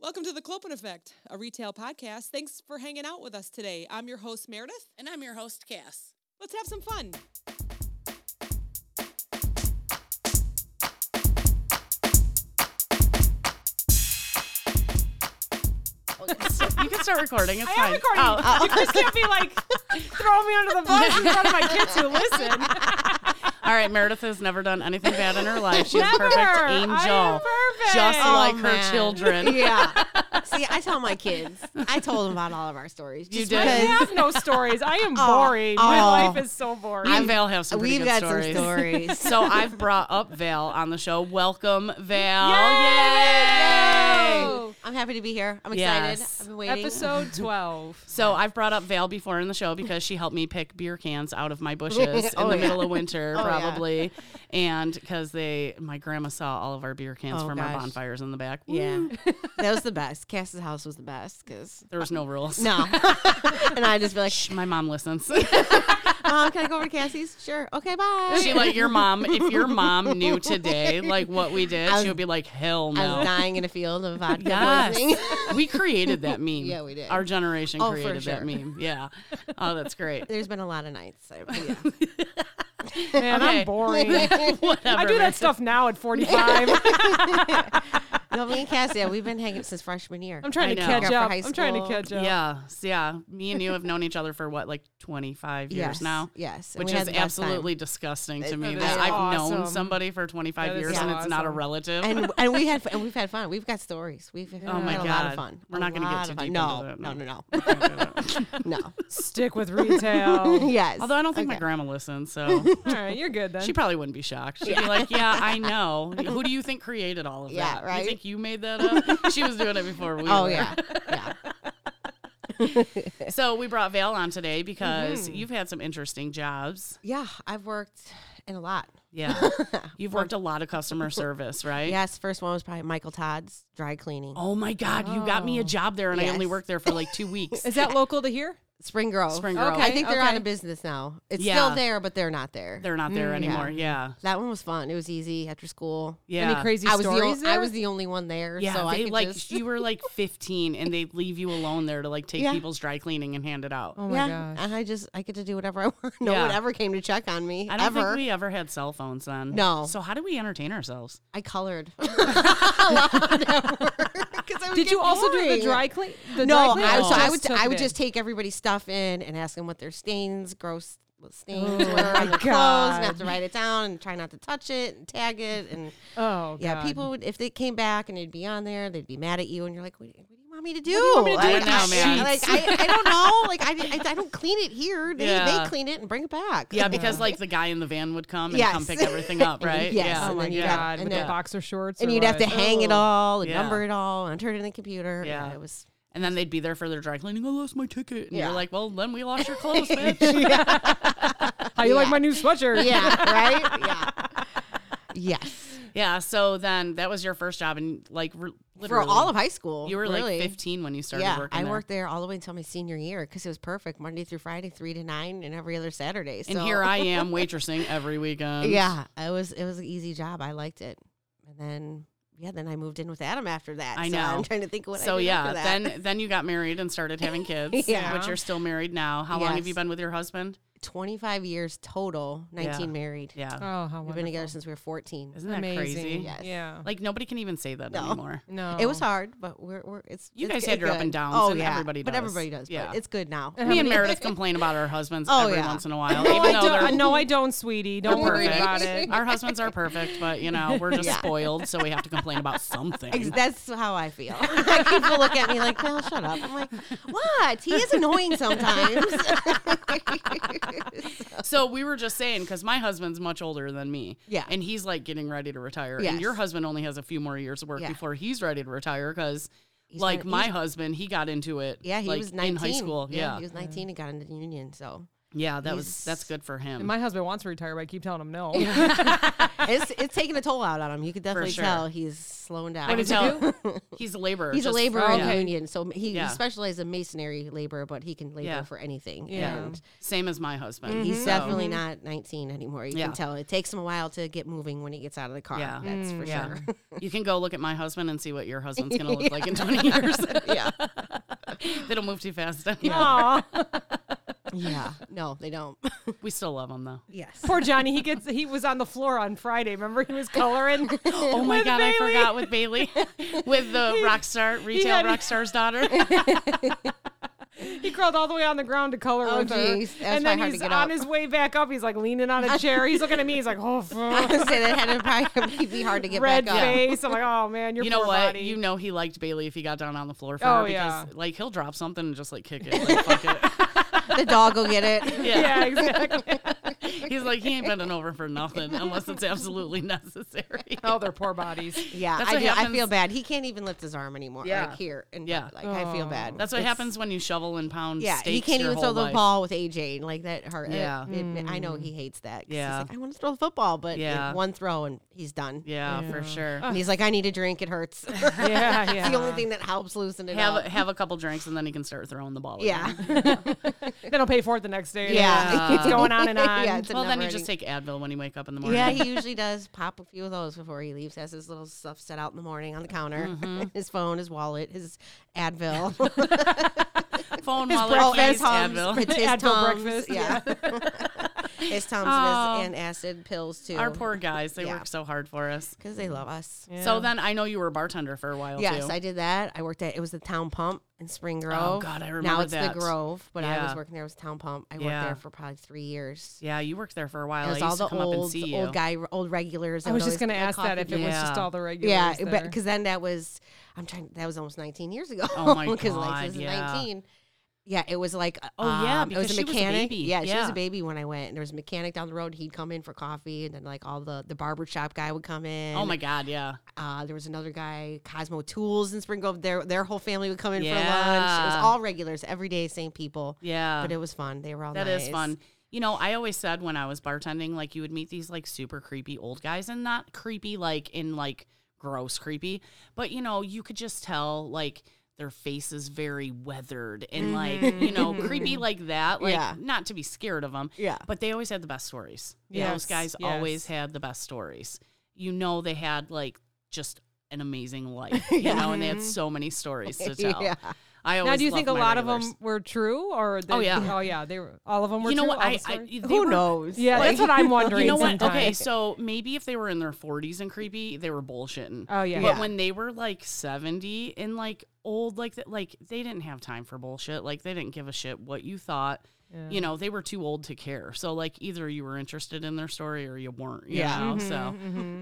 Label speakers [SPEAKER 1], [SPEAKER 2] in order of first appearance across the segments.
[SPEAKER 1] Welcome to the Clopen Effect, a retail podcast. Thanks for hanging out with us today. I'm your host, Meredith.
[SPEAKER 2] And I'm your host, Cass.
[SPEAKER 1] Let's have some fun.
[SPEAKER 3] you can start recording. It's
[SPEAKER 4] I
[SPEAKER 3] fine. Oh.
[SPEAKER 4] am recording. You just can't be like throwing me under the bus in front of my kids who listen.
[SPEAKER 3] All right, Meredith has never done anything bad in her life. She's a
[SPEAKER 4] Never.
[SPEAKER 3] perfect
[SPEAKER 4] I am
[SPEAKER 3] angel,
[SPEAKER 4] perfect.
[SPEAKER 3] just
[SPEAKER 4] Oh,
[SPEAKER 3] like her
[SPEAKER 5] man.
[SPEAKER 3] children.
[SPEAKER 5] Yeah. See, I tell my kids. I told them about all of our stories.
[SPEAKER 3] You
[SPEAKER 5] just
[SPEAKER 3] did?
[SPEAKER 4] I
[SPEAKER 5] because
[SPEAKER 4] have no stories. I am boring. my
[SPEAKER 5] oh.
[SPEAKER 4] life is so boring.
[SPEAKER 3] Me and Vale have some pretty
[SPEAKER 5] We've
[SPEAKER 3] good
[SPEAKER 5] got
[SPEAKER 3] stories.
[SPEAKER 5] some stories.
[SPEAKER 3] So I've brought up Vale on the show. Welcome, Vale. Yay!
[SPEAKER 4] Yay!
[SPEAKER 5] I'm happy to be here. I'm excited.
[SPEAKER 3] Yes.
[SPEAKER 5] I've been waiting.
[SPEAKER 4] Episode 12.
[SPEAKER 3] So I've brought up Vale before in the show because she helped me pick beer cans out of my bushes in
[SPEAKER 5] Oh,
[SPEAKER 3] the
[SPEAKER 5] yeah.
[SPEAKER 3] middle of winter,
[SPEAKER 5] Oh, yeah.
[SPEAKER 3] probably, and because they, my grandma saw all of our beer cans
[SPEAKER 5] Oh,
[SPEAKER 3] from our
[SPEAKER 5] gosh.
[SPEAKER 3] bonfires in the back. Mm.
[SPEAKER 5] Yeah.
[SPEAKER 3] Woo.
[SPEAKER 5] that was the best. Cass's house was the best because
[SPEAKER 3] there was no rules.
[SPEAKER 5] no, and I just be like,
[SPEAKER 3] Shh, my mom listens.
[SPEAKER 5] Mom, can I go over to Cassie's? Sure. Okay, bye.
[SPEAKER 3] she like your mom. If your mom knew today, like what we did,
[SPEAKER 5] I was-
[SPEAKER 3] she would be like,
[SPEAKER 5] I
[SPEAKER 3] "Hell
[SPEAKER 5] was
[SPEAKER 3] no."
[SPEAKER 5] dying in a field of vodka poisoning.
[SPEAKER 3] Yes, we created that meme.
[SPEAKER 5] Yeah, we did.
[SPEAKER 3] Our generation
[SPEAKER 5] Oh, for
[SPEAKER 3] created that
[SPEAKER 5] sure.
[SPEAKER 3] meme. Yeah. Oh, that's great.
[SPEAKER 5] There's been a lot of nights. So, yeah.
[SPEAKER 4] Man,
[SPEAKER 3] Okay.
[SPEAKER 4] I'm boring.
[SPEAKER 3] Whatever.
[SPEAKER 4] I do that stuff now at 45.
[SPEAKER 5] no, me and Cassie, yeah, we've been hanging since freshman year.
[SPEAKER 4] I'm trying to
[SPEAKER 3] I know.
[SPEAKER 4] catch
[SPEAKER 5] After
[SPEAKER 4] up.
[SPEAKER 5] high
[SPEAKER 4] I'm trying to
[SPEAKER 5] school.
[SPEAKER 4] catch up.
[SPEAKER 3] Yeah. s- Yeah. Me and you have known each other for what, like 25 years
[SPEAKER 5] yes,
[SPEAKER 3] now?
[SPEAKER 5] Yes. and
[SPEAKER 3] Which
[SPEAKER 5] we had
[SPEAKER 3] is
[SPEAKER 5] the best time.
[SPEAKER 3] absolutely disgusting to me
[SPEAKER 4] that
[SPEAKER 3] that
[SPEAKER 4] is
[SPEAKER 3] I've known
[SPEAKER 4] awesome.
[SPEAKER 3] somebody for 25
[SPEAKER 4] That is
[SPEAKER 3] years
[SPEAKER 4] so
[SPEAKER 3] and it's not a
[SPEAKER 4] awesome.
[SPEAKER 3] relative.
[SPEAKER 5] and and we had and we've had fun. We've got stories. We've had
[SPEAKER 3] Oh my
[SPEAKER 5] a lot
[SPEAKER 3] God.
[SPEAKER 5] of fun.
[SPEAKER 3] We're
[SPEAKER 5] A
[SPEAKER 3] not gonna get
[SPEAKER 5] lot
[SPEAKER 3] too
[SPEAKER 5] of fun.
[SPEAKER 3] deep
[SPEAKER 5] no,
[SPEAKER 3] into
[SPEAKER 5] no,
[SPEAKER 3] that.
[SPEAKER 5] no, no, no.
[SPEAKER 4] Stick with retail.
[SPEAKER 5] yes.
[SPEAKER 3] Although I don't think my
[SPEAKER 5] Okay.
[SPEAKER 3] grandma listens, so
[SPEAKER 4] All right, you're good then.
[SPEAKER 3] she probably wouldn't be shocked. She'd be like, "Yeah, I know. Who do you think created all of
[SPEAKER 5] Yeah,
[SPEAKER 3] that?
[SPEAKER 5] right?
[SPEAKER 3] You think you made that up? she was doing it before we.
[SPEAKER 5] Oh
[SPEAKER 3] were.
[SPEAKER 5] yeah, yeah.
[SPEAKER 3] So we brought Vale on today because
[SPEAKER 4] Mm-hmm.
[SPEAKER 3] you've had some interesting jobs.
[SPEAKER 5] Yeah, I've worked in a lot.
[SPEAKER 3] Yeah. You've worked a lot of customer service, right?
[SPEAKER 5] Yes, first one was probably Michael Todd's dry cleaning.
[SPEAKER 3] Oh my God, you got me a job there and I only
[SPEAKER 5] Oh. Yes.
[SPEAKER 3] worked there for like two weeks.
[SPEAKER 4] is that local to here?
[SPEAKER 5] Spring Grove.
[SPEAKER 3] Spring Grove.
[SPEAKER 5] I think they're out
[SPEAKER 4] okay.
[SPEAKER 5] of business now. It's
[SPEAKER 3] Yeah.
[SPEAKER 5] still there, but they're not there.
[SPEAKER 3] They're not there
[SPEAKER 4] Mm,
[SPEAKER 3] anymore. Yeah.
[SPEAKER 5] that one was fun. It was easy after school.
[SPEAKER 3] Yeah.
[SPEAKER 4] Any crazy
[SPEAKER 5] I was the
[SPEAKER 4] stories
[SPEAKER 5] only,
[SPEAKER 4] there?
[SPEAKER 5] I was the only one there,
[SPEAKER 3] Yeah,
[SPEAKER 5] so I
[SPEAKER 3] they
[SPEAKER 5] could
[SPEAKER 3] like
[SPEAKER 5] just
[SPEAKER 3] you were like 15 and they leave you alone there to like take
[SPEAKER 5] Yeah.
[SPEAKER 3] people's dry cleaning and hand it out.
[SPEAKER 4] Oh my
[SPEAKER 5] yeah,
[SPEAKER 4] gosh.
[SPEAKER 5] and I just I get to do whatever I want. No one
[SPEAKER 3] Yeah.
[SPEAKER 5] ever came to check on me
[SPEAKER 3] I don't
[SPEAKER 5] ever.
[SPEAKER 3] think we ever had cell phones then.
[SPEAKER 5] No.
[SPEAKER 3] So how do we entertain ourselves?
[SPEAKER 5] I colored. Did
[SPEAKER 4] Did you also do the dry clean? The
[SPEAKER 5] No,
[SPEAKER 4] dry clean, Oh,
[SPEAKER 5] I,
[SPEAKER 4] or
[SPEAKER 5] so I
[SPEAKER 4] just
[SPEAKER 5] would
[SPEAKER 4] took
[SPEAKER 5] I would
[SPEAKER 4] it in?
[SPEAKER 5] just take everybody's stuff in and ask them what their stains, gross stains
[SPEAKER 4] Oh,
[SPEAKER 5] were
[SPEAKER 4] my
[SPEAKER 5] on their clothes,
[SPEAKER 4] God.
[SPEAKER 5] and have to write it down and try not to touch it and tag it. And
[SPEAKER 4] Oh,
[SPEAKER 5] yeah,
[SPEAKER 4] God.
[SPEAKER 5] people would if they came back and it'd be on there, they'd be mad at you, and you're like, what, what do you want me to do?
[SPEAKER 4] want me to do
[SPEAKER 5] Like,
[SPEAKER 3] with these sheets?
[SPEAKER 5] Like I, I don't know. Like I, didn't- I, I don't clean it here. They,
[SPEAKER 3] Yeah.
[SPEAKER 5] they clean it and bring it back.
[SPEAKER 3] Yeah, because like the guy in the van would come and
[SPEAKER 5] Yes.
[SPEAKER 3] come pick everything up, right?
[SPEAKER 5] Yes, Oh
[SPEAKER 3] Yeah.
[SPEAKER 5] and
[SPEAKER 4] Oh my
[SPEAKER 5] then you
[SPEAKER 3] yeah.
[SPEAKER 5] got-
[SPEAKER 4] God,
[SPEAKER 5] and
[SPEAKER 4] with the
[SPEAKER 5] then-
[SPEAKER 4] boxer shorts.
[SPEAKER 5] and
[SPEAKER 4] or
[SPEAKER 5] you'd have to
[SPEAKER 4] what?
[SPEAKER 5] hang it
[SPEAKER 4] Oh.
[SPEAKER 5] all and
[SPEAKER 3] Yeah.
[SPEAKER 5] number it all and enter it in the computer.
[SPEAKER 3] Yeah.
[SPEAKER 5] Yeah, it was
[SPEAKER 3] And then they'd be there for their dry cleaning. I lost my ticket. And
[SPEAKER 5] Yeah.
[SPEAKER 3] you're like, well, then we lost your clothes, bitch.
[SPEAKER 4] How you like
[SPEAKER 5] Yeah.
[SPEAKER 4] my new sweatshirt?
[SPEAKER 5] yeah, right? Yeah. Yes.
[SPEAKER 3] yeah. So then that was your first job. And like, re-
[SPEAKER 5] For
[SPEAKER 3] literally,
[SPEAKER 5] all of high school.
[SPEAKER 3] you were
[SPEAKER 5] really.
[SPEAKER 3] like 15 when you started
[SPEAKER 5] Yeah,
[SPEAKER 3] working
[SPEAKER 5] I
[SPEAKER 3] there.
[SPEAKER 5] worked there all the way until my senior year because it was perfect Monday through Friday, three to nine, and every other Saturday. So
[SPEAKER 3] And here I am waitressing every weekend.
[SPEAKER 5] yeah, it was it was an easy job. I liked it, and then yeah, then I moved in with Adam after that.
[SPEAKER 3] I
[SPEAKER 5] so
[SPEAKER 3] know.
[SPEAKER 5] I'm trying to think of what.
[SPEAKER 3] So
[SPEAKER 5] I did
[SPEAKER 3] yeah,
[SPEAKER 5] after that.
[SPEAKER 3] then then you got married and started having kids,
[SPEAKER 5] Yeah.
[SPEAKER 3] which you're still married now. How long have you
[SPEAKER 5] Yes.
[SPEAKER 3] been with your husband?
[SPEAKER 5] 25 years total, 19
[SPEAKER 3] Yeah.
[SPEAKER 5] married.
[SPEAKER 3] Yeah,
[SPEAKER 4] Oh, how
[SPEAKER 5] We've been together since we were 14.
[SPEAKER 3] isn't that
[SPEAKER 4] Amazing.
[SPEAKER 3] crazy?
[SPEAKER 5] Yes.
[SPEAKER 4] Yeah.
[SPEAKER 3] Like nobody can even say that
[SPEAKER 5] No.
[SPEAKER 3] anymore.
[SPEAKER 4] no.
[SPEAKER 5] It was hard, but we're, we're it's
[SPEAKER 3] Oh. You
[SPEAKER 5] it's
[SPEAKER 3] guys
[SPEAKER 5] g-
[SPEAKER 3] had your
[SPEAKER 5] good.
[SPEAKER 3] up and downs,
[SPEAKER 5] Oh
[SPEAKER 3] and
[SPEAKER 5] yeah,
[SPEAKER 3] everybody
[SPEAKER 5] but
[SPEAKER 3] does.
[SPEAKER 5] everybody does. but
[SPEAKER 3] Yeah.
[SPEAKER 5] it's good now.
[SPEAKER 3] Me and Meredith complain about our husbands
[SPEAKER 5] Oh,
[SPEAKER 3] every
[SPEAKER 5] yeah.
[SPEAKER 3] once in a while,
[SPEAKER 4] No, I
[SPEAKER 3] even though
[SPEAKER 4] don't.
[SPEAKER 3] they're
[SPEAKER 4] No, I don't, sweetie. Don't worry
[SPEAKER 3] perfect.
[SPEAKER 4] about it.
[SPEAKER 3] Our husbands are perfect, but you know we're just
[SPEAKER 5] Yeah.
[SPEAKER 3] spoiled, so we have to complain about something.
[SPEAKER 5] Ex- That's how I feel. Like, people look at me like, "Well, shut up." I'm like, "What? He is annoying sometimes."
[SPEAKER 3] So we were just saying because my husband's much older than me.
[SPEAKER 5] Yeah.
[SPEAKER 3] and he's like getting ready to retire, and
[SPEAKER 5] Yes.
[SPEAKER 3] your husband only has a few more years of work
[SPEAKER 5] Yeah.
[SPEAKER 3] before he's ready to retire because. Like
[SPEAKER 5] gonna-
[SPEAKER 3] my
[SPEAKER 5] he's-
[SPEAKER 3] husband, he got into it.
[SPEAKER 5] yeah, he
[SPEAKER 3] like,
[SPEAKER 5] was 19
[SPEAKER 3] in high school. Yeah,
[SPEAKER 5] he was 19 and got into the union. So
[SPEAKER 3] Yeah, that was
[SPEAKER 5] He's-
[SPEAKER 3] that's good for him.
[SPEAKER 4] And my husband wants to retire, but I keep telling him no.
[SPEAKER 5] It's it's taking a toll out on him. You could definitely
[SPEAKER 3] sure.
[SPEAKER 5] tell he's slowing down.
[SPEAKER 3] I can tell he's a laborer.
[SPEAKER 5] He's a
[SPEAKER 3] just- oh,
[SPEAKER 5] laborer in
[SPEAKER 3] yeah.
[SPEAKER 5] the union, so he,
[SPEAKER 3] Yeah.
[SPEAKER 5] he specializes in masonry labor, but he can labor
[SPEAKER 3] Yeah.
[SPEAKER 5] for anything.
[SPEAKER 4] Yeah.
[SPEAKER 5] And
[SPEAKER 3] Same as my husband.
[SPEAKER 5] he's
[SPEAKER 3] so-
[SPEAKER 5] definitely not 19 anymore. You
[SPEAKER 3] Mm-hmm. Yeah.
[SPEAKER 5] can tell it takes him a while to get moving when he gets out of the car.
[SPEAKER 3] Yeah. Mm,
[SPEAKER 5] That's for
[SPEAKER 3] yeah.
[SPEAKER 5] sure.
[SPEAKER 3] you can go look at my husband and see what your husband's going to look like in 20 years.
[SPEAKER 5] yeah.
[SPEAKER 3] they don't move too fast.
[SPEAKER 4] Aw.
[SPEAKER 5] Yeah. No, they don't.
[SPEAKER 3] We still love him though.
[SPEAKER 5] yes.
[SPEAKER 4] Poor Johnny. He gets. He was on the floor on Friday. Remember, he was coloring.
[SPEAKER 3] Oh my
[SPEAKER 4] With
[SPEAKER 3] god, I
[SPEAKER 4] Bailey.
[SPEAKER 3] forgot with Bailey, with the rock star retail
[SPEAKER 4] had-
[SPEAKER 3] rock star's daughter.
[SPEAKER 4] He crawled all the way on the ground to color
[SPEAKER 5] Oh,
[SPEAKER 4] with
[SPEAKER 5] geez.
[SPEAKER 4] her.
[SPEAKER 5] That's
[SPEAKER 4] and
[SPEAKER 5] probably hard
[SPEAKER 4] then
[SPEAKER 5] to
[SPEAKER 4] he's
[SPEAKER 5] get up.
[SPEAKER 4] on his way back up. He's like leaning on a chair. He's looking at me. He's like, oh,
[SPEAKER 5] I
[SPEAKER 4] fuck.
[SPEAKER 5] was gonna say that had to probably be hard to get
[SPEAKER 4] red
[SPEAKER 5] back up.
[SPEAKER 4] face. I'm like, oh man, your
[SPEAKER 3] you know
[SPEAKER 4] poor
[SPEAKER 3] what?
[SPEAKER 4] body.
[SPEAKER 3] You know he liked Bailey if he got down on the floor for
[SPEAKER 4] Oh,
[SPEAKER 3] her
[SPEAKER 4] yeah.
[SPEAKER 3] because like he'll drop something and just like kick it. Like, fuck it.
[SPEAKER 5] The dog will get it.
[SPEAKER 4] yeah, exactly.
[SPEAKER 3] He's like he ain't bending over for nothing unless it's absolutely necessary.
[SPEAKER 4] oh, their poor bodies.
[SPEAKER 5] Yeah,
[SPEAKER 3] That's
[SPEAKER 5] I
[SPEAKER 3] what
[SPEAKER 5] do. I feel
[SPEAKER 3] happens.
[SPEAKER 5] bad. He can't even lift his arm anymore.
[SPEAKER 3] Yeah.
[SPEAKER 5] Like here and
[SPEAKER 3] Yeah. Oh,
[SPEAKER 5] like I feel bad.
[SPEAKER 3] That's what
[SPEAKER 5] It's-
[SPEAKER 3] happens when you shovel and pound.
[SPEAKER 5] Yeah, he
[SPEAKER 3] stakes
[SPEAKER 5] can't
[SPEAKER 3] your
[SPEAKER 5] even throw
[SPEAKER 3] whole
[SPEAKER 5] the
[SPEAKER 3] life.
[SPEAKER 5] ball with AJ. and, Like that hurt.
[SPEAKER 3] Yeah.
[SPEAKER 5] I know he hates that. 'cause he's
[SPEAKER 3] Yeah.
[SPEAKER 5] like, I want to throw the football, but
[SPEAKER 3] Yeah.
[SPEAKER 5] yeah. one throw and he's done.
[SPEAKER 3] Yeah, for sure.
[SPEAKER 5] And he's like, I need a drink. It hurts. it's
[SPEAKER 4] Yeah, yeah.
[SPEAKER 5] the only thing that helps loosen it
[SPEAKER 3] Have
[SPEAKER 5] up.
[SPEAKER 3] have a couple drinks and then he can start throwing the ball.
[SPEAKER 5] yeah.
[SPEAKER 3] again.
[SPEAKER 4] Then he'll pay for it the next day.
[SPEAKER 5] Yeah.
[SPEAKER 4] It's going on and on.
[SPEAKER 5] yeah. It's a
[SPEAKER 3] Well, then you
[SPEAKER 5] never-ending-
[SPEAKER 3] just take Advil when you wake up in the morning.
[SPEAKER 5] Yeah, he usually does pop a few of those before he leaves. Has his little stuff set out in the morning on the counter.
[SPEAKER 3] Mm-hmm.
[SPEAKER 5] his phone, his wallet, his Advil.
[SPEAKER 3] phone
[SPEAKER 5] his
[SPEAKER 3] wallet, keys,
[SPEAKER 5] breakfast,
[SPEAKER 3] Advil.
[SPEAKER 5] Tums, it's his
[SPEAKER 4] Advil
[SPEAKER 5] Tums,
[SPEAKER 4] breakfast,
[SPEAKER 5] Yeah. his Tums
[SPEAKER 3] Oh.
[SPEAKER 5] and, his, and acid pills too.
[SPEAKER 3] Our poor guys, they
[SPEAKER 5] Yeah.
[SPEAKER 3] work so hard for us.
[SPEAKER 5] Because they love us.
[SPEAKER 3] So then I know you were a bartender for a while
[SPEAKER 5] Yes,
[SPEAKER 3] too. Oh,
[SPEAKER 5] I did that. I worked at it was the Town Pump in Spring Grove.
[SPEAKER 3] God, I
[SPEAKER 5] Now
[SPEAKER 3] remember
[SPEAKER 5] it's
[SPEAKER 3] that.
[SPEAKER 5] the Grove, but I
[SPEAKER 3] Yeah.
[SPEAKER 5] was working there was Town Pump. I worked
[SPEAKER 3] Yeah.
[SPEAKER 5] there for probably three years.
[SPEAKER 3] yeah, you worked there for a while.
[SPEAKER 5] It
[SPEAKER 3] I
[SPEAKER 5] was
[SPEAKER 3] used
[SPEAKER 5] all the
[SPEAKER 3] to come up and
[SPEAKER 5] old
[SPEAKER 3] see you.
[SPEAKER 5] old guy old regulars.
[SPEAKER 4] I
[SPEAKER 5] would
[SPEAKER 4] was just
[SPEAKER 5] always
[SPEAKER 4] gonna
[SPEAKER 5] get my
[SPEAKER 4] ask that
[SPEAKER 5] coffee
[SPEAKER 4] if it was just
[SPEAKER 3] Yeah.
[SPEAKER 4] all the regulars.
[SPEAKER 5] Yeah,
[SPEAKER 4] there.
[SPEAKER 5] because then that was I'm trying. That was almost 19 years ago.
[SPEAKER 3] Oh my
[SPEAKER 5] 'cause,
[SPEAKER 3] God,
[SPEAKER 5] like, this is
[SPEAKER 3] yeah.
[SPEAKER 5] 19. Yeah, it was like
[SPEAKER 3] Oh, yeah,
[SPEAKER 5] um, it
[SPEAKER 3] because
[SPEAKER 5] was a
[SPEAKER 3] she was a
[SPEAKER 5] mechanic.
[SPEAKER 3] baby.
[SPEAKER 5] Yeah, she was
[SPEAKER 3] Yeah.
[SPEAKER 5] a baby when I went, and there was a mechanic down the road. He'd come in for coffee, and then like all the the barber shop guy would come in.
[SPEAKER 3] oh my god, yeah.
[SPEAKER 5] Uh, there was another guy, Cosmo Tools in Spring Grove. Their their whole family would come in for lunch. It
[SPEAKER 3] Yeah.
[SPEAKER 5] was all regulars, every day, same people.
[SPEAKER 3] Yeah.
[SPEAKER 5] But it was fun. They were all
[SPEAKER 3] That is
[SPEAKER 5] nice.
[SPEAKER 3] fun. You know, I always said when I was bartending, like you would meet these like super creepy old guys and not creepy like in like gross creepy, but you know, you could just tell like their face is very weathered and like, you know, creepy like that. Like
[SPEAKER 5] Mm-hmm. Yeah.
[SPEAKER 3] not to be scared of them.
[SPEAKER 5] Yeah.
[SPEAKER 3] But they always had the best stories. Those
[SPEAKER 4] Yes,
[SPEAKER 3] guys always
[SPEAKER 4] yes.
[SPEAKER 3] had the best stories. You know they had like just an amazing life, you know, and they had so many stories to tell.
[SPEAKER 5] Yeah.
[SPEAKER 3] I always
[SPEAKER 4] Now, do you
[SPEAKER 3] loved
[SPEAKER 4] think a
[SPEAKER 3] my
[SPEAKER 4] lot of
[SPEAKER 3] regulars.
[SPEAKER 4] them were true, or they,
[SPEAKER 3] Oh, yeah.
[SPEAKER 4] oh yeah, they were all of them were
[SPEAKER 3] you know
[SPEAKER 4] true?
[SPEAKER 3] what
[SPEAKER 4] all
[SPEAKER 3] I,
[SPEAKER 4] the
[SPEAKER 3] I
[SPEAKER 4] stories?
[SPEAKER 3] they
[SPEAKER 5] Who
[SPEAKER 3] were-
[SPEAKER 5] knows?
[SPEAKER 4] yeah, that's what I'm wondering.
[SPEAKER 3] You know what?
[SPEAKER 4] sometimes.
[SPEAKER 3] Okay, so maybe if they were in their 40s and creepy, they were bullshitting.
[SPEAKER 4] Oh, yeah.
[SPEAKER 3] But
[SPEAKER 5] Yeah.
[SPEAKER 3] when they were like 70 and like old, like that, like they didn't have time for bullshit. Like they didn't give a shit what you thought. You know, they were too old to care. So like either you were interested in their story or you weren't. You
[SPEAKER 5] Yeah.
[SPEAKER 3] know? So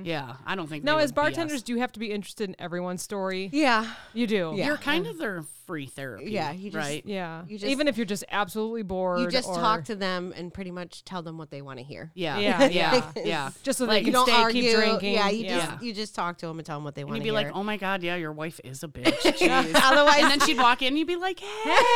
[SPEAKER 3] yeah, I don't think.
[SPEAKER 4] Now,
[SPEAKER 3] they
[SPEAKER 4] as
[SPEAKER 3] would BS.
[SPEAKER 4] bartenders, do you have to be interested in everyone's story?
[SPEAKER 5] Yeah.
[SPEAKER 4] You do.
[SPEAKER 5] Yeah.
[SPEAKER 3] you're kind of their free therapy.
[SPEAKER 5] Yeah, you just-
[SPEAKER 3] right.
[SPEAKER 4] Yeah.
[SPEAKER 5] You just-
[SPEAKER 4] Even if you're just absolutely bored.
[SPEAKER 5] You just
[SPEAKER 4] or,
[SPEAKER 5] talk to them and pretty much tell them what they want to hear.
[SPEAKER 3] Yeah,
[SPEAKER 4] Yeah.
[SPEAKER 3] yeah, yeah.
[SPEAKER 5] Yes.
[SPEAKER 4] Just so
[SPEAKER 3] Like,
[SPEAKER 4] they
[SPEAKER 5] You
[SPEAKER 4] can
[SPEAKER 5] don't
[SPEAKER 4] stay,
[SPEAKER 5] argue.
[SPEAKER 4] keep drinking.
[SPEAKER 5] Yeah, you
[SPEAKER 3] Yeah.
[SPEAKER 5] just you just talk to them and tell them what they
[SPEAKER 3] And
[SPEAKER 5] want
[SPEAKER 3] you'd
[SPEAKER 5] to
[SPEAKER 3] be
[SPEAKER 5] hear.
[SPEAKER 3] like, "Oh my god, yeah, your wife is a bitch." Jeez.
[SPEAKER 5] Otherwise,
[SPEAKER 3] and then she'd walk in, and you'd be like,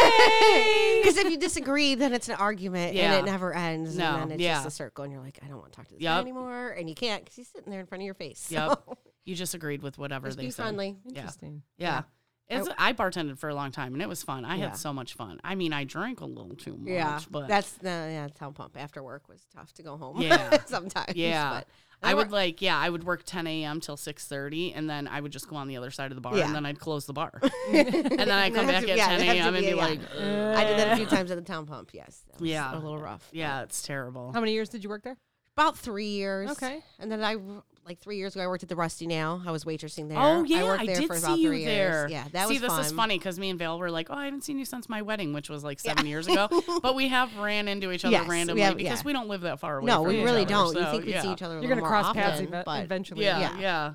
[SPEAKER 3] "Hey,
[SPEAKER 5] Because if you disagree, then it's an argument
[SPEAKER 3] Yeah.
[SPEAKER 5] and it never ends.
[SPEAKER 3] No,
[SPEAKER 5] And then it's
[SPEAKER 3] yeah.
[SPEAKER 5] just a circle. And you're like, I don't want to talk to this guy
[SPEAKER 3] Yup.
[SPEAKER 5] anymore. And you can't because he's sitting there in front of your face.
[SPEAKER 3] Yep.
[SPEAKER 5] So
[SPEAKER 3] You just agreed with whatever
[SPEAKER 5] just
[SPEAKER 3] they
[SPEAKER 5] be
[SPEAKER 3] said.
[SPEAKER 5] friendly.
[SPEAKER 3] Yeah.
[SPEAKER 4] Interesting.
[SPEAKER 3] Yeah. It's, I bartended for a long time and it was fun. I
[SPEAKER 5] Yeah.
[SPEAKER 3] had so much fun. I mean, I drank a little too much,
[SPEAKER 5] Yeah.
[SPEAKER 3] but
[SPEAKER 5] That's the yeah, town pump after work was tough to go home.
[SPEAKER 3] Yeah.
[SPEAKER 5] sometimes.
[SPEAKER 3] yeah.
[SPEAKER 5] But
[SPEAKER 3] I would like, yeah, I would work 10 a.m. till 6:30, and then I would just go on the other side of the bar,
[SPEAKER 5] Yeah.
[SPEAKER 3] and then I'd close the bar, and then I would come
[SPEAKER 5] have
[SPEAKER 3] back
[SPEAKER 5] to-
[SPEAKER 3] at
[SPEAKER 5] yeah,
[SPEAKER 3] 10
[SPEAKER 5] it'd have to
[SPEAKER 3] a.m. and
[SPEAKER 5] be-
[SPEAKER 3] be
[SPEAKER 5] yeah.
[SPEAKER 3] like, "Ugh."
[SPEAKER 5] I did that a few times at the town pump. Yes. That was
[SPEAKER 3] Yeah.
[SPEAKER 5] A little rough.
[SPEAKER 3] yeah, it's terrible.
[SPEAKER 4] How many years did you work there?
[SPEAKER 5] About three years.
[SPEAKER 4] Okay.
[SPEAKER 5] And then I. Like three years ago, I worked at the Rusty Nail. I was waitressing there.
[SPEAKER 3] Oh yeah, I,
[SPEAKER 5] worked there
[SPEAKER 3] did
[SPEAKER 5] for
[SPEAKER 3] see
[SPEAKER 5] about
[SPEAKER 3] you
[SPEAKER 5] three
[SPEAKER 3] there.
[SPEAKER 5] Years. Yeah, that
[SPEAKER 3] see,
[SPEAKER 5] was
[SPEAKER 3] this
[SPEAKER 5] fun.
[SPEAKER 3] is funny because me and Vale were like, "Oh, I haven't seen you since my wedding, which was like seven years ago." But we have ran into each other
[SPEAKER 5] Yes, we
[SPEAKER 3] randomly
[SPEAKER 5] have-
[SPEAKER 3] because
[SPEAKER 5] yeah.
[SPEAKER 3] we don't live that far away.
[SPEAKER 5] No,
[SPEAKER 3] from
[SPEAKER 5] we
[SPEAKER 3] each
[SPEAKER 5] really
[SPEAKER 3] other,
[SPEAKER 5] don't. you
[SPEAKER 3] so,
[SPEAKER 5] think we
[SPEAKER 3] yeah.
[SPEAKER 5] see each other? a
[SPEAKER 4] You're gonna
[SPEAKER 5] little more
[SPEAKER 4] cross paths
[SPEAKER 5] often,
[SPEAKER 4] eve-
[SPEAKER 5] but-
[SPEAKER 4] eventually.
[SPEAKER 3] Yeah, yeah.
[SPEAKER 5] Yeah.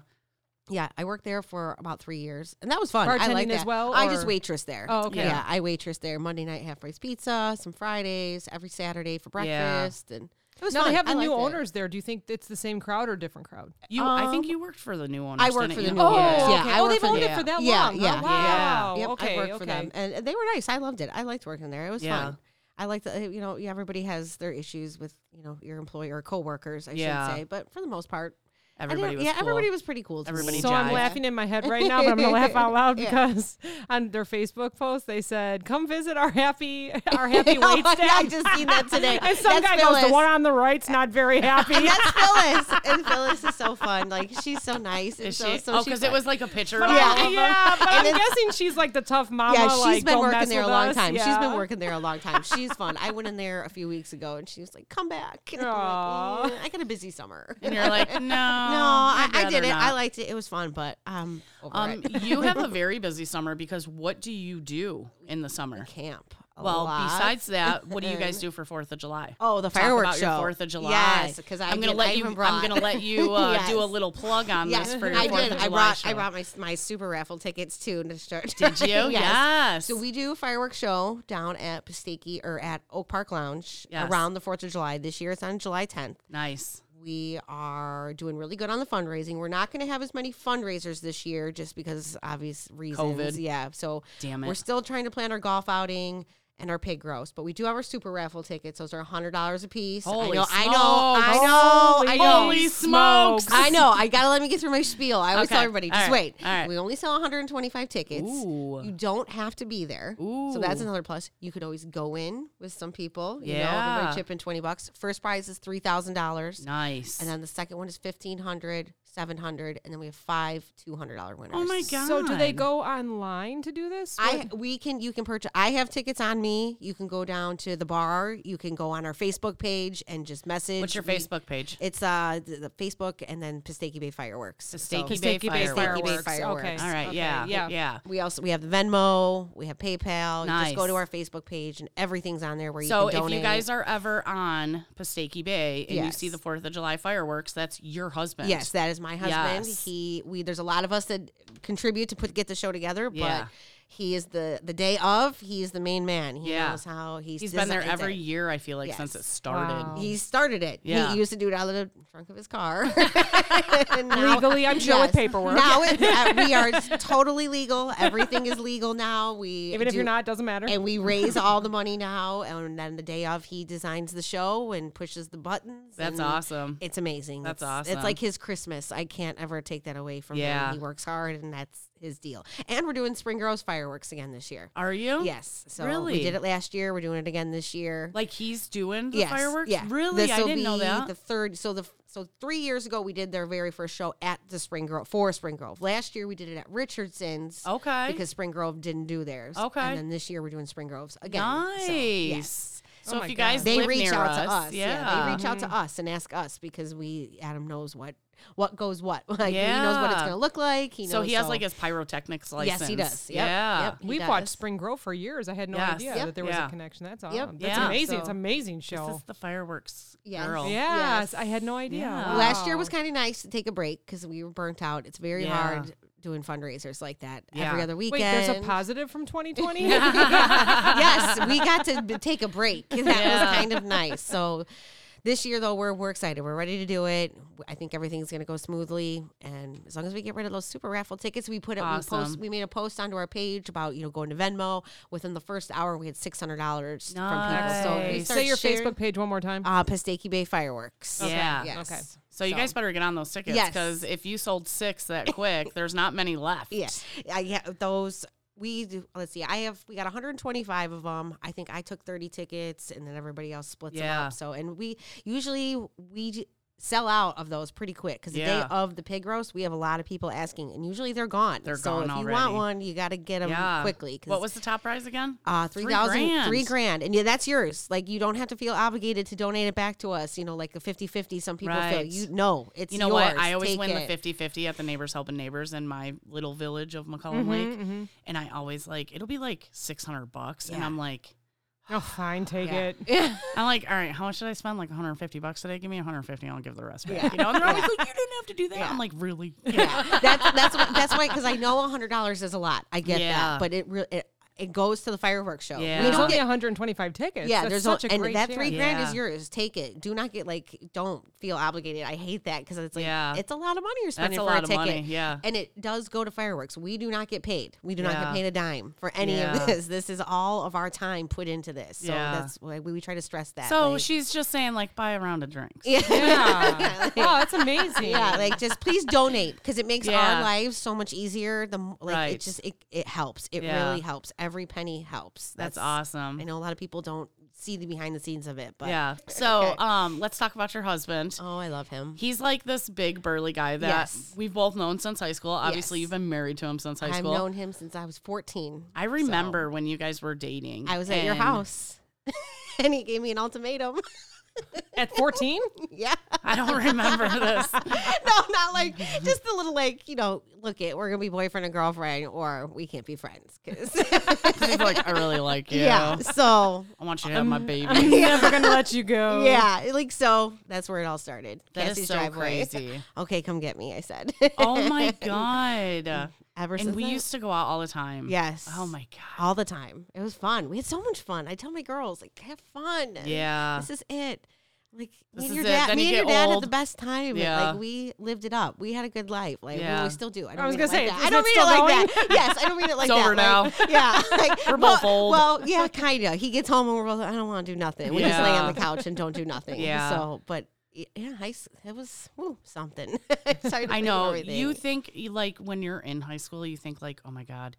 [SPEAKER 5] Yeah, I worked there for about three years, and that was fun. I
[SPEAKER 4] Bartending
[SPEAKER 5] like
[SPEAKER 4] as
[SPEAKER 5] that.
[SPEAKER 4] well,
[SPEAKER 5] I just
[SPEAKER 4] or-
[SPEAKER 5] waitress there.
[SPEAKER 4] Oh, okay.
[SPEAKER 5] Yeah, I waitress there Monday night half price pizza, some Fridays, every Saturday for
[SPEAKER 3] Yeah.
[SPEAKER 5] breakfast, and it was
[SPEAKER 4] Now
[SPEAKER 5] fun.
[SPEAKER 4] they have the
[SPEAKER 5] I
[SPEAKER 4] new
[SPEAKER 5] liked it.
[SPEAKER 4] owners there. Do you think it's the same crowd or different crowd?
[SPEAKER 3] You, I think you worked for the new owners.
[SPEAKER 5] Um, I worked
[SPEAKER 3] didn't
[SPEAKER 5] for the
[SPEAKER 3] you?
[SPEAKER 5] new owners.
[SPEAKER 4] Oh,
[SPEAKER 5] yeah,
[SPEAKER 4] okay.
[SPEAKER 5] I
[SPEAKER 4] Oh,
[SPEAKER 5] worked
[SPEAKER 4] they've
[SPEAKER 5] for
[SPEAKER 4] owned
[SPEAKER 5] them.
[SPEAKER 4] it for that
[SPEAKER 5] yeah,
[SPEAKER 4] long. Oh,
[SPEAKER 5] Yeah,
[SPEAKER 4] wow.
[SPEAKER 5] yeah. Yep,
[SPEAKER 4] Okay,
[SPEAKER 5] I worked for
[SPEAKER 4] okay.
[SPEAKER 5] them, and and they were nice. I loved it. I liked working there. It was
[SPEAKER 3] Yeah.
[SPEAKER 5] fun. I like that you know yeah, everybody has their issues with you know your employer or coworkers I
[SPEAKER 3] Yeah.
[SPEAKER 5] should say, but for the most part, I didn't-
[SPEAKER 3] Everybody was
[SPEAKER 5] yeah,
[SPEAKER 3] cool.
[SPEAKER 5] everybody was pretty cool. to me.
[SPEAKER 3] Everybody
[SPEAKER 4] So I'm
[SPEAKER 3] jive.
[SPEAKER 4] laughing in my head right now, but I'm gonna laugh out loud
[SPEAKER 5] Yeah.
[SPEAKER 4] because on their Facebook post they said, "Come visit our happy, our happy
[SPEAKER 5] Oh,
[SPEAKER 4] wait
[SPEAKER 5] yeah,
[SPEAKER 4] staff."
[SPEAKER 5] I just seen that today.
[SPEAKER 4] and some
[SPEAKER 5] That's
[SPEAKER 4] guy goes,
[SPEAKER 5] Phyllis.
[SPEAKER 4] "The one on the right's not very happy."
[SPEAKER 5] And that's Phyllis, and Phyllis is so fun. Like she's so nice, and
[SPEAKER 3] Is
[SPEAKER 5] so
[SPEAKER 3] she?
[SPEAKER 5] so
[SPEAKER 3] oh,
[SPEAKER 5] she's
[SPEAKER 3] because it
[SPEAKER 5] like-
[SPEAKER 3] was like a picture.
[SPEAKER 4] But
[SPEAKER 3] of all of
[SPEAKER 4] I'm-
[SPEAKER 3] them.
[SPEAKER 4] yeah, but
[SPEAKER 5] And
[SPEAKER 4] I'm
[SPEAKER 5] it's-
[SPEAKER 4] guessing she's like the tough mama.
[SPEAKER 5] Yeah,
[SPEAKER 4] she's
[SPEAKER 5] she's been working there a long time. She's been
[SPEAKER 4] working.
[SPEAKER 5] working there a long time. She's fun. I went in there a few weeks ago, and she was like, "Come back." And I'm like,
[SPEAKER 4] Aw.
[SPEAKER 5] "Mm, I got a busy summer.
[SPEAKER 3] And you're like, no, no,
[SPEAKER 5] No, I, I did it. I liked it. It was fun, but um, over
[SPEAKER 3] Um,
[SPEAKER 5] it.
[SPEAKER 3] you have a very busy summer because what do you do in the summer?
[SPEAKER 5] camp. a
[SPEAKER 3] Well,
[SPEAKER 5] lot.
[SPEAKER 3] besides that, what do you guys do for Fourth of July?
[SPEAKER 5] Oh, the
[SPEAKER 3] Talk
[SPEAKER 5] fireworks
[SPEAKER 3] about your
[SPEAKER 5] show.
[SPEAKER 3] Fourth of July.
[SPEAKER 5] Yes, because I
[SPEAKER 3] I'm gonna
[SPEAKER 5] did- I
[SPEAKER 3] let you.
[SPEAKER 5] even
[SPEAKER 3] I'm
[SPEAKER 5] brought-
[SPEAKER 3] gonna let you uh, do a
[SPEAKER 5] Yes.
[SPEAKER 3] little plug on
[SPEAKER 5] Yes,
[SPEAKER 3] this for your
[SPEAKER 5] I
[SPEAKER 3] Fourth
[SPEAKER 5] did.
[SPEAKER 3] of
[SPEAKER 5] I
[SPEAKER 3] July
[SPEAKER 5] brought
[SPEAKER 3] show.
[SPEAKER 5] I brought my my super raffle tickets too to start.
[SPEAKER 3] Did you? yes.
[SPEAKER 5] So we do a fireworks show down at Pastiki or at Oak Park Lounge
[SPEAKER 3] Yes.
[SPEAKER 5] around the 4th of July. This year it's on July 10th.
[SPEAKER 3] nice.
[SPEAKER 5] We are doing really good on the fundraising. We're not going to have as many fundraisers this year just because obvious reasons.
[SPEAKER 3] COVID.
[SPEAKER 5] Yeah. So
[SPEAKER 3] Damn
[SPEAKER 5] we're
[SPEAKER 3] it.
[SPEAKER 5] still trying to plan our golf outing and our pig roast, but we do have our super raffle tickets. Those are $100 a piece.
[SPEAKER 3] Holy
[SPEAKER 5] I know. I know. I know. I know.
[SPEAKER 3] Holy smokes.
[SPEAKER 5] I know. I gotta let me get through my spiel. I always
[SPEAKER 3] Okay.
[SPEAKER 5] tell everybody,
[SPEAKER 3] All
[SPEAKER 5] just
[SPEAKER 3] right.
[SPEAKER 5] wait.
[SPEAKER 3] All right.
[SPEAKER 5] We only sell 125 tickets.
[SPEAKER 3] Ooh.
[SPEAKER 5] You don't have to be there. So that's
[SPEAKER 3] Ooh.
[SPEAKER 5] another plus. You could always go in with some people. You know,
[SPEAKER 3] Yeah.
[SPEAKER 5] everybody chip in 20 bucks. First prize is three thousand dollars.
[SPEAKER 3] Nice.
[SPEAKER 5] And then the second one is 1500 700 and then we have five $200 winners.
[SPEAKER 3] oh my god.
[SPEAKER 4] So do they go online to do this?
[SPEAKER 5] I
[SPEAKER 4] What-
[SPEAKER 5] we can you can purchase. I have tickets on me. You can go down to the bar. You can go on our Facebook page and just message.
[SPEAKER 3] What's your
[SPEAKER 5] We-
[SPEAKER 3] Facebook page?
[SPEAKER 5] It's uh the, the Facebook and then Pistaki Bay Fireworks.
[SPEAKER 3] The
[SPEAKER 5] So-
[SPEAKER 3] Stakey Bay
[SPEAKER 4] Pastiki Bay
[SPEAKER 3] fireworks.
[SPEAKER 5] Fireworks.
[SPEAKER 4] Okay.
[SPEAKER 5] Fireworks.
[SPEAKER 3] All right.
[SPEAKER 4] Okay,
[SPEAKER 3] Yeah.
[SPEAKER 4] Yeah.
[SPEAKER 3] Yeah.
[SPEAKER 5] We also we have the Venmo, we have PayPal. You just go
[SPEAKER 3] Nice.
[SPEAKER 5] to our Facebook page and everything's on there where you
[SPEAKER 3] So
[SPEAKER 5] can
[SPEAKER 3] if
[SPEAKER 5] donate.
[SPEAKER 3] you guys are ever on Pasteki Bay and you see
[SPEAKER 5] Yes.
[SPEAKER 3] the Fourth of July fireworks, that's your husband.
[SPEAKER 5] yes, that is my husband.
[SPEAKER 3] Yes.
[SPEAKER 5] He we there's a lot of us that contribute to put get the show together, but
[SPEAKER 3] Yeah.
[SPEAKER 5] he is the the day of. He is the main man. He
[SPEAKER 3] Yeah.
[SPEAKER 5] knows how he's
[SPEAKER 3] He's been there
[SPEAKER 5] designed
[SPEAKER 3] every
[SPEAKER 5] it.
[SPEAKER 3] year. I feel like since it
[SPEAKER 5] Yes.
[SPEAKER 3] started.
[SPEAKER 4] Wow.
[SPEAKER 5] He started it.
[SPEAKER 3] Yeah.
[SPEAKER 5] He used to do it out of the trunk of his car. And now-
[SPEAKER 4] Legally, I'm sure with paperwork.
[SPEAKER 5] Now it, uh, we are totally legal. Everything is legal now. We
[SPEAKER 4] Even if
[SPEAKER 5] do-
[SPEAKER 4] you're not, doesn't matter.
[SPEAKER 5] and we raise all the money now. And then the day of, he designs the show and pushes the buttons.
[SPEAKER 3] That's
[SPEAKER 5] and
[SPEAKER 3] awesome.
[SPEAKER 5] It's amazing.
[SPEAKER 3] That's
[SPEAKER 5] It's-
[SPEAKER 3] awesome.
[SPEAKER 5] It's like his Christmas. I can't ever take that away from
[SPEAKER 3] Yeah.
[SPEAKER 5] him. He works hard, and that's his deal. And we're doing Spring Girls fireworks again this year.
[SPEAKER 3] Are you?
[SPEAKER 5] Yes. So
[SPEAKER 3] Oh, Really?
[SPEAKER 5] we did it last year. We're doing it again this year.
[SPEAKER 3] Like he's doing the
[SPEAKER 5] Yes,
[SPEAKER 3] fireworks?
[SPEAKER 5] Yeah.
[SPEAKER 3] Really? I
[SPEAKER 5] will
[SPEAKER 3] didn't know
[SPEAKER 5] be
[SPEAKER 3] that.
[SPEAKER 5] The third. So the so three years ago we did their very first show at the Spring Grove for Spring Grove. Last year we did it at Richardson's.
[SPEAKER 3] okay.
[SPEAKER 5] Because Spring Grove didn't do theirs.
[SPEAKER 3] Okay.
[SPEAKER 5] And then this year we're doing Spring Groves again.
[SPEAKER 3] nice.
[SPEAKER 5] So, yes.
[SPEAKER 3] So
[SPEAKER 4] Oh
[SPEAKER 3] if
[SPEAKER 4] my
[SPEAKER 3] you guys
[SPEAKER 4] God.
[SPEAKER 5] They
[SPEAKER 3] live
[SPEAKER 5] reach
[SPEAKER 3] near
[SPEAKER 5] out
[SPEAKER 3] us,
[SPEAKER 5] to us.
[SPEAKER 3] yeah,
[SPEAKER 5] They reach out to us and ask us because we Adam knows what what goes what. Like he knows what it's
[SPEAKER 3] Yeah.
[SPEAKER 5] gonna look like. He knows
[SPEAKER 3] so he has like his pyrotechnics license.
[SPEAKER 5] Yes, he does. Yep,
[SPEAKER 3] Yeah.
[SPEAKER 5] yep. he
[SPEAKER 4] We've
[SPEAKER 5] does.
[SPEAKER 4] watched Spring Grove for years. I had no
[SPEAKER 3] Yes.
[SPEAKER 4] idea
[SPEAKER 5] Yep.
[SPEAKER 4] that there was
[SPEAKER 3] Yeah.
[SPEAKER 4] a connection. That's awesome.
[SPEAKER 5] Yep.
[SPEAKER 4] That's
[SPEAKER 3] Yeah.
[SPEAKER 4] amazing.
[SPEAKER 5] So-
[SPEAKER 4] it's an amazing
[SPEAKER 3] This is
[SPEAKER 4] show.
[SPEAKER 3] the fireworks
[SPEAKER 5] Yes.
[SPEAKER 3] girl.
[SPEAKER 5] Yeah.
[SPEAKER 4] Yes,
[SPEAKER 5] Yes.
[SPEAKER 4] I had no idea.
[SPEAKER 3] Yeah.
[SPEAKER 5] Last year
[SPEAKER 4] Wow.
[SPEAKER 5] was kind of nice to take a break because we were burnt out. It's very
[SPEAKER 3] Yeah.
[SPEAKER 5] hard doing fundraisers like that every
[SPEAKER 3] Yeah.
[SPEAKER 5] other
[SPEAKER 4] Wait,
[SPEAKER 5] weekend.
[SPEAKER 4] there's a positive from 2020.
[SPEAKER 5] yes, we got to b- take a break. That
[SPEAKER 3] Yeah.
[SPEAKER 5] was kind of nice. So this year though, we're we're excited. We're ready to do it. I think everything's going to go smoothly, and as long as we get rid of those super raffle tickets, we put it. We
[SPEAKER 3] Awesome.
[SPEAKER 5] post. We made a post onto our page about you know going to Venmo. Within the first hour, we had six hundred dollars from people. So we
[SPEAKER 3] Nice.
[SPEAKER 5] started
[SPEAKER 4] Say your
[SPEAKER 5] sharing,
[SPEAKER 4] Facebook page one more time.
[SPEAKER 5] Uh, Pasteki Bay Fireworks.
[SPEAKER 3] Yeah.
[SPEAKER 5] Yes.
[SPEAKER 4] Okay.
[SPEAKER 3] So you guys better get on those tickets
[SPEAKER 5] Yes.
[SPEAKER 3] because if you sold six that quick, there's not many left.
[SPEAKER 5] Yeah. I yeah, those we do, let's see. I have we got 125 of them. I think I took 30 tickets and then everybody else splits them
[SPEAKER 3] Yeah.
[SPEAKER 5] up. So and we usually we j- sell out of those pretty quick cuz the
[SPEAKER 3] Yeah.
[SPEAKER 5] day of the pig roast, we have a lot of people asking and usually they're gone.
[SPEAKER 3] They're
[SPEAKER 5] so
[SPEAKER 3] gone
[SPEAKER 5] if you
[SPEAKER 3] already.
[SPEAKER 5] want one, you got to get them
[SPEAKER 3] Yeah.
[SPEAKER 5] quickly
[SPEAKER 3] What was the top prize again?
[SPEAKER 5] uh,
[SPEAKER 3] Three
[SPEAKER 5] 3,000, three grand.
[SPEAKER 3] grand.
[SPEAKER 5] And yeah, that's yours. Like, you don't have to feel obligated to donate it back to us, you know, like the 50 50 some people feel.
[SPEAKER 3] Right.
[SPEAKER 5] You know, it's
[SPEAKER 3] You know
[SPEAKER 5] yours.
[SPEAKER 3] what? I always
[SPEAKER 5] Take
[SPEAKER 3] win
[SPEAKER 5] it.
[SPEAKER 3] the 50 50 at the Neighbors Helping Neighbors in my little village of McCollum
[SPEAKER 5] Mm-hmm,
[SPEAKER 3] Lake. And I always like, it'll be like 600 bucks. And
[SPEAKER 5] Yeah.
[SPEAKER 3] I'm like,
[SPEAKER 4] Oh, fine, take
[SPEAKER 5] Yeah.
[SPEAKER 4] it.
[SPEAKER 3] I'm like, all right, how much should I spend? Like 150 bucks today? Give me 150. I'll give the rest back. You know, and they're always like, you didn't have to do that. I'm like, really? Yeah.
[SPEAKER 5] that's that's why- that's why because I know hundred dollars is a lot. I get
[SPEAKER 3] Yeah.
[SPEAKER 5] that, but it really. It, it goes to the fireworks show.
[SPEAKER 3] Yeah.
[SPEAKER 5] We
[SPEAKER 4] There's
[SPEAKER 5] don't
[SPEAKER 4] only
[SPEAKER 5] get,
[SPEAKER 4] 125 tickets.
[SPEAKER 5] yeah,
[SPEAKER 4] That's
[SPEAKER 5] there's
[SPEAKER 4] such
[SPEAKER 5] no,
[SPEAKER 4] a
[SPEAKER 5] and
[SPEAKER 4] great
[SPEAKER 5] that three
[SPEAKER 4] chance.
[SPEAKER 5] grand
[SPEAKER 3] Yeah.
[SPEAKER 5] is yours. Take it. Do not get like, don't feel obligated. I hate that because it's like,
[SPEAKER 3] Yeah.
[SPEAKER 5] it's a lot of money you're
[SPEAKER 3] That's
[SPEAKER 5] spending
[SPEAKER 3] a
[SPEAKER 5] for
[SPEAKER 3] lot
[SPEAKER 5] a
[SPEAKER 3] of
[SPEAKER 5] ticket.
[SPEAKER 3] money. Yeah.
[SPEAKER 5] And it does go to fireworks. We do not get paid. We do not
[SPEAKER 3] Yeah.
[SPEAKER 5] get paid a dime for any
[SPEAKER 3] Yeah.
[SPEAKER 5] of this. This is all of our time put into this. So
[SPEAKER 3] Yeah.
[SPEAKER 5] that's why we, we try to stress that.
[SPEAKER 3] So
[SPEAKER 5] like-
[SPEAKER 3] she's just saying like buy a round of drinks.
[SPEAKER 5] yeah.
[SPEAKER 4] Yeah. oh, that's amazing.
[SPEAKER 5] yeah, like just please donate because it makes
[SPEAKER 3] Yeah.
[SPEAKER 5] our lives so much easier. The m- like
[SPEAKER 3] Right.
[SPEAKER 5] it just it, it helps. It
[SPEAKER 3] Yeah.
[SPEAKER 5] really helps. Every penny helps.
[SPEAKER 3] That's,
[SPEAKER 5] I
[SPEAKER 3] awesome.
[SPEAKER 5] know a lot of people don't see the behind the scenes of it, but
[SPEAKER 3] Yeah. So
[SPEAKER 5] Okay.
[SPEAKER 3] um let's talk about your husband.
[SPEAKER 5] Oh, I love him.
[SPEAKER 3] He's like this big burly guy that
[SPEAKER 5] Yes.
[SPEAKER 3] we've both known since high school. Obviously,
[SPEAKER 5] Yes.
[SPEAKER 3] you've been married to him since high
[SPEAKER 5] I've
[SPEAKER 3] school.
[SPEAKER 5] known him since I was 14.
[SPEAKER 3] I remember when you guys were dating.
[SPEAKER 5] I was at your
[SPEAKER 3] and
[SPEAKER 5] house and he gave me an ultimatum.
[SPEAKER 4] At 14?
[SPEAKER 5] yeah.
[SPEAKER 3] I don't remember this.
[SPEAKER 5] no, not like just a little like, you know, look it, we're going to be boyfriend and girlfriend or we can't be friends 'cause-
[SPEAKER 3] He's like, I really like you.
[SPEAKER 5] yeah. So,
[SPEAKER 3] I want you to have my baby.
[SPEAKER 4] I'm never going to let you go.
[SPEAKER 5] yeah, like so that's where it all started.
[SPEAKER 3] Oh. that is
[SPEAKER 5] Cassie's
[SPEAKER 3] so
[SPEAKER 5] driveway.
[SPEAKER 3] crazy.
[SPEAKER 5] okay, come get me, I said.
[SPEAKER 3] Oh my god.
[SPEAKER 5] Ever
[SPEAKER 3] and
[SPEAKER 5] since
[SPEAKER 3] we
[SPEAKER 5] then-
[SPEAKER 3] used to go out all the time.
[SPEAKER 5] Yes.
[SPEAKER 3] Oh my god.
[SPEAKER 5] all the time. It was fun. We had so much fun. I tell my girls, like, have fun.
[SPEAKER 3] Yeah.
[SPEAKER 5] This is it. Like me and
[SPEAKER 3] This is
[SPEAKER 5] your
[SPEAKER 3] it.
[SPEAKER 5] dad,
[SPEAKER 3] Then
[SPEAKER 5] me
[SPEAKER 3] you
[SPEAKER 5] and your
[SPEAKER 3] get
[SPEAKER 5] dad had the
[SPEAKER 3] old.
[SPEAKER 5] best time.
[SPEAKER 3] Yeah.
[SPEAKER 5] Like we lived it up. We had a good life. Like well,
[SPEAKER 3] Yeah.
[SPEAKER 5] we still do. I, don't
[SPEAKER 4] was
[SPEAKER 5] mean it
[SPEAKER 4] gonna
[SPEAKER 5] like
[SPEAKER 4] say,
[SPEAKER 5] that.
[SPEAKER 4] isn't
[SPEAKER 5] I don't
[SPEAKER 4] it
[SPEAKER 5] mean it like that.
[SPEAKER 4] still
[SPEAKER 5] Yes, I don't mean it like
[SPEAKER 3] It's
[SPEAKER 5] that.
[SPEAKER 3] over
[SPEAKER 5] Like, yeah, like,
[SPEAKER 3] We're
[SPEAKER 5] well-
[SPEAKER 3] both old.
[SPEAKER 5] Well, yeah, kinda. He gets home and we're both. I don't want to do nothing. We just lay
[SPEAKER 3] Yeah.
[SPEAKER 5] on the couch and don't do nothing.
[SPEAKER 3] Yeah.
[SPEAKER 5] So, but yeah, I, s- it was woo, something. Sorry to think
[SPEAKER 3] I
[SPEAKER 5] of
[SPEAKER 3] know. You
[SPEAKER 5] everything.
[SPEAKER 3] think you- like when you're in high school, you think like, oh my god,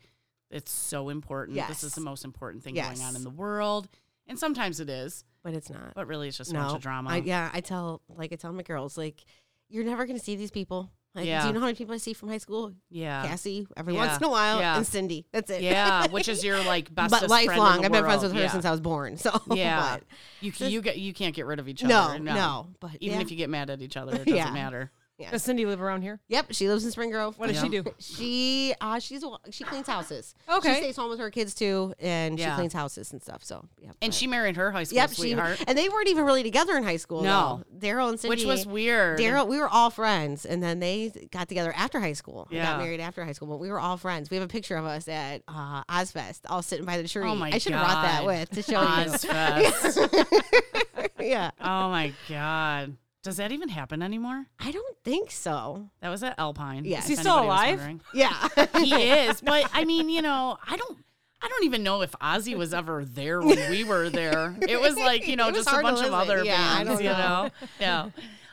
[SPEAKER 3] it's so important. This is
[SPEAKER 5] Yes.
[SPEAKER 3] the most important thing going on
[SPEAKER 5] Yes.
[SPEAKER 3] in the world. And sometimes it is,
[SPEAKER 5] but it's not.
[SPEAKER 3] but really it's just a bunch of drama.
[SPEAKER 5] I, yeah, I tell like I tell my girls like you're never gonna see these people. Like,
[SPEAKER 3] Yeah.
[SPEAKER 5] Do you know how many people I see from high school?
[SPEAKER 3] yeah.
[SPEAKER 5] Cassie every
[SPEAKER 3] Yeah.
[SPEAKER 5] once in a while,
[SPEAKER 3] Yeah.
[SPEAKER 5] and Cindy. That's it.
[SPEAKER 3] Yeah, which is your like best
[SPEAKER 5] but lifelong. I've been friends with her
[SPEAKER 3] yeah.
[SPEAKER 5] since I was born. So
[SPEAKER 3] Yeah,
[SPEAKER 5] but-
[SPEAKER 3] you c- you get you can't get rid of each
[SPEAKER 5] no,
[SPEAKER 3] other.
[SPEAKER 5] no, But
[SPEAKER 3] even
[SPEAKER 5] yeah.
[SPEAKER 3] if you get mad at each other, it doesn't
[SPEAKER 5] Yeah.
[SPEAKER 3] matter.
[SPEAKER 4] Does Cindy live around here?
[SPEAKER 5] yep, she lives in Spring Grove.
[SPEAKER 4] What does
[SPEAKER 3] Yeah.
[SPEAKER 4] she do?
[SPEAKER 5] She uh she's a, she cleans houses.
[SPEAKER 4] Okay.
[SPEAKER 5] she stays home with her kids too, and
[SPEAKER 3] Yeah.
[SPEAKER 5] she cleans houses and stuff. So yeah,
[SPEAKER 3] And she married her high school
[SPEAKER 5] yep, she
[SPEAKER 3] sweetheart,
[SPEAKER 5] and they weren't even really together in high school.
[SPEAKER 3] No.
[SPEAKER 5] though. Daryl and Cindy,
[SPEAKER 3] which was weird.
[SPEAKER 5] Daryl, we were all friends, and then they got together after high school. We
[SPEAKER 3] Yeah.
[SPEAKER 5] got married after high school, but we were all friends. We have a picture of us at uh, Ozfest, all sitting by the tree.
[SPEAKER 3] Oh my
[SPEAKER 5] I should have brought that
[SPEAKER 3] God.
[SPEAKER 5] with to show
[SPEAKER 3] Ozfest.
[SPEAKER 5] you. yeah,
[SPEAKER 3] oh my god, does that even happen anymore?
[SPEAKER 5] I don't think so.
[SPEAKER 3] That was at Alpine.
[SPEAKER 5] Yeah.
[SPEAKER 3] if
[SPEAKER 5] Is he
[SPEAKER 4] still
[SPEAKER 3] anybody was
[SPEAKER 4] alive?
[SPEAKER 3] wondering.
[SPEAKER 5] Yeah,
[SPEAKER 3] He is, but I mean, you know, I don't. I don't even know if Ozzy was ever there when we were there. It was like, you know,
[SPEAKER 5] It was
[SPEAKER 3] just a
[SPEAKER 5] hard to
[SPEAKER 3] bunch of
[SPEAKER 5] listen.
[SPEAKER 3] other
[SPEAKER 5] Yeah, I
[SPEAKER 3] bands,
[SPEAKER 5] don't
[SPEAKER 3] you
[SPEAKER 5] know.
[SPEAKER 3] know? Yeah.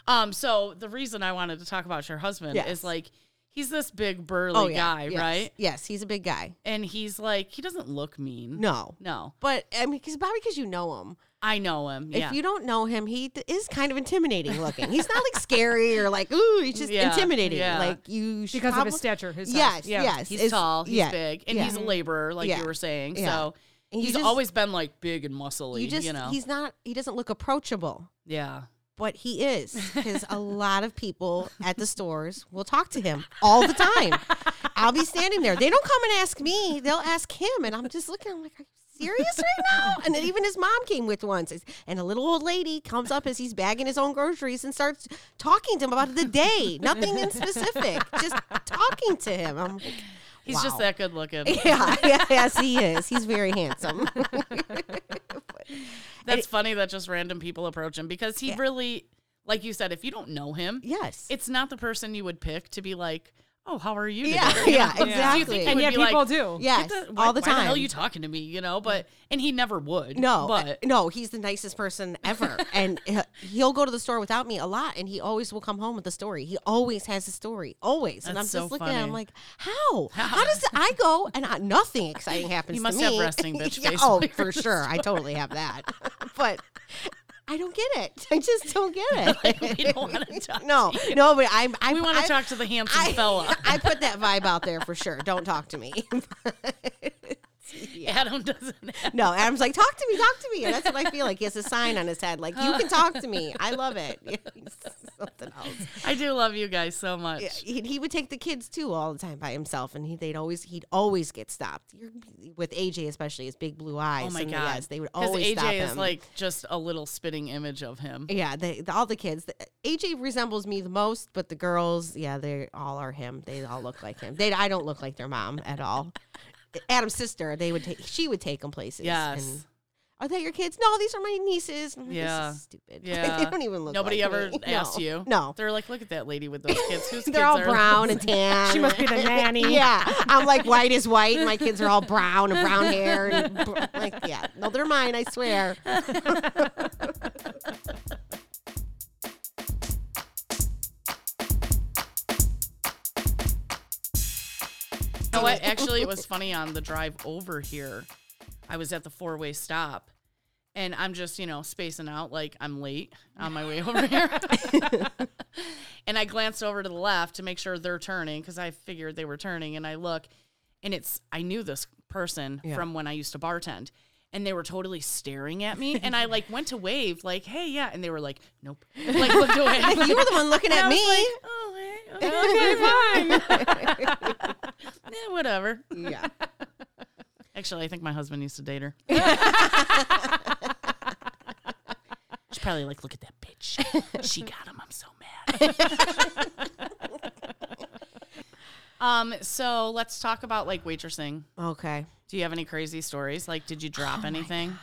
[SPEAKER 3] Um, so the reason I wanted to talk about your husband
[SPEAKER 5] Yes.
[SPEAKER 3] is like he's this big burly
[SPEAKER 5] oh yeah,
[SPEAKER 3] guy,
[SPEAKER 5] yes.
[SPEAKER 3] right?
[SPEAKER 5] Yes, he's a big guy.
[SPEAKER 3] And he's like he doesn't look mean.
[SPEAKER 5] No,
[SPEAKER 3] No.
[SPEAKER 5] but I mean, because probably because you know him.
[SPEAKER 3] I know him. Yeah.
[SPEAKER 5] If you don't know him, he d- is kind of intimidating looking. He's not like scary or like ooh, he's just
[SPEAKER 3] Yeah,
[SPEAKER 5] intimidating.
[SPEAKER 3] yeah.
[SPEAKER 5] Like you should
[SPEAKER 4] Because of his
[SPEAKER 5] probably-
[SPEAKER 4] stature, his
[SPEAKER 5] Yes,
[SPEAKER 4] size. Yeah.
[SPEAKER 5] yes,
[SPEAKER 3] he's
[SPEAKER 5] it's-
[SPEAKER 3] tall, he's
[SPEAKER 5] yeah,
[SPEAKER 3] big, and
[SPEAKER 5] yeah.
[SPEAKER 3] he's a laborer, like
[SPEAKER 5] Yeah.
[SPEAKER 3] you were saying.
[SPEAKER 5] Yeah.
[SPEAKER 3] So
[SPEAKER 5] And you
[SPEAKER 3] he's
[SPEAKER 5] just-
[SPEAKER 3] always been like big and muscly,
[SPEAKER 5] You
[SPEAKER 3] you,
[SPEAKER 5] just
[SPEAKER 3] know.
[SPEAKER 5] he's not. He doesn't look approachable.
[SPEAKER 3] yeah.
[SPEAKER 5] but he is because a lot of people at the stores will talk to him all the time. I'll be standing there. They don't come and ask me; they'll ask him, and I'm just looking. I'm like, "Are you serious right now?" And then even his mom came with once, and a little old lady comes up as he's bagging his own groceries and starts talking to him about the day. Nothing in specific, just talking to him. I'm like,
[SPEAKER 3] He's just
[SPEAKER 5] wow.
[SPEAKER 3] that good looking.
[SPEAKER 5] Yeah, yes, he is. He's very handsome.
[SPEAKER 3] That's funny that just random people approach him because he really, like you said, if you don't know him,
[SPEAKER 5] yes.
[SPEAKER 3] it's not the person you would pick to be like, oh, how are you?
[SPEAKER 5] yeah,
[SPEAKER 3] today?" You
[SPEAKER 5] yeah,
[SPEAKER 3] know?
[SPEAKER 5] exactly.
[SPEAKER 3] It
[SPEAKER 4] And
[SPEAKER 3] would
[SPEAKER 4] yet
[SPEAKER 3] be
[SPEAKER 4] people
[SPEAKER 3] like-
[SPEAKER 4] do.
[SPEAKER 5] yes,
[SPEAKER 3] Get the- why-
[SPEAKER 5] all the
[SPEAKER 3] Why the
[SPEAKER 5] time. Mm.
[SPEAKER 3] hell are you talking to me? You know, but and he never would.
[SPEAKER 5] No, uh,
[SPEAKER 3] but
[SPEAKER 5] no, he's the nicest person ever, and he- he'll go to the store without me a lot, and he always will come home with a story. He always has a story, always. and I'm
[SPEAKER 3] That's
[SPEAKER 5] just
[SPEAKER 3] so
[SPEAKER 5] looking at him
[SPEAKER 3] funny.
[SPEAKER 5] like, how? How does I go and I, nothing exciting happens?
[SPEAKER 3] You must
[SPEAKER 5] to
[SPEAKER 3] have
[SPEAKER 5] me.
[SPEAKER 3] resting bitch face
[SPEAKER 5] oh,
[SPEAKER 3] when you're
[SPEAKER 5] for
[SPEAKER 3] in the
[SPEAKER 5] sure, I totally have that, but I don't get it. I just don't get it.
[SPEAKER 3] we don't want to talk.
[SPEAKER 5] no, no, but I, I
[SPEAKER 3] "Oh, we want to
[SPEAKER 5] I-
[SPEAKER 3] talk to the handsome
[SPEAKER 5] I,
[SPEAKER 3] fella.
[SPEAKER 5] I put that vibe out there for sure. Don't talk to me.
[SPEAKER 3] Adam doesn't. Have,
[SPEAKER 5] No, Adam's like, talk to me, talk to me. And that's what I feel like. He has a sign on his head, like, you can talk to me. I love it. Something else.
[SPEAKER 3] I do love you guys so much.
[SPEAKER 5] Yeah, He, he would take the kids too all the time by himself, and he, they'd always he'd always get stopped. You're, with AJ especially, his big blue eyes.
[SPEAKER 3] Oh my
[SPEAKER 5] and
[SPEAKER 3] god!
[SPEAKER 5] yes, they would
[SPEAKER 3] 'Cause
[SPEAKER 5] always
[SPEAKER 3] AJ
[SPEAKER 5] stop him.
[SPEAKER 3] is like just a little spitting image of him.
[SPEAKER 5] yeah, they, the, all the kids. The, AJ resembles me the most, but the girls, yeah, they all are him. They all look like him. They I don't look like their mom at all. Adam's sister, they would take, she would take them places. and-
[SPEAKER 3] Yes.
[SPEAKER 5] are that your kids? No, these are my nieces. And I'm like,
[SPEAKER 3] Yeah.
[SPEAKER 5] This is stupid.
[SPEAKER 3] Yeah.
[SPEAKER 5] they don't even look
[SPEAKER 3] Nobody
[SPEAKER 5] like
[SPEAKER 3] ever
[SPEAKER 5] me.
[SPEAKER 3] asked
[SPEAKER 5] No.
[SPEAKER 3] you.
[SPEAKER 5] No.
[SPEAKER 3] They're like, look at that lady with those kids. Whose kids
[SPEAKER 5] They're all
[SPEAKER 3] are
[SPEAKER 5] brown and tan.
[SPEAKER 4] She must be the nanny.
[SPEAKER 5] Yeah. I'm like, white is white. And my kids are all brown and brown hair. And br- like, yeah. No, they're mine, I swear.
[SPEAKER 3] You know what? Actually, it was funny on the drive over here. I was at the four way stop and I'm just, you know, spacing out like I'm late on my way over here. and I glanced over to the left to make sure they're turning because I figured they were turning. And I look and it's, I knew this person from when I used to bartend. And they were totally staring at me. And I like went to wave, like, hey, yeah. And they were like, nope. Like, looked away. I'm like,
[SPEAKER 5] You were the one looking at me.
[SPEAKER 3] oh, eh, okay,
[SPEAKER 4] Okay, fine.
[SPEAKER 3] eh, whatever.
[SPEAKER 5] yeah.
[SPEAKER 3] Actually, I think my husband used to date her. She's probably like, look at that bitch. She got him. I'm so mad. um, so let's talk about like waitressing.
[SPEAKER 5] Okay.
[SPEAKER 3] Do you have any crazy stories? Like, did you drop anything?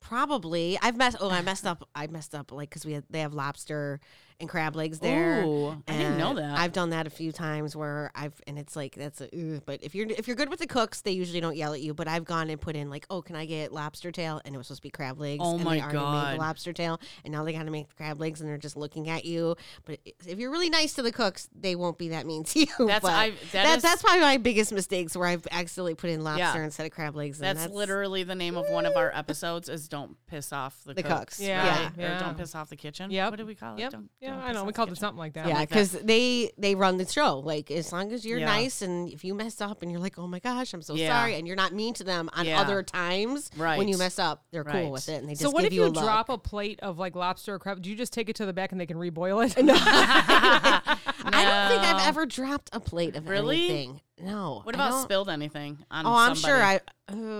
[SPEAKER 5] Probably. I've messed. Oh, I messed up. I messed up. Like, cause we had, they have lobster and crab legs there.
[SPEAKER 3] Ooh, I didn't know
[SPEAKER 5] And
[SPEAKER 3] that.
[SPEAKER 5] I've done that a few times where I've and it's like that's a "Ugh," but if you're if you're good with the cooks, they usually don't yell at you. But I've gone and put in like, oh, can I get lobster tail? And it was supposed to be crab legs.
[SPEAKER 3] Oh
[SPEAKER 5] and
[SPEAKER 3] my
[SPEAKER 5] they already Made
[SPEAKER 3] God.
[SPEAKER 5] the lobster tail, and now they got to make the crab legs, and they're just looking at you. But i- if you're really nice to the cooks, they won't be that mean to you.
[SPEAKER 3] That's-
[SPEAKER 5] but
[SPEAKER 3] I've- that is-
[SPEAKER 5] that's probably my biggest mistakes where I've accidentally put in lobster
[SPEAKER 3] Yeah.
[SPEAKER 5] instead of crab legs. and
[SPEAKER 3] That's, literally the name of one of our episodes is don't piss off the,
[SPEAKER 5] the cooks.
[SPEAKER 4] Yeah.
[SPEAKER 5] yeah.
[SPEAKER 3] Right? Or don't piss off the kitchen.
[SPEAKER 4] Yep.
[SPEAKER 3] What did we call it?
[SPEAKER 4] Yep.
[SPEAKER 3] Don't,
[SPEAKER 4] yeah,
[SPEAKER 3] don't
[SPEAKER 4] I
[SPEAKER 3] piss
[SPEAKER 4] know.
[SPEAKER 3] off
[SPEAKER 4] We
[SPEAKER 3] the
[SPEAKER 4] called it
[SPEAKER 3] kitchen.
[SPEAKER 4] something like that.
[SPEAKER 5] Yeah,
[SPEAKER 3] like that.
[SPEAKER 5] because they they run the show. Like as long as you're
[SPEAKER 3] Yeah.
[SPEAKER 5] nice and if you mess up and you're like, oh my gosh, I'm so
[SPEAKER 3] Yeah.
[SPEAKER 5] sorry, and you're not mean to them on
[SPEAKER 3] Yeah.
[SPEAKER 5] other times when you
[SPEAKER 3] Right.
[SPEAKER 5] mess up, they're
[SPEAKER 3] Right.
[SPEAKER 5] cool with it and they just
[SPEAKER 4] So what
[SPEAKER 5] give
[SPEAKER 4] if
[SPEAKER 5] you,
[SPEAKER 4] you,
[SPEAKER 5] a look.
[SPEAKER 4] drop a plate of like lobster or crab? Do you just take it to the back and they can reboil it?
[SPEAKER 5] I don't think
[SPEAKER 3] No.
[SPEAKER 5] I've ever dropped a plate of
[SPEAKER 3] Really?
[SPEAKER 5] anything. No.
[SPEAKER 3] What
[SPEAKER 5] I
[SPEAKER 3] about
[SPEAKER 5] don't-
[SPEAKER 3] spilled anything on
[SPEAKER 5] Oh, I'm
[SPEAKER 3] somebody?
[SPEAKER 5] sure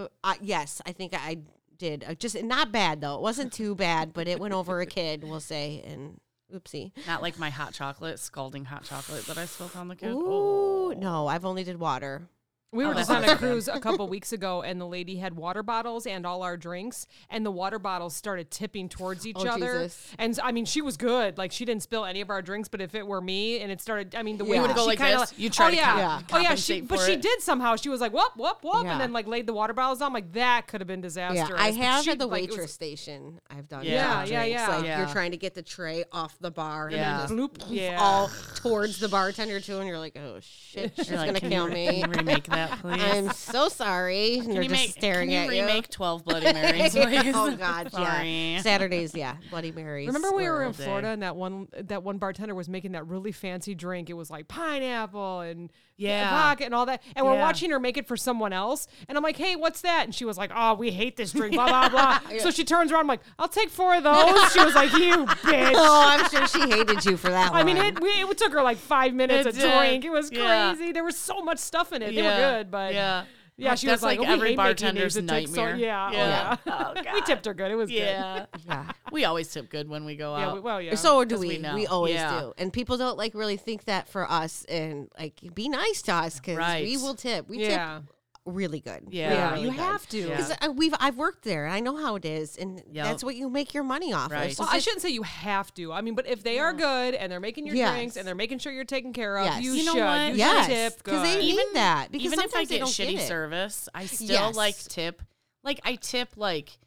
[SPEAKER 5] I. Uh, I yes, I think I did. Uh, just not bad though. It wasn't too bad, but it went over a kid. We'll say and oopsie.
[SPEAKER 3] Not like my hot chocolate, scalding hot chocolate that I spilled on the Oh. kid.
[SPEAKER 5] Ooh, no, I've only did water.
[SPEAKER 4] We were
[SPEAKER 3] Oh,
[SPEAKER 4] just
[SPEAKER 3] that's
[SPEAKER 4] on
[SPEAKER 3] not
[SPEAKER 4] a
[SPEAKER 3] so bad.
[SPEAKER 4] cruise a couple weeks ago, and the lady had water bottles and all our drinks, and the water bottles started tipping towards each
[SPEAKER 5] Oh,
[SPEAKER 4] other.
[SPEAKER 5] Jesus.
[SPEAKER 4] And s- I mean, she was good; like she didn't spill any of our drinks. But if it were me, and it started, I mean, the way
[SPEAKER 5] You would
[SPEAKER 4] that
[SPEAKER 5] go
[SPEAKER 4] she
[SPEAKER 3] like
[SPEAKER 4] kinda
[SPEAKER 3] this?
[SPEAKER 4] like-
[SPEAKER 3] You try
[SPEAKER 4] oh
[SPEAKER 3] to
[SPEAKER 4] yeah,
[SPEAKER 3] comp-
[SPEAKER 4] oh yeah, she,
[SPEAKER 3] compensate
[SPEAKER 4] but
[SPEAKER 3] for
[SPEAKER 4] she
[SPEAKER 3] it?
[SPEAKER 4] did somehow. She was like whoop whoop whoop,
[SPEAKER 5] Yeah.
[SPEAKER 4] and then like laid the water bottles down. I'm like that could have been disastrous.
[SPEAKER 5] Yeah, I
[SPEAKER 4] But
[SPEAKER 5] have
[SPEAKER 4] she,
[SPEAKER 5] at the
[SPEAKER 4] like, it
[SPEAKER 5] waitress
[SPEAKER 4] was-
[SPEAKER 5] station. I've done.
[SPEAKER 3] Yeah.
[SPEAKER 5] drinks.
[SPEAKER 4] Yeah, yeah,
[SPEAKER 5] Like
[SPEAKER 3] yeah.
[SPEAKER 5] you're trying to get the tray off the bar.
[SPEAKER 3] Yeah.
[SPEAKER 5] And then
[SPEAKER 4] Bloop.
[SPEAKER 5] just
[SPEAKER 4] Yeah.
[SPEAKER 5] all towards the bartender too, and you're like, oh shit, she's
[SPEAKER 3] You're like,
[SPEAKER 5] gonna
[SPEAKER 3] "Can
[SPEAKER 5] kill
[SPEAKER 3] you-
[SPEAKER 5] me.
[SPEAKER 3] Can you remake that, please?
[SPEAKER 5] I'm so sorry. And
[SPEAKER 3] can
[SPEAKER 5] they're
[SPEAKER 3] you
[SPEAKER 5] just
[SPEAKER 3] make,
[SPEAKER 5] staring
[SPEAKER 3] can
[SPEAKER 5] at
[SPEAKER 3] you
[SPEAKER 5] you.
[SPEAKER 3] remake 12 Bloody Marys, please?
[SPEAKER 5] oh God,
[SPEAKER 3] Sorry.
[SPEAKER 5] yeah. Saturdays, yeah. Bloody Marys.
[SPEAKER 4] Remember we were in
[SPEAKER 3] day.
[SPEAKER 4] Florida and that one that one bartender was making that really fancy drink. It was like pineapple and
[SPEAKER 3] Yeah.
[SPEAKER 4] vodka and all that. And we're
[SPEAKER 3] Yeah.
[SPEAKER 4] watching her make it for someone else. And I'm like, hey, what's that? And she was like, oh, we hate this drink. Blah blah blah. So she turns around. I'm like, I'll take four of those. She was like, you bitch.
[SPEAKER 5] Oh, I'm sure she hated you for that.
[SPEAKER 4] I mean,
[SPEAKER 5] one.
[SPEAKER 4] it, we, it took her like five minutes
[SPEAKER 3] It
[SPEAKER 4] a
[SPEAKER 3] did.
[SPEAKER 4] drink. It was
[SPEAKER 3] Yeah.
[SPEAKER 4] crazy. There was so much stuff in it. They
[SPEAKER 3] Yeah.
[SPEAKER 4] were good, but
[SPEAKER 3] Yeah.
[SPEAKER 4] yeah, she
[SPEAKER 3] That's
[SPEAKER 4] was like,
[SPEAKER 3] like
[SPEAKER 4] "Oh, we
[SPEAKER 3] every
[SPEAKER 4] hate making
[SPEAKER 3] bartender's
[SPEAKER 4] these. It took so-
[SPEAKER 3] nightmare.
[SPEAKER 4] yeah,
[SPEAKER 3] Yeah.
[SPEAKER 4] oh, yeah. we tipped her good. It was good.
[SPEAKER 3] Yeah.
[SPEAKER 5] Yeah.
[SPEAKER 3] We always tip good when we go out.
[SPEAKER 4] Yeah, we- well, yeah.
[SPEAKER 5] So do
[SPEAKER 3] 'Cause we
[SPEAKER 5] we. We,
[SPEAKER 3] know.
[SPEAKER 5] always
[SPEAKER 3] Yeah.
[SPEAKER 5] do. And people don't like really think that for us and like be nice to us because
[SPEAKER 3] Right.
[SPEAKER 5] we will tip. We tip
[SPEAKER 4] yeah.
[SPEAKER 5] really good. We are
[SPEAKER 3] Yeah.
[SPEAKER 5] really
[SPEAKER 4] you
[SPEAKER 5] good.
[SPEAKER 4] have to.
[SPEAKER 3] Yeah.
[SPEAKER 5] because uh, we've I've worked there and I know how it is, and
[SPEAKER 3] Yep.
[SPEAKER 5] that's what you make your money off
[SPEAKER 3] Right.
[SPEAKER 5] of. So
[SPEAKER 4] Well,
[SPEAKER 5] it's
[SPEAKER 4] I
[SPEAKER 5] just-
[SPEAKER 4] shouldn't say you have to. I mean, but if they are good and they're making your
[SPEAKER 5] Yes.
[SPEAKER 4] drinks and they're making sure you're taken care of,
[SPEAKER 5] Yes.
[SPEAKER 4] you,
[SPEAKER 3] You know
[SPEAKER 4] should.
[SPEAKER 3] what?
[SPEAKER 4] You
[SPEAKER 5] yes,
[SPEAKER 4] should tip good.
[SPEAKER 5] because they need
[SPEAKER 3] Even-
[SPEAKER 5] that. Because
[SPEAKER 3] Even if I
[SPEAKER 5] sometimes they
[SPEAKER 3] get
[SPEAKER 5] don't
[SPEAKER 3] shitty
[SPEAKER 5] get it.
[SPEAKER 3] service, I still
[SPEAKER 5] Yes.
[SPEAKER 3] like tip. Like, I tip like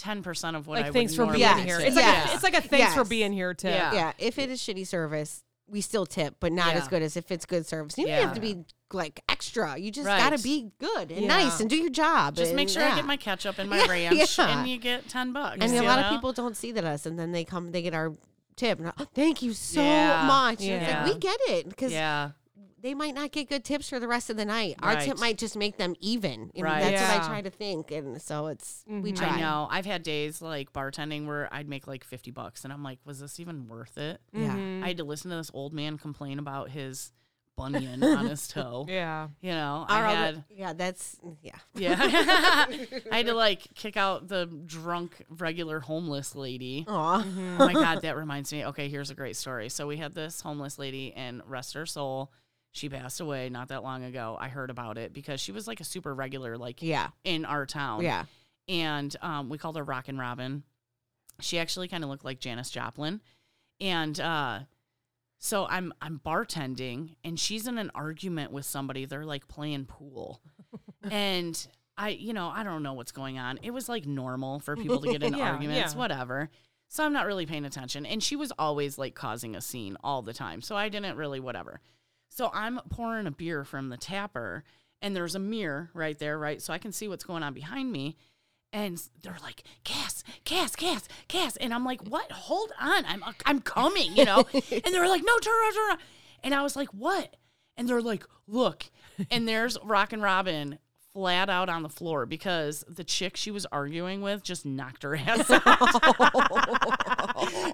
[SPEAKER 3] 10% of what I
[SPEAKER 4] like
[SPEAKER 3] would
[SPEAKER 4] thanks for
[SPEAKER 3] normally
[SPEAKER 4] being
[SPEAKER 5] Yes.
[SPEAKER 4] here.
[SPEAKER 3] tip.
[SPEAKER 4] It's, like
[SPEAKER 5] Yes.
[SPEAKER 4] a, it's like a thanks for
[SPEAKER 5] Yes.
[SPEAKER 4] being here tip.
[SPEAKER 3] Yeah.
[SPEAKER 5] Yeah, if it is shitty service, we still tip, but not as
[SPEAKER 3] uh, Yeah.
[SPEAKER 5] good as if it's good service. You don't have to be like extra. You just
[SPEAKER 3] Right.
[SPEAKER 5] gotta be good and
[SPEAKER 4] Yeah.
[SPEAKER 5] nice and do your job.
[SPEAKER 3] Just make
[SPEAKER 5] and-
[SPEAKER 3] sure I
[SPEAKER 5] yeah.
[SPEAKER 3] get my ketchup and my
[SPEAKER 5] Yeah,
[SPEAKER 3] ranch,
[SPEAKER 5] yeah.
[SPEAKER 3] and you get 10 bucks.
[SPEAKER 5] And a
[SPEAKER 3] you
[SPEAKER 5] lot
[SPEAKER 3] know?
[SPEAKER 5] of people don't see that us, and then they come, they get our tip. And, oh, thank you so
[SPEAKER 3] Yeah.
[SPEAKER 5] much. And it's
[SPEAKER 3] Yeah.
[SPEAKER 5] like we get it because
[SPEAKER 3] Yeah.
[SPEAKER 5] they might not get good tips for the rest of the night. Our
[SPEAKER 3] Right.
[SPEAKER 5] tip might just make them even. You know,
[SPEAKER 3] Right.
[SPEAKER 5] That's what
[SPEAKER 4] Yeah.
[SPEAKER 5] I try to think. And so it's, we
[SPEAKER 4] Mhm.
[SPEAKER 5] try.
[SPEAKER 3] Mm-hmm. I know. I've had days like bartending where I'd make like 50 bucks and I'm like, was this even worth it?
[SPEAKER 5] Yeah. Mm-hmm.
[SPEAKER 3] I had to listen to this old man complain about his bunion on his toe.
[SPEAKER 4] Yeah.
[SPEAKER 3] You know,
[SPEAKER 5] Our
[SPEAKER 3] I
[SPEAKER 5] other-
[SPEAKER 3] had
[SPEAKER 5] yeah, that's, yeah.
[SPEAKER 3] yeah, I had to like kick out the drunk regular homeless lady.
[SPEAKER 5] Aw.
[SPEAKER 3] Oh my god, that reminds me. Okay, here's a great story. So we had this homeless lady and rest her soul. She passed away not that long ago. I heard about it because she was like a super regular, like
[SPEAKER 5] Yeah.
[SPEAKER 3] in our town.
[SPEAKER 5] Yeah.
[SPEAKER 3] And um, we called her Rockin' Robin. She actually kind of looked like Janice Joplin. And uh, so I'm I'm bartending and she's in an argument with somebody. They're like playing pool. and I, you know, I don't know what's going on. It was like normal for people to get in
[SPEAKER 4] Yeah,
[SPEAKER 3] arguments,
[SPEAKER 4] yeah.
[SPEAKER 3] whatever. So I'm not really paying attention. And she was always like causing a scene all the time. So I didn't really whatever. So I'm pouring a beer from the tapper and there's a mirror right there, right? So I can see what's going on behind me. And s- they're like, Cass, Cass, Cass, Cass. And I'm like, what? Hold on. I'm uh, I'm coming, you know? and they're like, no, turn around, turn around. And I was like, what? And they're like, look. And there's Rockin' Robin flat out on the floor because the chick she was arguing with just knocked her ass out.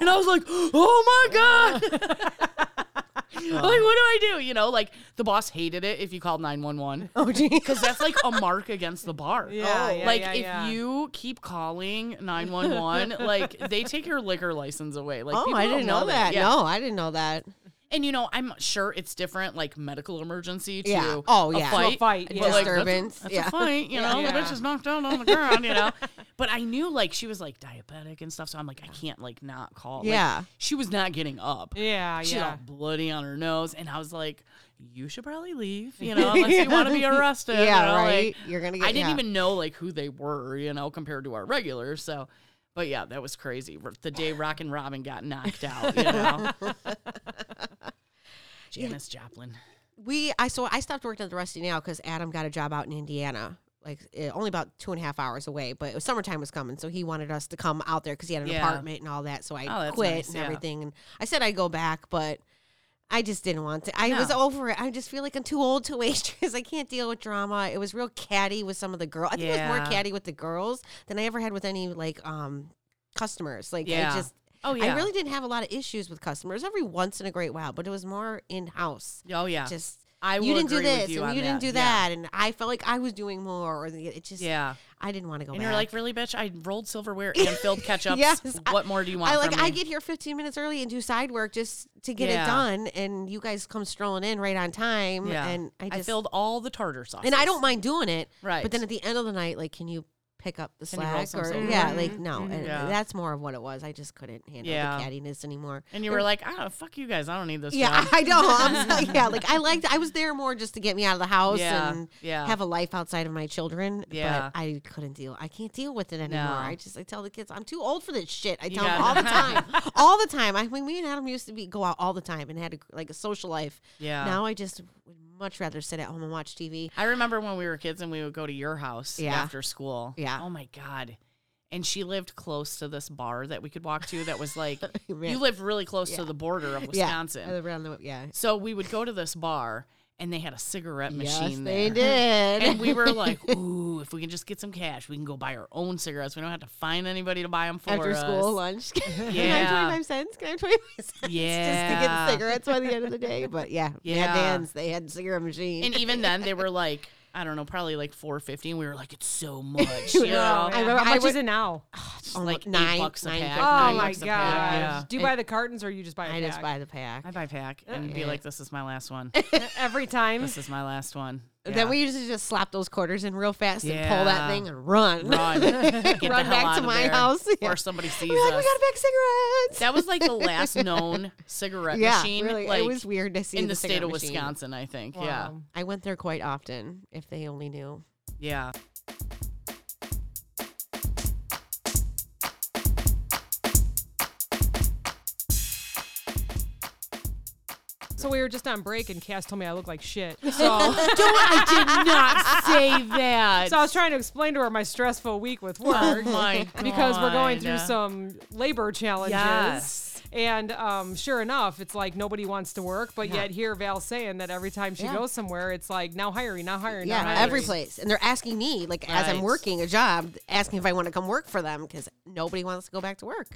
[SPEAKER 3] and I was like, oh my God. like, what do I do? You know, like the boss hated it if you called 911
[SPEAKER 5] Oh, geez.
[SPEAKER 3] because that's like a mark against the bar.
[SPEAKER 4] Yeah, yeah,
[SPEAKER 3] like
[SPEAKER 4] yeah,
[SPEAKER 3] if
[SPEAKER 4] yeah.
[SPEAKER 3] you keep calling 911, like they take your liquor license away. Like,
[SPEAKER 5] oh,
[SPEAKER 3] people
[SPEAKER 5] I
[SPEAKER 3] don't
[SPEAKER 5] didn't know, that.
[SPEAKER 3] Yeah.
[SPEAKER 5] No, I didn't know that.
[SPEAKER 3] And you know, I'm sure it's different, like medical emergency to
[SPEAKER 5] Yeah. Oh, yeah.
[SPEAKER 3] a
[SPEAKER 5] To a
[SPEAKER 3] fight,
[SPEAKER 4] fight,
[SPEAKER 3] but,
[SPEAKER 4] yeah.
[SPEAKER 3] like, that's a-
[SPEAKER 5] Disturbance,
[SPEAKER 3] That's,
[SPEAKER 5] yeah.
[SPEAKER 3] a fight, you know. The
[SPEAKER 4] Yeah.
[SPEAKER 3] bitch is knocked out on the ground, you know. But I knew like she was like diabetic and stuff, so I'm like, I can't like not call. Like,
[SPEAKER 5] Yeah.
[SPEAKER 3] she was not getting up.
[SPEAKER 4] Yeah,
[SPEAKER 3] She's
[SPEAKER 4] yeah.
[SPEAKER 3] all bloody on her nose, and I was like, "You should probably leave, you know, unless you want to be arrested." you
[SPEAKER 5] Yeah,
[SPEAKER 3] know, like,
[SPEAKER 5] right. You're gonna get-
[SPEAKER 3] I didn't
[SPEAKER 5] yeah.
[SPEAKER 3] even know like who they were, you know, compared to our regulars. So, but yeah, that was crazy. R- The day Rock and Robin got knocked out, you know. Janice Joplin.
[SPEAKER 5] We I so I stopped working at the Rusty now because Adam got a job out in Indiana, like eh, only about two and a half hours away. But it was, summertime was coming, so he wanted us to come out there because he had an
[SPEAKER 3] Yeah.
[SPEAKER 5] apartment and all that. So I
[SPEAKER 3] Oh, that's
[SPEAKER 5] quit
[SPEAKER 3] nice,
[SPEAKER 5] and
[SPEAKER 3] yeah.
[SPEAKER 5] everything, and I said I'd go back, but. I just didn't want to. I was
[SPEAKER 3] No.
[SPEAKER 5] over it. I just feel like I'm too old to waitress. I can't deal with drama. It was real catty with some of the girls. I think it was more
[SPEAKER 3] Yeah.
[SPEAKER 5] catty with the girls than I ever had with any like um customers. Like
[SPEAKER 3] Yeah.
[SPEAKER 5] I just
[SPEAKER 3] Oh yeah.
[SPEAKER 5] I really didn't have a lot of issues with customers every once in a great while, but it was more in house.
[SPEAKER 3] Oh yeah.
[SPEAKER 5] Just
[SPEAKER 3] I will
[SPEAKER 5] you didn't do
[SPEAKER 3] agree with
[SPEAKER 5] this
[SPEAKER 3] you
[SPEAKER 5] and
[SPEAKER 3] on
[SPEAKER 5] you didn't
[SPEAKER 3] that.
[SPEAKER 5] do that, and I felt like I was doing more, or the- it just
[SPEAKER 3] yeah.
[SPEAKER 5] I didn't want to go.
[SPEAKER 3] And
[SPEAKER 5] back.
[SPEAKER 3] you're like, really, bitch? I rolled silverware and filled ketchup.
[SPEAKER 5] Oh, Yes,
[SPEAKER 3] What more do you want?
[SPEAKER 5] I like
[SPEAKER 3] from me?
[SPEAKER 5] I get here 15 minutes early and do side work just to get
[SPEAKER 3] Yeah.
[SPEAKER 5] it done, and you guys come strolling in right on time, and I just
[SPEAKER 3] filled all the tartar sauce.
[SPEAKER 5] and I don't mind doing it,
[SPEAKER 3] Right.
[SPEAKER 5] But then at the end of the night, like, can you? Pick up the
[SPEAKER 3] Can you roll
[SPEAKER 5] slack,
[SPEAKER 3] some
[SPEAKER 5] or
[SPEAKER 3] silverware?
[SPEAKER 5] yeah, like no, and
[SPEAKER 3] Yeah.
[SPEAKER 5] that's more of what it was. I just couldn't handle
[SPEAKER 3] Yeah.
[SPEAKER 5] the cattiness anymore.
[SPEAKER 3] And you were like, oh, fuck you guys. I don't need this.
[SPEAKER 5] Yeah,
[SPEAKER 3] job."
[SPEAKER 5] I know. I'm so, yeah, like I liked. I was there more just to get me out of the house
[SPEAKER 3] Yeah,
[SPEAKER 5] and
[SPEAKER 3] yeah.
[SPEAKER 5] have a life outside of my children.
[SPEAKER 3] Yeah.
[SPEAKER 5] but I couldn't deal. I can't deal with it anymore.
[SPEAKER 3] No.
[SPEAKER 5] I just I tell the kids I'm too old for this shit. I
[SPEAKER 3] You
[SPEAKER 5] tell them all
[SPEAKER 3] gotta-
[SPEAKER 5] the time, all the time. I mean, me and Adam used to be go out all the time and had a, like a social life.
[SPEAKER 3] Yeah.
[SPEAKER 5] Now I just would much rather sit at home and watch TV.
[SPEAKER 3] I remember when we were kids and we would go to your house
[SPEAKER 5] Yeah.
[SPEAKER 3] after school.
[SPEAKER 5] Yeah.
[SPEAKER 3] Oh my God. And she lived close to this bar that we could walk to that was like,
[SPEAKER 5] Man.
[SPEAKER 3] you lived really close to the border of Wisconsin.
[SPEAKER 5] Yeah, around the yeah.
[SPEAKER 3] So we would go to this bar and they had a cigarette
[SPEAKER 5] Yes,
[SPEAKER 3] machine
[SPEAKER 5] they
[SPEAKER 3] there.
[SPEAKER 5] did.
[SPEAKER 3] And we were like, ooh, if we can just get some cash, we can go buy our own cigarettes. We don't have to find anybody to buy them for
[SPEAKER 5] after
[SPEAKER 3] us.
[SPEAKER 5] school lunch. Can I have
[SPEAKER 3] Yeah.
[SPEAKER 5] 25 cents? Can I have 25 cents? Just to
[SPEAKER 3] Yeah.
[SPEAKER 5] get cigarettes by the end of the day. But yeah,
[SPEAKER 3] Yeah.
[SPEAKER 5] Mad Dan's, they had cigarette machine.
[SPEAKER 3] And even then, they were like, I don't know, probably like four fifty, and we were like, it's so much, you know,
[SPEAKER 5] I remember
[SPEAKER 4] How
[SPEAKER 5] I
[SPEAKER 4] much
[SPEAKER 5] would-
[SPEAKER 4] is it now?
[SPEAKER 3] It's
[SPEAKER 5] Oh,
[SPEAKER 3] like
[SPEAKER 5] nine-
[SPEAKER 3] eight bucks a
[SPEAKER 5] nine
[SPEAKER 3] pack.
[SPEAKER 5] fifty.
[SPEAKER 3] nine
[SPEAKER 4] Oh my
[SPEAKER 3] bucks a pack, yeah.
[SPEAKER 4] gosh. Do you buy the cartons or you just buy a
[SPEAKER 5] I just
[SPEAKER 4] pack?
[SPEAKER 5] buy the pack.
[SPEAKER 3] I buy pack and be like, this is my last one.
[SPEAKER 4] every time.
[SPEAKER 3] this is my last one.
[SPEAKER 5] Then
[SPEAKER 3] Yeah.
[SPEAKER 5] we used to just slap those quarters in real fast and pull that
[SPEAKER 3] Yeah.
[SPEAKER 5] thing and run.
[SPEAKER 3] run, Get the
[SPEAKER 5] Run
[SPEAKER 3] hell
[SPEAKER 5] back to
[SPEAKER 3] out of
[SPEAKER 5] my
[SPEAKER 3] there
[SPEAKER 5] house. Yeah.
[SPEAKER 3] before somebody sees
[SPEAKER 5] we were like, we
[SPEAKER 3] us.
[SPEAKER 5] got to pack cigarettes.
[SPEAKER 3] that was like the last known cigarette
[SPEAKER 5] yeah,
[SPEAKER 3] machine,
[SPEAKER 5] really.
[SPEAKER 3] like
[SPEAKER 5] it was weird to see
[SPEAKER 3] in the,
[SPEAKER 5] cigarette
[SPEAKER 3] state of
[SPEAKER 5] machine. Um,
[SPEAKER 3] Wisconsin, I think. Yeah,
[SPEAKER 4] Wow.
[SPEAKER 5] I went there quite often, if they only knew.
[SPEAKER 3] yeah.
[SPEAKER 4] So we were just on break and Cass told me I look like shit. So,
[SPEAKER 3] Did not say that.
[SPEAKER 4] so I was trying to explain to her my stressful week with
[SPEAKER 3] oh
[SPEAKER 4] work.
[SPEAKER 3] my
[SPEAKER 4] because we're going through
[SPEAKER 3] God.
[SPEAKER 4] some labor challenges.
[SPEAKER 3] Yes.
[SPEAKER 4] And um, sure enough, it's like nobody wants to work, but yet here Val's saying that every time she
[SPEAKER 5] Yeah.
[SPEAKER 4] goes somewhere, it's like now hiring, now hiring,
[SPEAKER 5] Yeah,
[SPEAKER 4] now hiring.
[SPEAKER 5] every place. And they're asking me, like, as I'm
[SPEAKER 3] Right.
[SPEAKER 5] working a job, asking if I want to come work for them because nobody wants to go back to work.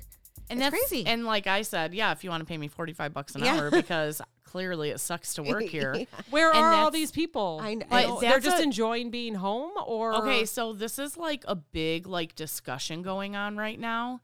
[SPEAKER 5] It's
[SPEAKER 3] and that's
[SPEAKER 5] crazy.
[SPEAKER 3] And like I said, yeah, if you want to pay me forty five bucks an
[SPEAKER 5] Yeah.
[SPEAKER 3] hour because clearly it sucks to work here.
[SPEAKER 4] Where
[SPEAKER 3] And
[SPEAKER 4] are all
[SPEAKER 3] that's-
[SPEAKER 4] these people?
[SPEAKER 5] I kn-
[SPEAKER 4] You
[SPEAKER 5] But
[SPEAKER 4] know, they're
[SPEAKER 3] that's
[SPEAKER 4] just
[SPEAKER 3] a-
[SPEAKER 4] enjoying being home, or
[SPEAKER 3] Okay, so this is like a big like discussion going on right now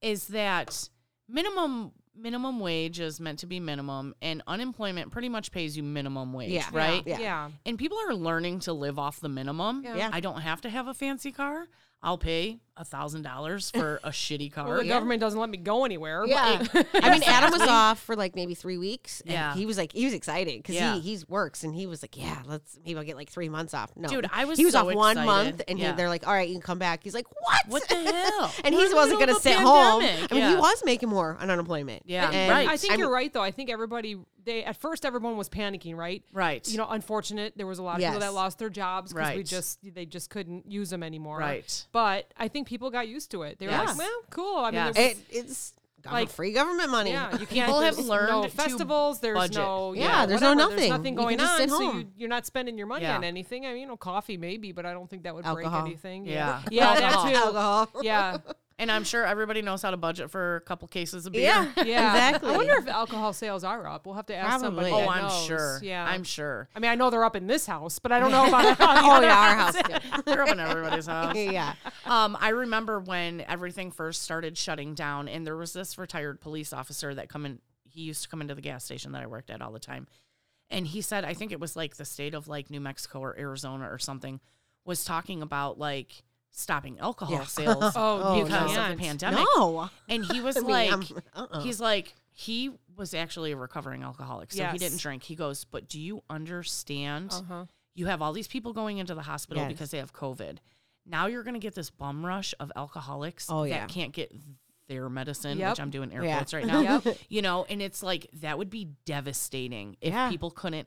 [SPEAKER 3] is that minimum minimum wage is meant to be minimum, and unemployment pretty much pays you minimum wage,
[SPEAKER 5] Yeah.
[SPEAKER 3] right?
[SPEAKER 5] Yeah.
[SPEAKER 4] Yeah.
[SPEAKER 3] And people are learning to live off the minimum.
[SPEAKER 4] Yeah. Yeah.
[SPEAKER 3] I don't have to have a fancy car. I'll pay a thousand dollars for a shitty car.
[SPEAKER 4] Well, the government doesn't let me go anywhere. Yeah.
[SPEAKER 5] I mean, Adam was off for like maybe three weeks. And
[SPEAKER 3] Yeah.
[SPEAKER 5] he was like, he was excited because
[SPEAKER 3] Yeah.
[SPEAKER 5] he he's works and he was like, yeah, let's maybe I'll get like three months off. No,
[SPEAKER 3] Dude, I was
[SPEAKER 5] he was
[SPEAKER 3] so
[SPEAKER 5] off one
[SPEAKER 3] excited.
[SPEAKER 5] month and he,
[SPEAKER 3] Yeah.
[SPEAKER 5] they're like, all right, you can come back. He's like, what?
[SPEAKER 3] What the hell?
[SPEAKER 5] and
[SPEAKER 3] We're in
[SPEAKER 5] he
[SPEAKER 3] the
[SPEAKER 5] wasn't
[SPEAKER 3] middle
[SPEAKER 5] going to
[SPEAKER 3] of a
[SPEAKER 5] sit home.
[SPEAKER 3] pandemic.
[SPEAKER 5] I mean,
[SPEAKER 3] Yeah.
[SPEAKER 5] he was making more on unemployment.
[SPEAKER 3] Yeah,
[SPEAKER 5] And
[SPEAKER 3] right.
[SPEAKER 4] I think
[SPEAKER 5] I'm-
[SPEAKER 4] you're right, though. I think everybody, they at first everyone was panicking, right?
[SPEAKER 3] Right.
[SPEAKER 4] You know, unfortunate. There was a lot of people that
[SPEAKER 5] Yes.
[SPEAKER 4] lost their jobs because we
[SPEAKER 3] Right.
[SPEAKER 4] just they just couldn't use them anymore.
[SPEAKER 3] Right.
[SPEAKER 4] But I think people got used to it. They were
[SPEAKER 3] Yes.
[SPEAKER 4] like, well, cool. I mean,
[SPEAKER 3] Yes.
[SPEAKER 4] there's,
[SPEAKER 5] It, it's
[SPEAKER 4] Like-
[SPEAKER 5] like free government money.
[SPEAKER 4] yeah, you can't.
[SPEAKER 3] People have
[SPEAKER 4] there's
[SPEAKER 3] learned
[SPEAKER 4] no
[SPEAKER 3] to
[SPEAKER 4] festivals. There's
[SPEAKER 3] budget.
[SPEAKER 4] no
[SPEAKER 5] Yeah, there's no
[SPEAKER 4] whatever, There's
[SPEAKER 5] nothing.
[SPEAKER 4] nothing
[SPEAKER 5] You can
[SPEAKER 4] going
[SPEAKER 5] just
[SPEAKER 4] on.
[SPEAKER 5] sit
[SPEAKER 4] So you,
[SPEAKER 5] home.
[SPEAKER 4] you're not spending your money
[SPEAKER 3] Yeah.
[SPEAKER 4] on anything. I mean, you know, coffee maybe, but I don't think that would
[SPEAKER 5] Alcohol.
[SPEAKER 4] break anything.
[SPEAKER 3] Yeah.
[SPEAKER 4] Yeah.
[SPEAKER 3] Alcohol.
[SPEAKER 4] That too.
[SPEAKER 5] Alcohol.
[SPEAKER 4] Yeah.
[SPEAKER 3] and I'm sure everybody knows how to budget for a couple cases of beer.
[SPEAKER 5] Yeah.
[SPEAKER 4] Yeah,
[SPEAKER 5] Exactly.
[SPEAKER 4] I wonder if alcohol sales are up. We'll have to ask somebody.
[SPEAKER 5] Probably.
[SPEAKER 3] Oh,
[SPEAKER 4] that
[SPEAKER 3] I'm
[SPEAKER 4] knows.
[SPEAKER 3] sure.
[SPEAKER 4] Yeah,
[SPEAKER 3] I'm sure.
[SPEAKER 4] I mean, I know they're up in this house, but I don't know about.
[SPEAKER 5] oh, yeah, our house. too.
[SPEAKER 3] They're up in everybody's house.
[SPEAKER 5] yeah.
[SPEAKER 3] Um, I remember when everything first started shutting down, and there was this retired police officer that come in. He used to come into the gas station that I worked at all the time, and he said, I think it was like the state of like New Mexico or Arizona or something, was talking about like stopping alcohol
[SPEAKER 5] Yeah.
[SPEAKER 3] sales
[SPEAKER 4] Oh, you
[SPEAKER 3] because of
[SPEAKER 4] can't.
[SPEAKER 3] the pandemic.
[SPEAKER 5] No.
[SPEAKER 3] And he was
[SPEAKER 5] I mean,
[SPEAKER 3] like,
[SPEAKER 5] I'm- uh-uh.
[SPEAKER 3] he's like, he was actually a recovering alcoholic, so he
[SPEAKER 4] Yes.
[SPEAKER 3] didn't drink. He goes, but do you understand?
[SPEAKER 4] Uh-huh.
[SPEAKER 3] You have all these people going into the hospital
[SPEAKER 5] Yes.
[SPEAKER 3] because they have COVID. Now you're going to get this bum rush of alcoholics
[SPEAKER 5] Oh,
[SPEAKER 3] that
[SPEAKER 5] yeah.
[SPEAKER 3] can't get their medicine,
[SPEAKER 4] Yep.
[SPEAKER 3] which I'm doing air
[SPEAKER 5] Yeah.
[SPEAKER 3] quotes right now. You know, and it's like that would be devastating if
[SPEAKER 5] Yeah.
[SPEAKER 3] people couldn't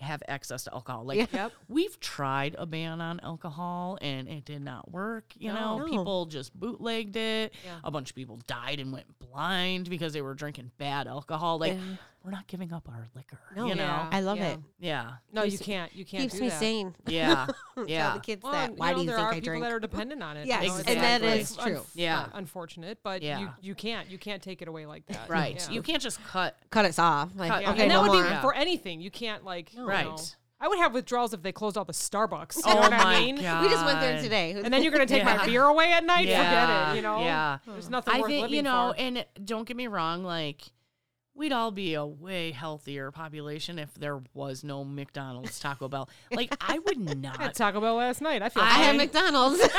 [SPEAKER 3] have access to alcohol. Like
[SPEAKER 5] Yeah.
[SPEAKER 4] Yep.
[SPEAKER 3] we've tried a ban on alcohol and it did not work. You know,
[SPEAKER 5] No.
[SPEAKER 3] people just bootlegged it.
[SPEAKER 4] Yeah.
[SPEAKER 3] A bunch of people died and went blind because they were drinking bad alcohol. Like
[SPEAKER 5] Yeah.
[SPEAKER 3] we're not giving up our liquor.
[SPEAKER 5] No.
[SPEAKER 3] You know?
[SPEAKER 4] Yeah.
[SPEAKER 5] I love
[SPEAKER 4] Yeah.
[SPEAKER 5] it.
[SPEAKER 3] Yeah.
[SPEAKER 4] No, you
[SPEAKER 5] Keeps-
[SPEAKER 4] can't. You can't
[SPEAKER 5] Keeps
[SPEAKER 4] do
[SPEAKER 5] me
[SPEAKER 4] that.
[SPEAKER 5] sane.
[SPEAKER 3] Yeah.
[SPEAKER 5] Tell
[SPEAKER 3] yeah.
[SPEAKER 5] the kids
[SPEAKER 4] Well,
[SPEAKER 5] that. Why
[SPEAKER 4] know,
[SPEAKER 5] do you
[SPEAKER 4] there
[SPEAKER 5] think
[SPEAKER 4] are
[SPEAKER 5] I
[SPEAKER 4] people
[SPEAKER 5] drink?
[SPEAKER 4] that are dependent on it.
[SPEAKER 5] Yes,
[SPEAKER 4] you know, it's
[SPEAKER 3] and that
[SPEAKER 4] like-
[SPEAKER 5] is
[SPEAKER 4] it's un-
[SPEAKER 5] true.
[SPEAKER 3] Yeah.
[SPEAKER 4] unfortunate, but you,
[SPEAKER 3] Yeah.
[SPEAKER 4] you can't you can't take it away like
[SPEAKER 5] Uh,
[SPEAKER 4] that.
[SPEAKER 3] Right.
[SPEAKER 4] Yeah.
[SPEAKER 3] You can't just cut.
[SPEAKER 5] Cut us off. Like,
[SPEAKER 3] Cut-
[SPEAKER 5] okay,
[SPEAKER 4] and
[SPEAKER 5] no
[SPEAKER 4] that would
[SPEAKER 5] more.
[SPEAKER 4] be
[SPEAKER 3] Yeah.
[SPEAKER 4] for anything. You can't like you
[SPEAKER 3] Right.
[SPEAKER 4] know. I would have withdrawals if they closed all the Starbucks. You know
[SPEAKER 3] Oh
[SPEAKER 4] what
[SPEAKER 3] my
[SPEAKER 4] I mean?
[SPEAKER 3] god.
[SPEAKER 5] we just went there today.
[SPEAKER 4] And then you're gonna take
[SPEAKER 3] Yeah.
[SPEAKER 4] my beer away at night.
[SPEAKER 3] Yeah.
[SPEAKER 4] Forget it. You know. Hmm.
[SPEAKER 3] Yeah.
[SPEAKER 4] There's nothing
[SPEAKER 3] I
[SPEAKER 4] worth
[SPEAKER 3] think
[SPEAKER 4] living
[SPEAKER 3] you know,
[SPEAKER 4] for.
[SPEAKER 3] and don't get me wrong, like we'd all be a way healthier population if there was no McDonald's, Taco Bell. Like I would
[SPEAKER 4] I
[SPEAKER 3] not.
[SPEAKER 4] had Taco Bell last night. I feel.
[SPEAKER 5] I
[SPEAKER 3] I-
[SPEAKER 5] had McDonald's. it's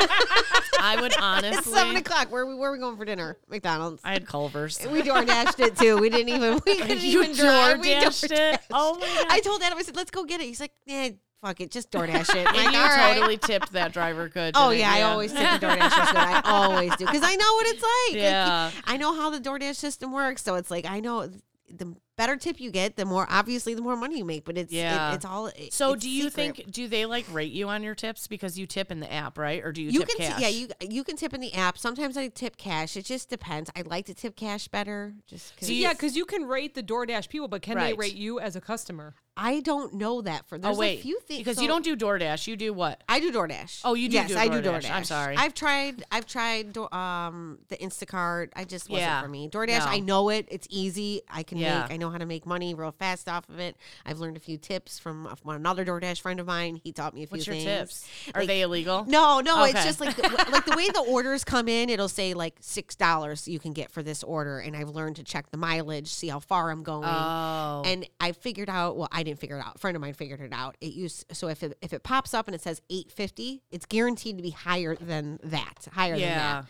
[SPEAKER 3] I would honestly.
[SPEAKER 5] seven o'clock. Where are we where are we going for dinner? McDonald's.
[SPEAKER 3] I had Culver's.
[SPEAKER 5] we door dashed it too. We didn't even we couldn't even drive. We
[SPEAKER 3] DoorDashed it. Oh my god.
[SPEAKER 5] I told Adam, I said, let's go get it. He's like, eh, fuck it, just door dash it. I'm
[SPEAKER 3] and
[SPEAKER 5] like,
[SPEAKER 3] you
[SPEAKER 5] "All right."
[SPEAKER 3] totally tipped that driver good.
[SPEAKER 5] Oh
[SPEAKER 3] didn't
[SPEAKER 5] yeah, I
[SPEAKER 3] you?
[SPEAKER 5] always take the DoorDash system. I always do because I know what it's like. Like,
[SPEAKER 3] Yeah.
[SPEAKER 5] I know how the DoorDash system works. So it's like I know the better tip you get, the more obviously the more money you make. But it's yeah.
[SPEAKER 3] Yeah.
[SPEAKER 5] it's all. it-
[SPEAKER 3] So
[SPEAKER 5] it's
[SPEAKER 3] do you
[SPEAKER 5] secret.
[SPEAKER 3] think do they like rate you on your tips because you tip in the app, right? Or do you,
[SPEAKER 5] you
[SPEAKER 3] tip
[SPEAKER 5] can?
[SPEAKER 3] cash?
[SPEAKER 5] T- yeah, you you can tip in the app. Sometimes I tip cash. It just depends. I like to tip cash better, just because
[SPEAKER 3] Do you-
[SPEAKER 4] yeah, because you can rate the DoorDash people, but can they
[SPEAKER 3] Right.
[SPEAKER 4] rate you as a customer?
[SPEAKER 5] I don't know that for there's
[SPEAKER 3] oh wait,
[SPEAKER 5] a few things
[SPEAKER 3] because
[SPEAKER 5] so-
[SPEAKER 3] you don't do DoorDash. You do what?
[SPEAKER 5] I do DoorDash.
[SPEAKER 3] Oh, you do
[SPEAKER 5] Yes,
[SPEAKER 3] do
[SPEAKER 5] I do
[SPEAKER 3] DoorDash.
[SPEAKER 5] DoorDash.
[SPEAKER 3] I'm sorry.
[SPEAKER 5] I've tried. I've tried do- um, the Instacart. I just wasn't
[SPEAKER 3] Yeah.
[SPEAKER 5] for me. DoorDash.
[SPEAKER 3] No.
[SPEAKER 5] I know it. It's easy. I can
[SPEAKER 3] Yeah.
[SPEAKER 5] make. I know how to make money real fast off of it. I've learned a few tips from a- from another DoorDash friend of mine. He taught me a few
[SPEAKER 3] What's your
[SPEAKER 5] things.
[SPEAKER 3] tips? Are
[SPEAKER 5] Like-
[SPEAKER 3] they illegal?
[SPEAKER 5] No, no.
[SPEAKER 3] Okay.
[SPEAKER 5] It's just like the, like the way the orders come in. It'll say like six dollars you can get for this order, and I've learned to check the mileage, see how far I'm going.
[SPEAKER 3] Oh.
[SPEAKER 5] And I figured out. Well, I didn't figure it out. A friend of mine figured it out. It used so if it, if it pops up and it says eight fifty, it's guaranteed to be higher than that. Higher
[SPEAKER 3] Yeah.
[SPEAKER 5] than that.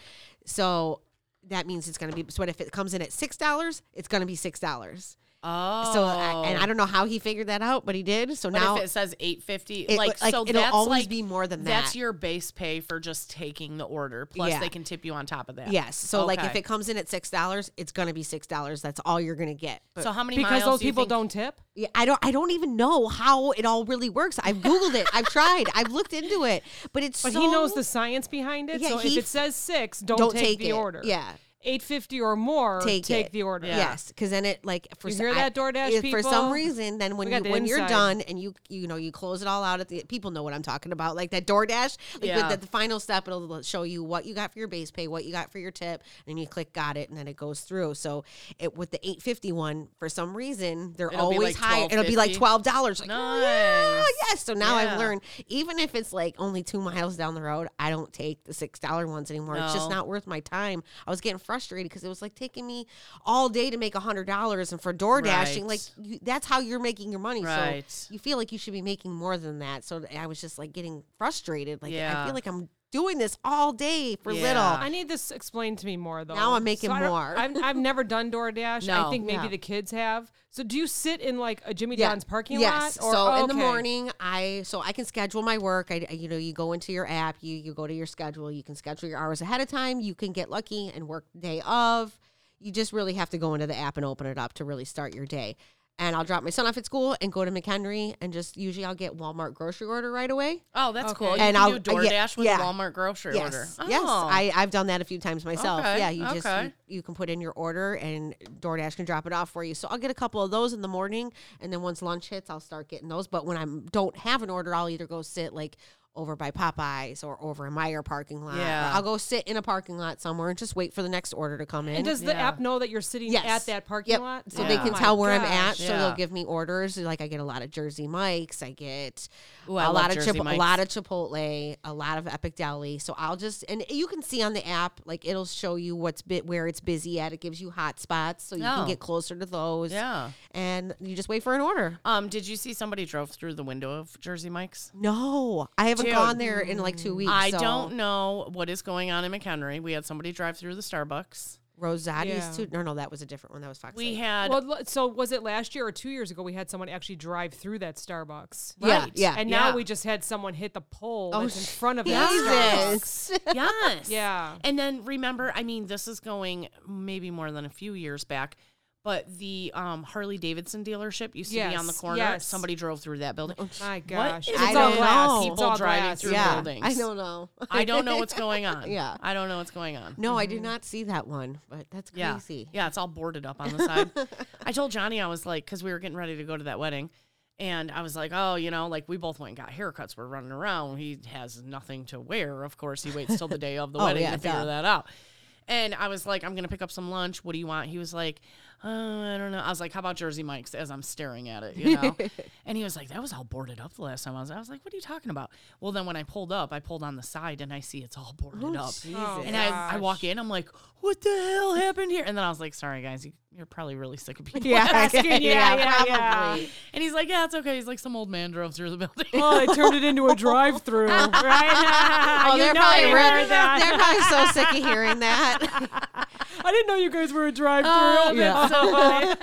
[SPEAKER 5] So that means it's going to be. So what if it comes in at six dollars? It's going to be six dollars.
[SPEAKER 3] oh.
[SPEAKER 5] So I, and I don't know how he figured that out, but he did. So
[SPEAKER 3] But
[SPEAKER 5] now
[SPEAKER 3] if it says eight fifty,
[SPEAKER 5] it-
[SPEAKER 3] like,
[SPEAKER 5] like,
[SPEAKER 3] so
[SPEAKER 5] it'll
[SPEAKER 3] that's
[SPEAKER 5] always
[SPEAKER 3] like,
[SPEAKER 5] be more than
[SPEAKER 3] That's
[SPEAKER 5] that.
[SPEAKER 3] your base pay for just taking the order. Plus,
[SPEAKER 5] Yeah.
[SPEAKER 3] they can tip you on top of that.
[SPEAKER 5] yes. So like if
[SPEAKER 3] Okay.
[SPEAKER 5] it comes in at six dollars, it's going to be six dollars. That's all you're going to get. But
[SPEAKER 3] So how many
[SPEAKER 4] Because
[SPEAKER 3] miles
[SPEAKER 4] those
[SPEAKER 3] do you
[SPEAKER 4] people
[SPEAKER 3] think-
[SPEAKER 4] don't tip.
[SPEAKER 5] Yeah, I don't. I don't even know how it all really works. I've googled it. I've tried. I've looked into it. But it's
[SPEAKER 4] But
[SPEAKER 5] so,
[SPEAKER 4] he knows the science behind it.
[SPEAKER 5] Yeah,
[SPEAKER 4] so if
[SPEAKER 5] he
[SPEAKER 4] it says six, don't,
[SPEAKER 5] Don't
[SPEAKER 4] take,
[SPEAKER 5] take
[SPEAKER 4] the
[SPEAKER 5] it.
[SPEAKER 4] order.
[SPEAKER 5] Yeah.
[SPEAKER 4] Eight fifty or more,
[SPEAKER 5] Take
[SPEAKER 4] take,
[SPEAKER 5] it.
[SPEAKER 4] the order.
[SPEAKER 3] Yeah.
[SPEAKER 5] Yes, because then it like for
[SPEAKER 4] You
[SPEAKER 5] so-
[SPEAKER 4] hear
[SPEAKER 5] I-
[SPEAKER 4] that, DoorDash
[SPEAKER 5] if for some
[SPEAKER 4] people?
[SPEAKER 5] reason then when
[SPEAKER 4] We got
[SPEAKER 5] you,
[SPEAKER 4] the
[SPEAKER 5] when you're
[SPEAKER 4] inside.
[SPEAKER 5] done and you you know you close it all out at the people know what I'm talking about like that DoorDash like
[SPEAKER 3] Yeah.
[SPEAKER 5] with the, the final step it'll show you what you got for your base pay what you got for your tip and you click got it and then it goes through so it with the 851 for some reason they're
[SPEAKER 3] It'll be
[SPEAKER 5] always
[SPEAKER 3] like
[SPEAKER 5] high it'll be like
[SPEAKER 3] $12.50.
[SPEAKER 5] twelve dollars like oh, yeah
[SPEAKER 3] Nice.
[SPEAKER 5] yes so now
[SPEAKER 3] Yeah.
[SPEAKER 5] I've learned even if it's like only two miles down the road I don't take the six dollar ones anymore it's just
[SPEAKER 3] No.
[SPEAKER 5] not worth my time I was getting frustrated because it was like taking me all day to make a hundred dollars, and for door dashing,
[SPEAKER 3] Right.
[SPEAKER 5] like you, that's how you're making your money.
[SPEAKER 3] Right.
[SPEAKER 5] So you feel like you should be making more than that. So I was just like getting frustrated. Like I
[SPEAKER 3] Yeah.
[SPEAKER 5] feel like I'm doing this all day for
[SPEAKER 3] Yeah.
[SPEAKER 5] little.
[SPEAKER 4] I need this explained to me more though.
[SPEAKER 5] Now I'm making
[SPEAKER 4] I don't-
[SPEAKER 5] more.
[SPEAKER 4] I've, I've never done DoorDash. I
[SPEAKER 3] No.
[SPEAKER 4] think maybe
[SPEAKER 5] Yeah.
[SPEAKER 4] the kids have. So do you sit in like a Jimmy
[SPEAKER 5] Yeah.
[SPEAKER 4] John's parking
[SPEAKER 5] yes.
[SPEAKER 4] lot? Or,
[SPEAKER 5] so
[SPEAKER 4] oh,
[SPEAKER 5] in the
[SPEAKER 4] okay.
[SPEAKER 5] morning, I so I can schedule my work. I I- you know you go into your app, you you go to your schedule, you can schedule your hours ahead of time. You can get lucky and work the day of. You just really have to go into the app and open it up to really start your day. And I'll drop my son off at school and go to McHenry and just usually I'll get Walmart grocery order right away.
[SPEAKER 3] Oh, that's
[SPEAKER 4] Okay.
[SPEAKER 3] cool. You
[SPEAKER 5] And
[SPEAKER 3] can
[SPEAKER 5] I'll-
[SPEAKER 3] do
[SPEAKER 5] uh, yeah,
[SPEAKER 3] DoorDash with
[SPEAKER 5] yeah.
[SPEAKER 3] a Walmart grocery
[SPEAKER 5] yes,
[SPEAKER 3] order. Oh.
[SPEAKER 5] yes, I I've done that a few times myself.
[SPEAKER 3] Okay,
[SPEAKER 5] Yeah, you just
[SPEAKER 3] okay.
[SPEAKER 5] you, you can put in your order and DoorDash can drop it off for you. So I'll get a couple of those in the morning, and then once lunch hits, I'll start getting those. But when I don't have an order, I'll either go sit like over by Popeyes or over in Meyer parking lot. or
[SPEAKER 3] Yeah.
[SPEAKER 5] I'll go sit in a parking lot somewhere and just wait for the next order to come in.
[SPEAKER 4] And does the
[SPEAKER 3] Yeah.
[SPEAKER 4] app know that you're sitting
[SPEAKER 5] Yes.
[SPEAKER 4] at that parking
[SPEAKER 5] Yep.
[SPEAKER 4] lot?
[SPEAKER 5] so
[SPEAKER 4] Oh
[SPEAKER 5] they
[SPEAKER 3] Yeah.
[SPEAKER 5] can
[SPEAKER 4] my
[SPEAKER 5] tell where I'm at,
[SPEAKER 4] gosh.
[SPEAKER 5] so they'll
[SPEAKER 3] Yeah.
[SPEAKER 5] give me orders. Like I get a lot of Jersey Mike's, I get
[SPEAKER 3] Ooh,
[SPEAKER 5] a
[SPEAKER 3] I love
[SPEAKER 5] lot of
[SPEAKER 3] Jersey
[SPEAKER 5] Chipo- a
[SPEAKER 3] Mike's.
[SPEAKER 5] lot of Chipotle, a lot of Epic Deli. So I'll just and you can see on the app like it'll show you what's bit where it's busy at. It gives you hot spots so you
[SPEAKER 3] Oh.
[SPEAKER 5] can get closer to those.
[SPEAKER 3] Yeah.
[SPEAKER 5] and you just wait for an order.
[SPEAKER 3] Um, did you see somebody drove through the window of Jersey Mike's?
[SPEAKER 5] No, I haven't
[SPEAKER 3] Dude.
[SPEAKER 5] gone there in like two weeks.
[SPEAKER 3] I
[SPEAKER 5] so-
[SPEAKER 3] don't know what is going on in McHenry. We had somebody drive through the Starbucks.
[SPEAKER 5] Rosati's
[SPEAKER 4] Yeah.
[SPEAKER 5] too. No, no, that was a different one. That was Fox.
[SPEAKER 3] We
[SPEAKER 5] Lake.
[SPEAKER 3] had
[SPEAKER 4] Well, l- so was it last year or two years ago we had someone actually drive through that Starbucks?
[SPEAKER 5] Yeah,
[SPEAKER 3] right.
[SPEAKER 5] yeah.
[SPEAKER 4] And now
[SPEAKER 3] Yeah.
[SPEAKER 4] we just had someone hit the pole
[SPEAKER 5] Oh,
[SPEAKER 4] that's in front of that Starbucks.
[SPEAKER 5] Jesus.
[SPEAKER 3] yes.
[SPEAKER 4] Yeah.
[SPEAKER 3] And then remember, I mean, this is going maybe more than a few years back, but the um, Harley Davidson dealership used to be on the
[SPEAKER 4] Yes,
[SPEAKER 3] corner.
[SPEAKER 4] yes.
[SPEAKER 3] Somebody drove through that building.
[SPEAKER 4] My gosh.
[SPEAKER 3] is
[SPEAKER 4] It's
[SPEAKER 5] I
[SPEAKER 4] all
[SPEAKER 5] don't
[SPEAKER 4] glass.
[SPEAKER 5] know.
[SPEAKER 4] It's
[SPEAKER 3] People
[SPEAKER 4] all
[SPEAKER 3] driving
[SPEAKER 4] glass.
[SPEAKER 3] through
[SPEAKER 5] yeah,
[SPEAKER 3] buildings.
[SPEAKER 5] I don't know.
[SPEAKER 3] I don't know what's going on.
[SPEAKER 5] Yeah.
[SPEAKER 3] I don't know what's going on.
[SPEAKER 5] No, I did
[SPEAKER 4] Mm-hmm.
[SPEAKER 5] not see that one, but that's
[SPEAKER 3] Yeah.
[SPEAKER 5] crazy.
[SPEAKER 3] Yeah, it's all boarded up on the side. I told Johnny I was like, because we were getting ready to go to that wedding. And I was like, oh, you know, like we both went and got haircuts. We're running around. He has nothing to wear. Of course, he waits till the day of the
[SPEAKER 5] Oh,
[SPEAKER 3] wedding
[SPEAKER 5] yeah,
[SPEAKER 3] to figure
[SPEAKER 5] duh.
[SPEAKER 3] that out. And I was like, I'm going to pick up some lunch. What do you want? He was like, uh, I don't know. I was like, how about Jersey Mike's as I'm staring at it, you know? and he was like, that was all boarded up the last time I was. I was like, what are you talking about? Well, then when I pulled up, I pulled on the side and I see it's all boarded up.
[SPEAKER 4] Oh,
[SPEAKER 3] And I, I walk in, I'm like, what the hell happened here? And then I was like, sorry guys, you, you're probably really sick of people.
[SPEAKER 5] Yeah,
[SPEAKER 4] Asking, yeah, yeah, yeah.
[SPEAKER 5] probably.
[SPEAKER 3] And he's like, yeah, it's okay. He's like, some old man drove through the building.
[SPEAKER 4] Oh, they turned it into a drive-through, right?
[SPEAKER 5] Oh,
[SPEAKER 4] you
[SPEAKER 5] they're
[SPEAKER 4] know
[SPEAKER 5] probably
[SPEAKER 4] I
[SPEAKER 5] re-
[SPEAKER 4] heard that.
[SPEAKER 5] They're probably so sick of hearing that.
[SPEAKER 4] I didn't know you guys were a drive-through.
[SPEAKER 3] Oh,
[SPEAKER 5] yeah.
[SPEAKER 4] that's so funny.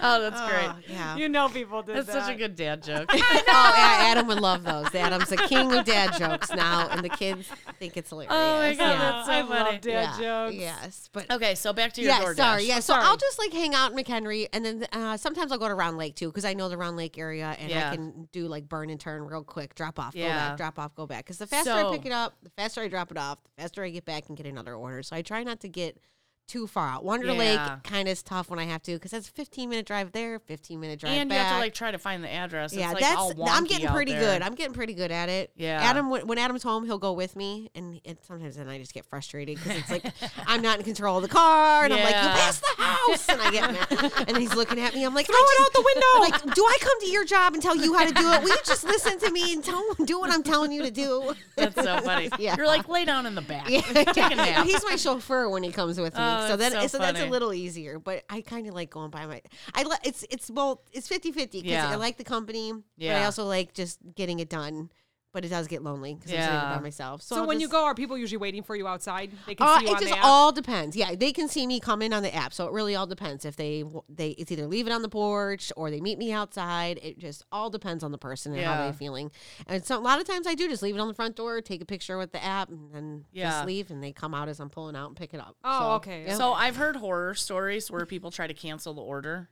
[SPEAKER 3] oh, that's great.
[SPEAKER 5] yeah.
[SPEAKER 4] you know people did
[SPEAKER 3] That's
[SPEAKER 4] that.
[SPEAKER 3] such a good dad joke.
[SPEAKER 5] Oh, yeah, Adam would love those. Adam's the king of dad jokes now, and the kids think it's hilarious.
[SPEAKER 3] Oh my God,
[SPEAKER 5] yeah.
[SPEAKER 3] that's so
[SPEAKER 4] I
[SPEAKER 3] funny.
[SPEAKER 4] love dad
[SPEAKER 5] yeah.
[SPEAKER 4] jokes.
[SPEAKER 5] Yes, but
[SPEAKER 3] okay, so back to your
[SPEAKER 5] yeah,
[SPEAKER 3] DoorDash.
[SPEAKER 5] sorry, yeah. So
[SPEAKER 4] sorry.
[SPEAKER 5] I'll just like hang out in McHenry, and then uh, sometimes I'll go to Round Lake too because I know the Round Lake area, and I
[SPEAKER 3] Yeah.
[SPEAKER 5] can do like burn and turn real quick, drop off, go
[SPEAKER 3] Yeah.
[SPEAKER 5] back, drop off, go back. Because the faster I
[SPEAKER 3] So-
[SPEAKER 5] pick it up, the faster I drop it off, the faster I get back and get another order. So I try not to get too far out. Wonder
[SPEAKER 3] Yeah.
[SPEAKER 5] Lake kind of is tough when I have to because that's a 15 minute drive there, 15 minute drive
[SPEAKER 3] And
[SPEAKER 5] back.
[SPEAKER 3] you have to like try to find the address.
[SPEAKER 5] yeah,
[SPEAKER 3] it's, like, all
[SPEAKER 5] that's I'm
[SPEAKER 3] wonky
[SPEAKER 5] getting
[SPEAKER 3] out
[SPEAKER 5] pretty
[SPEAKER 3] there.
[SPEAKER 5] good. I'm getting pretty good at it.
[SPEAKER 3] Yeah.
[SPEAKER 5] Adam, when, when Adam's home, he'll go with me, and, and sometimes then I just get frustrated because it's like I'm not in control of the car, and I'm like, you
[SPEAKER 3] Yeah.
[SPEAKER 5] passed the house, and I get mad, and he's looking at me. I'm like, throw it out the window. Like, do I come to your job and tell you how to do it? Will you just listen to me and tell do what I'm telling you to do?
[SPEAKER 3] That's so funny.
[SPEAKER 5] Yeah.
[SPEAKER 3] You're like, lay down in the back.
[SPEAKER 5] Yeah.
[SPEAKER 3] Take a nap.
[SPEAKER 5] He's my chauffeur when he comes with me,
[SPEAKER 3] Oh,
[SPEAKER 5] so
[SPEAKER 3] that's
[SPEAKER 5] then
[SPEAKER 3] so
[SPEAKER 5] so that's a
[SPEAKER 3] funny.
[SPEAKER 5] little easier. But I kind of like going by my. I li- it's it's both it's 50 50 because
[SPEAKER 3] Yeah.
[SPEAKER 5] I like the company, but I
[SPEAKER 3] Yeah.
[SPEAKER 5] also like just getting it done. But it does get lonely because I'm sitting
[SPEAKER 3] Yeah.
[SPEAKER 5] by myself. So,
[SPEAKER 4] So
[SPEAKER 5] I'll
[SPEAKER 4] when you
[SPEAKER 5] just-
[SPEAKER 4] go, are people usually waiting for you outside? They can
[SPEAKER 5] uh,
[SPEAKER 4] see you
[SPEAKER 5] it
[SPEAKER 4] on
[SPEAKER 5] just
[SPEAKER 4] the app?
[SPEAKER 5] all depends. Yeah, they can see me come in on the app, so it really all depends if they w- they it's either leave it on the porch or they meet me outside. It just all depends on the person and how
[SPEAKER 3] Yeah.
[SPEAKER 5] they're feeling. And so a lot of times I do just leave it on the front door, take a picture with the app, and then
[SPEAKER 3] Yeah.
[SPEAKER 5] just leave. And they come out as I'm pulling out and pick it up.
[SPEAKER 4] Oh,
[SPEAKER 5] So,
[SPEAKER 4] okay.
[SPEAKER 5] yeah.
[SPEAKER 3] So I've heard horror stories where people try to cancel the order,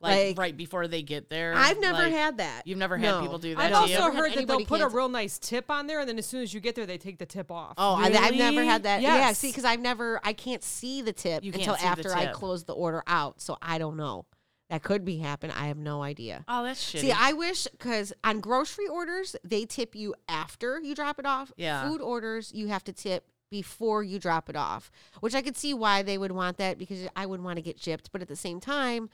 [SPEAKER 5] Like-
[SPEAKER 3] like, right before they get there.
[SPEAKER 5] I've never
[SPEAKER 3] Like,
[SPEAKER 5] had that.
[SPEAKER 3] You've never had
[SPEAKER 5] No.
[SPEAKER 3] people do that.
[SPEAKER 4] I've
[SPEAKER 3] to you?
[SPEAKER 4] also
[SPEAKER 5] Had
[SPEAKER 4] heard that they'll
[SPEAKER 5] anybody
[SPEAKER 4] put
[SPEAKER 5] cancel-
[SPEAKER 4] a real nice tip on there, and then as soon as you get there, they take the tip off.
[SPEAKER 5] Oh, I, I've never
[SPEAKER 3] Really?
[SPEAKER 5] had that. Yeah,
[SPEAKER 4] Yes.
[SPEAKER 5] see, because I've never, I can't see the tip
[SPEAKER 3] You can't
[SPEAKER 5] until
[SPEAKER 3] see the
[SPEAKER 5] after I
[SPEAKER 3] tip.
[SPEAKER 5] close the order out. So I don't know. That could be happening. I have no idea.
[SPEAKER 3] Oh, that's shitty.
[SPEAKER 5] See, I wish because on grocery orders they tip you after you drop it off.
[SPEAKER 3] Yeah.
[SPEAKER 5] Food orders you have to tip before you drop it off, which I could see why they would want that because I would want to get gypped. But at the same time,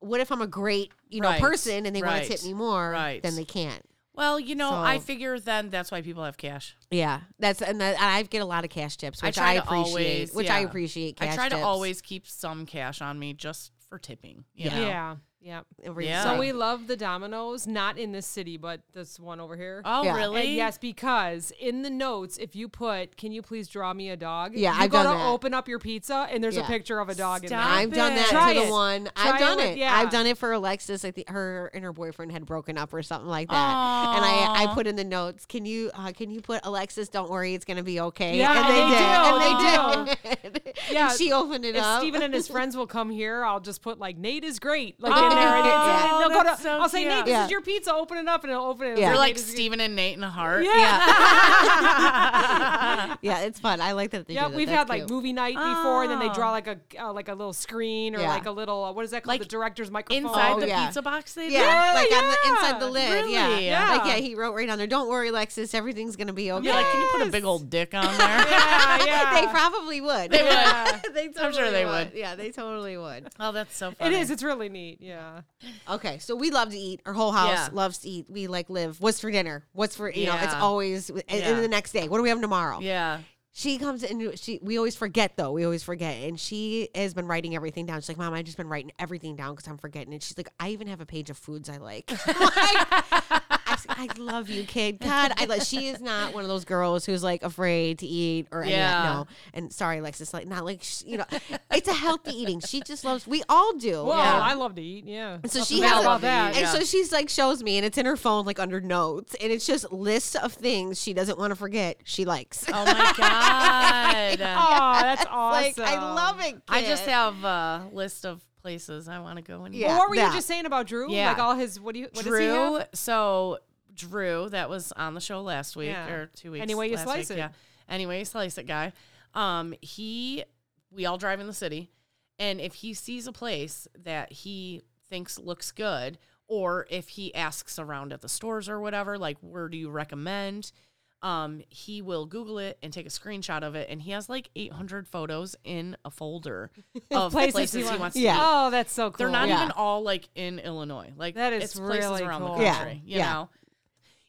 [SPEAKER 5] what if I'm a great you know
[SPEAKER 3] Right.
[SPEAKER 5] person and they want
[SPEAKER 3] Right.
[SPEAKER 5] to tip me more?
[SPEAKER 3] Right.
[SPEAKER 5] Then they can't.
[SPEAKER 3] Well, you know, I
[SPEAKER 5] So-
[SPEAKER 3] figure then that's why people have cash.
[SPEAKER 5] Yeah, that's and that, I get a lot of cash tips,
[SPEAKER 3] I
[SPEAKER 5] which
[SPEAKER 3] try
[SPEAKER 5] I,
[SPEAKER 3] to
[SPEAKER 5] appreciate.
[SPEAKER 3] always-
[SPEAKER 5] which I
[SPEAKER 3] yeah.
[SPEAKER 5] appreciate. Cash
[SPEAKER 3] I try to
[SPEAKER 5] tips.
[SPEAKER 3] always keep some cash on me just for tipping. You
[SPEAKER 5] Yeah.
[SPEAKER 3] know?
[SPEAKER 4] Yeah. Yeah.
[SPEAKER 5] Every-
[SPEAKER 3] Yeah.
[SPEAKER 4] So we love the Domino's, not in this city, but this one over here.
[SPEAKER 3] Oh,
[SPEAKER 5] Yeah.
[SPEAKER 4] And
[SPEAKER 3] really?
[SPEAKER 4] yes, because in the notes, if you put, "Can you please draw me a dog?"
[SPEAKER 5] Yeah,
[SPEAKER 4] you
[SPEAKER 5] I've
[SPEAKER 4] go
[SPEAKER 5] done
[SPEAKER 4] to
[SPEAKER 5] that.
[SPEAKER 4] open up your pizza, and there's
[SPEAKER 5] Yeah.
[SPEAKER 4] a picture of a dog in
[SPEAKER 3] Stop.
[SPEAKER 4] there.
[SPEAKER 5] I've done that
[SPEAKER 4] Try
[SPEAKER 5] to the
[SPEAKER 4] it.
[SPEAKER 5] one.
[SPEAKER 4] Try
[SPEAKER 5] I've
[SPEAKER 4] it
[SPEAKER 5] done
[SPEAKER 4] with-
[SPEAKER 5] it.
[SPEAKER 4] yeah.
[SPEAKER 5] I've done it for Alexis. I think her and her boyfriend had broken up or something like that. And I, I
[SPEAKER 3] Aw.
[SPEAKER 5] put in the notes. Can you uh, can you put Alexis? Don't worry, it's gonna be okay.
[SPEAKER 4] Yeah,
[SPEAKER 5] and they,
[SPEAKER 4] they
[SPEAKER 5] did. And they did.
[SPEAKER 4] Yeah.
[SPEAKER 5] and she opened it
[SPEAKER 4] If
[SPEAKER 5] up.
[SPEAKER 4] Steven and his friends will come here, I'll just put like Nate is great, like
[SPEAKER 3] Oh,
[SPEAKER 4] in there. And it's-
[SPEAKER 3] yeah.
[SPEAKER 4] and they'll go
[SPEAKER 3] that's
[SPEAKER 4] to,
[SPEAKER 3] so
[SPEAKER 4] I'll say, Nate,
[SPEAKER 3] cute.
[SPEAKER 4] this
[SPEAKER 5] Yeah.
[SPEAKER 4] is your pizza. Open it up, and it'll open it.
[SPEAKER 5] Yeah.
[SPEAKER 3] We're
[SPEAKER 4] It's
[SPEAKER 3] like
[SPEAKER 4] Nate is-
[SPEAKER 3] Steven and Nate in a heart.
[SPEAKER 4] Yeah.
[SPEAKER 5] yeah, it's fun. I like that. They
[SPEAKER 4] Yeah,
[SPEAKER 5] do that.
[SPEAKER 4] we've
[SPEAKER 5] That's
[SPEAKER 4] had like
[SPEAKER 5] cute.
[SPEAKER 4] movie night before, and then they draw
[SPEAKER 3] Oh.
[SPEAKER 4] like a uh, like a little screen or
[SPEAKER 5] Yeah.
[SPEAKER 4] like a little uh, what is that called?
[SPEAKER 3] Like,
[SPEAKER 4] the director's microphone
[SPEAKER 3] Inside
[SPEAKER 5] Oh,
[SPEAKER 3] the
[SPEAKER 5] yeah.
[SPEAKER 3] pizza box they
[SPEAKER 5] Yeah,
[SPEAKER 3] did.
[SPEAKER 5] like on the
[SPEAKER 4] yeah.
[SPEAKER 5] inside the lid. Yeah.
[SPEAKER 3] Really?
[SPEAKER 5] Like
[SPEAKER 4] Yeah.
[SPEAKER 5] yeah, he wrote right on there. Don't worry, Alexis. Everything's gonna be okay.
[SPEAKER 3] Be like, can you put a big old dick on there?
[SPEAKER 4] yeah, yeah.
[SPEAKER 5] they probably would.
[SPEAKER 3] They would.
[SPEAKER 5] they totally
[SPEAKER 3] I'm sure they would.
[SPEAKER 5] Yeah, they totally would.
[SPEAKER 3] oh, that's so
[SPEAKER 4] It
[SPEAKER 3] funny.
[SPEAKER 4] is. It's really neat. Yeah.
[SPEAKER 5] Okay, so we love to eat. Our whole house
[SPEAKER 3] Yeah.
[SPEAKER 5] loves to eat. We like live. What's for dinner? What's for you know? It's
[SPEAKER 3] Yeah.
[SPEAKER 5] always and, and
[SPEAKER 3] Yeah.
[SPEAKER 5] the next day. What are we having tomorrow?
[SPEAKER 3] Yeah.
[SPEAKER 5] She comes in. She we always forget though. We always forget, and she has been writing everything down. She's like, "Mom, I've just been writing everything down because I'm forgetting." And she's like, "I even have a page of foods I like." Like, I, I love you, kid. God, I like. She is not one of those girls who's like afraid to eat or any of that.
[SPEAKER 3] Yeah.
[SPEAKER 5] No, and sorry, Alexis, like not like sh- you know, it's a healthy eating. She just loves. We all do.
[SPEAKER 4] Well,
[SPEAKER 3] Yeah.
[SPEAKER 4] I love to eat. Yeah.
[SPEAKER 5] And so
[SPEAKER 4] Nothing
[SPEAKER 5] she
[SPEAKER 4] bad
[SPEAKER 5] has
[SPEAKER 4] about
[SPEAKER 5] a-
[SPEAKER 4] that.
[SPEAKER 5] And so she's like shows me, and it's in her phone, like under notes, and it's just lists of things she doesn't want to forget. She likes.
[SPEAKER 3] Oh my god.
[SPEAKER 4] Oh, that's
[SPEAKER 5] like
[SPEAKER 4] awesome.
[SPEAKER 5] I love it.
[SPEAKER 3] I just
[SPEAKER 5] kid.
[SPEAKER 3] have a list of places I want to go and eat.
[SPEAKER 5] Yeah.
[SPEAKER 4] Well, what were
[SPEAKER 5] that.
[SPEAKER 4] you just saying about Drew?
[SPEAKER 3] Yeah.
[SPEAKER 4] Like all his what do you what does he
[SPEAKER 3] Drew.
[SPEAKER 4] have?
[SPEAKER 3] So Drew, that was on the show last week
[SPEAKER 4] Yeah.
[SPEAKER 3] or two weeks.
[SPEAKER 4] Any way you
[SPEAKER 3] last
[SPEAKER 4] slice
[SPEAKER 3] week,
[SPEAKER 4] it.
[SPEAKER 3] Yeah. Anyway, you slice it, guy. Um, he, we all drive in the city, and if he sees a place that he thinks looks good, or if he asks around at the stores or whatever, like where do you recommend? Um, he will Google it and take a screenshot of it, and he has like 800 photos in a folder of places, he wants, to
[SPEAKER 5] Yeah.
[SPEAKER 3] eat.
[SPEAKER 4] Oh, that's so cool.
[SPEAKER 3] They're not
[SPEAKER 5] Yeah.
[SPEAKER 3] even all like in Illinois. Like
[SPEAKER 4] That is
[SPEAKER 3] it's places
[SPEAKER 4] really
[SPEAKER 3] around
[SPEAKER 4] cool.
[SPEAKER 3] the
[SPEAKER 5] Yeah.
[SPEAKER 3] country. You
[SPEAKER 5] Yeah.
[SPEAKER 3] know.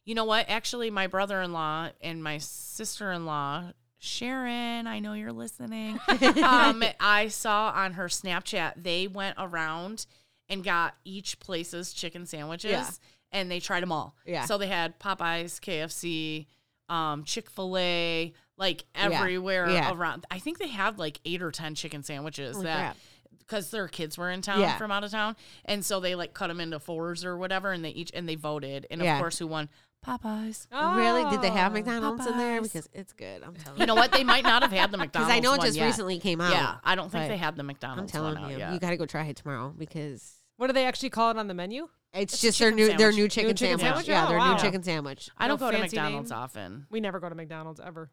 [SPEAKER 3] You know what? Actually, my brother-in-law and my sister-in-law, Sharon, I know you're listening. um, I saw on her Snapchat they went around and got each place's chicken sandwiches
[SPEAKER 5] Yeah.
[SPEAKER 3] and they tried them all.
[SPEAKER 5] Yeah.
[SPEAKER 3] So they had Popeyes, KFC, um, Chick-fil-A, like everywhere
[SPEAKER 5] Yeah.
[SPEAKER 3] around. I think they had like 8 or 10 chicken sandwiches
[SPEAKER 5] Holy
[SPEAKER 3] that
[SPEAKER 5] crap.
[SPEAKER 3] because their kids were in town
[SPEAKER 5] Yeah.
[SPEAKER 3] from out of town, and so they like cut them into fours or whatever, and they each and they voted, and
[SPEAKER 5] Yeah.
[SPEAKER 3] of course, who won? Popeyes.
[SPEAKER 5] Really? Did they have
[SPEAKER 4] Oh.
[SPEAKER 5] McDonald's in there?
[SPEAKER 3] "Ah, Popeyes.
[SPEAKER 5] Because it's good. I'm telling
[SPEAKER 3] You know what? They might not have had the
[SPEAKER 5] Because
[SPEAKER 3] McDonald's.
[SPEAKER 5] I know it
[SPEAKER 3] one
[SPEAKER 5] just
[SPEAKER 3] yet.
[SPEAKER 5] recently came out.
[SPEAKER 3] Yeah, I don't think
[SPEAKER 5] but
[SPEAKER 3] they had the
[SPEAKER 5] I'm
[SPEAKER 3] McDonald's one
[SPEAKER 5] telling
[SPEAKER 3] out
[SPEAKER 5] you,
[SPEAKER 3] yet.
[SPEAKER 5] you got to go try it tomorrow because
[SPEAKER 4] What do they actually call it on the menu?
[SPEAKER 5] it's, just their new
[SPEAKER 3] chicken
[SPEAKER 5] their
[SPEAKER 3] sandwich.
[SPEAKER 5] new chicken,
[SPEAKER 4] chicken
[SPEAKER 5] sandwich.
[SPEAKER 4] sandwich?
[SPEAKER 5] Yeah,
[SPEAKER 4] Oh,
[SPEAKER 5] their
[SPEAKER 4] wow.
[SPEAKER 5] new chicken sandwich.
[SPEAKER 3] I don't
[SPEAKER 4] No
[SPEAKER 3] go to
[SPEAKER 4] fancy
[SPEAKER 3] McDonald's
[SPEAKER 4] name?
[SPEAKER 3] often.
[SPEAKER 4] We never go to McDonald's ever.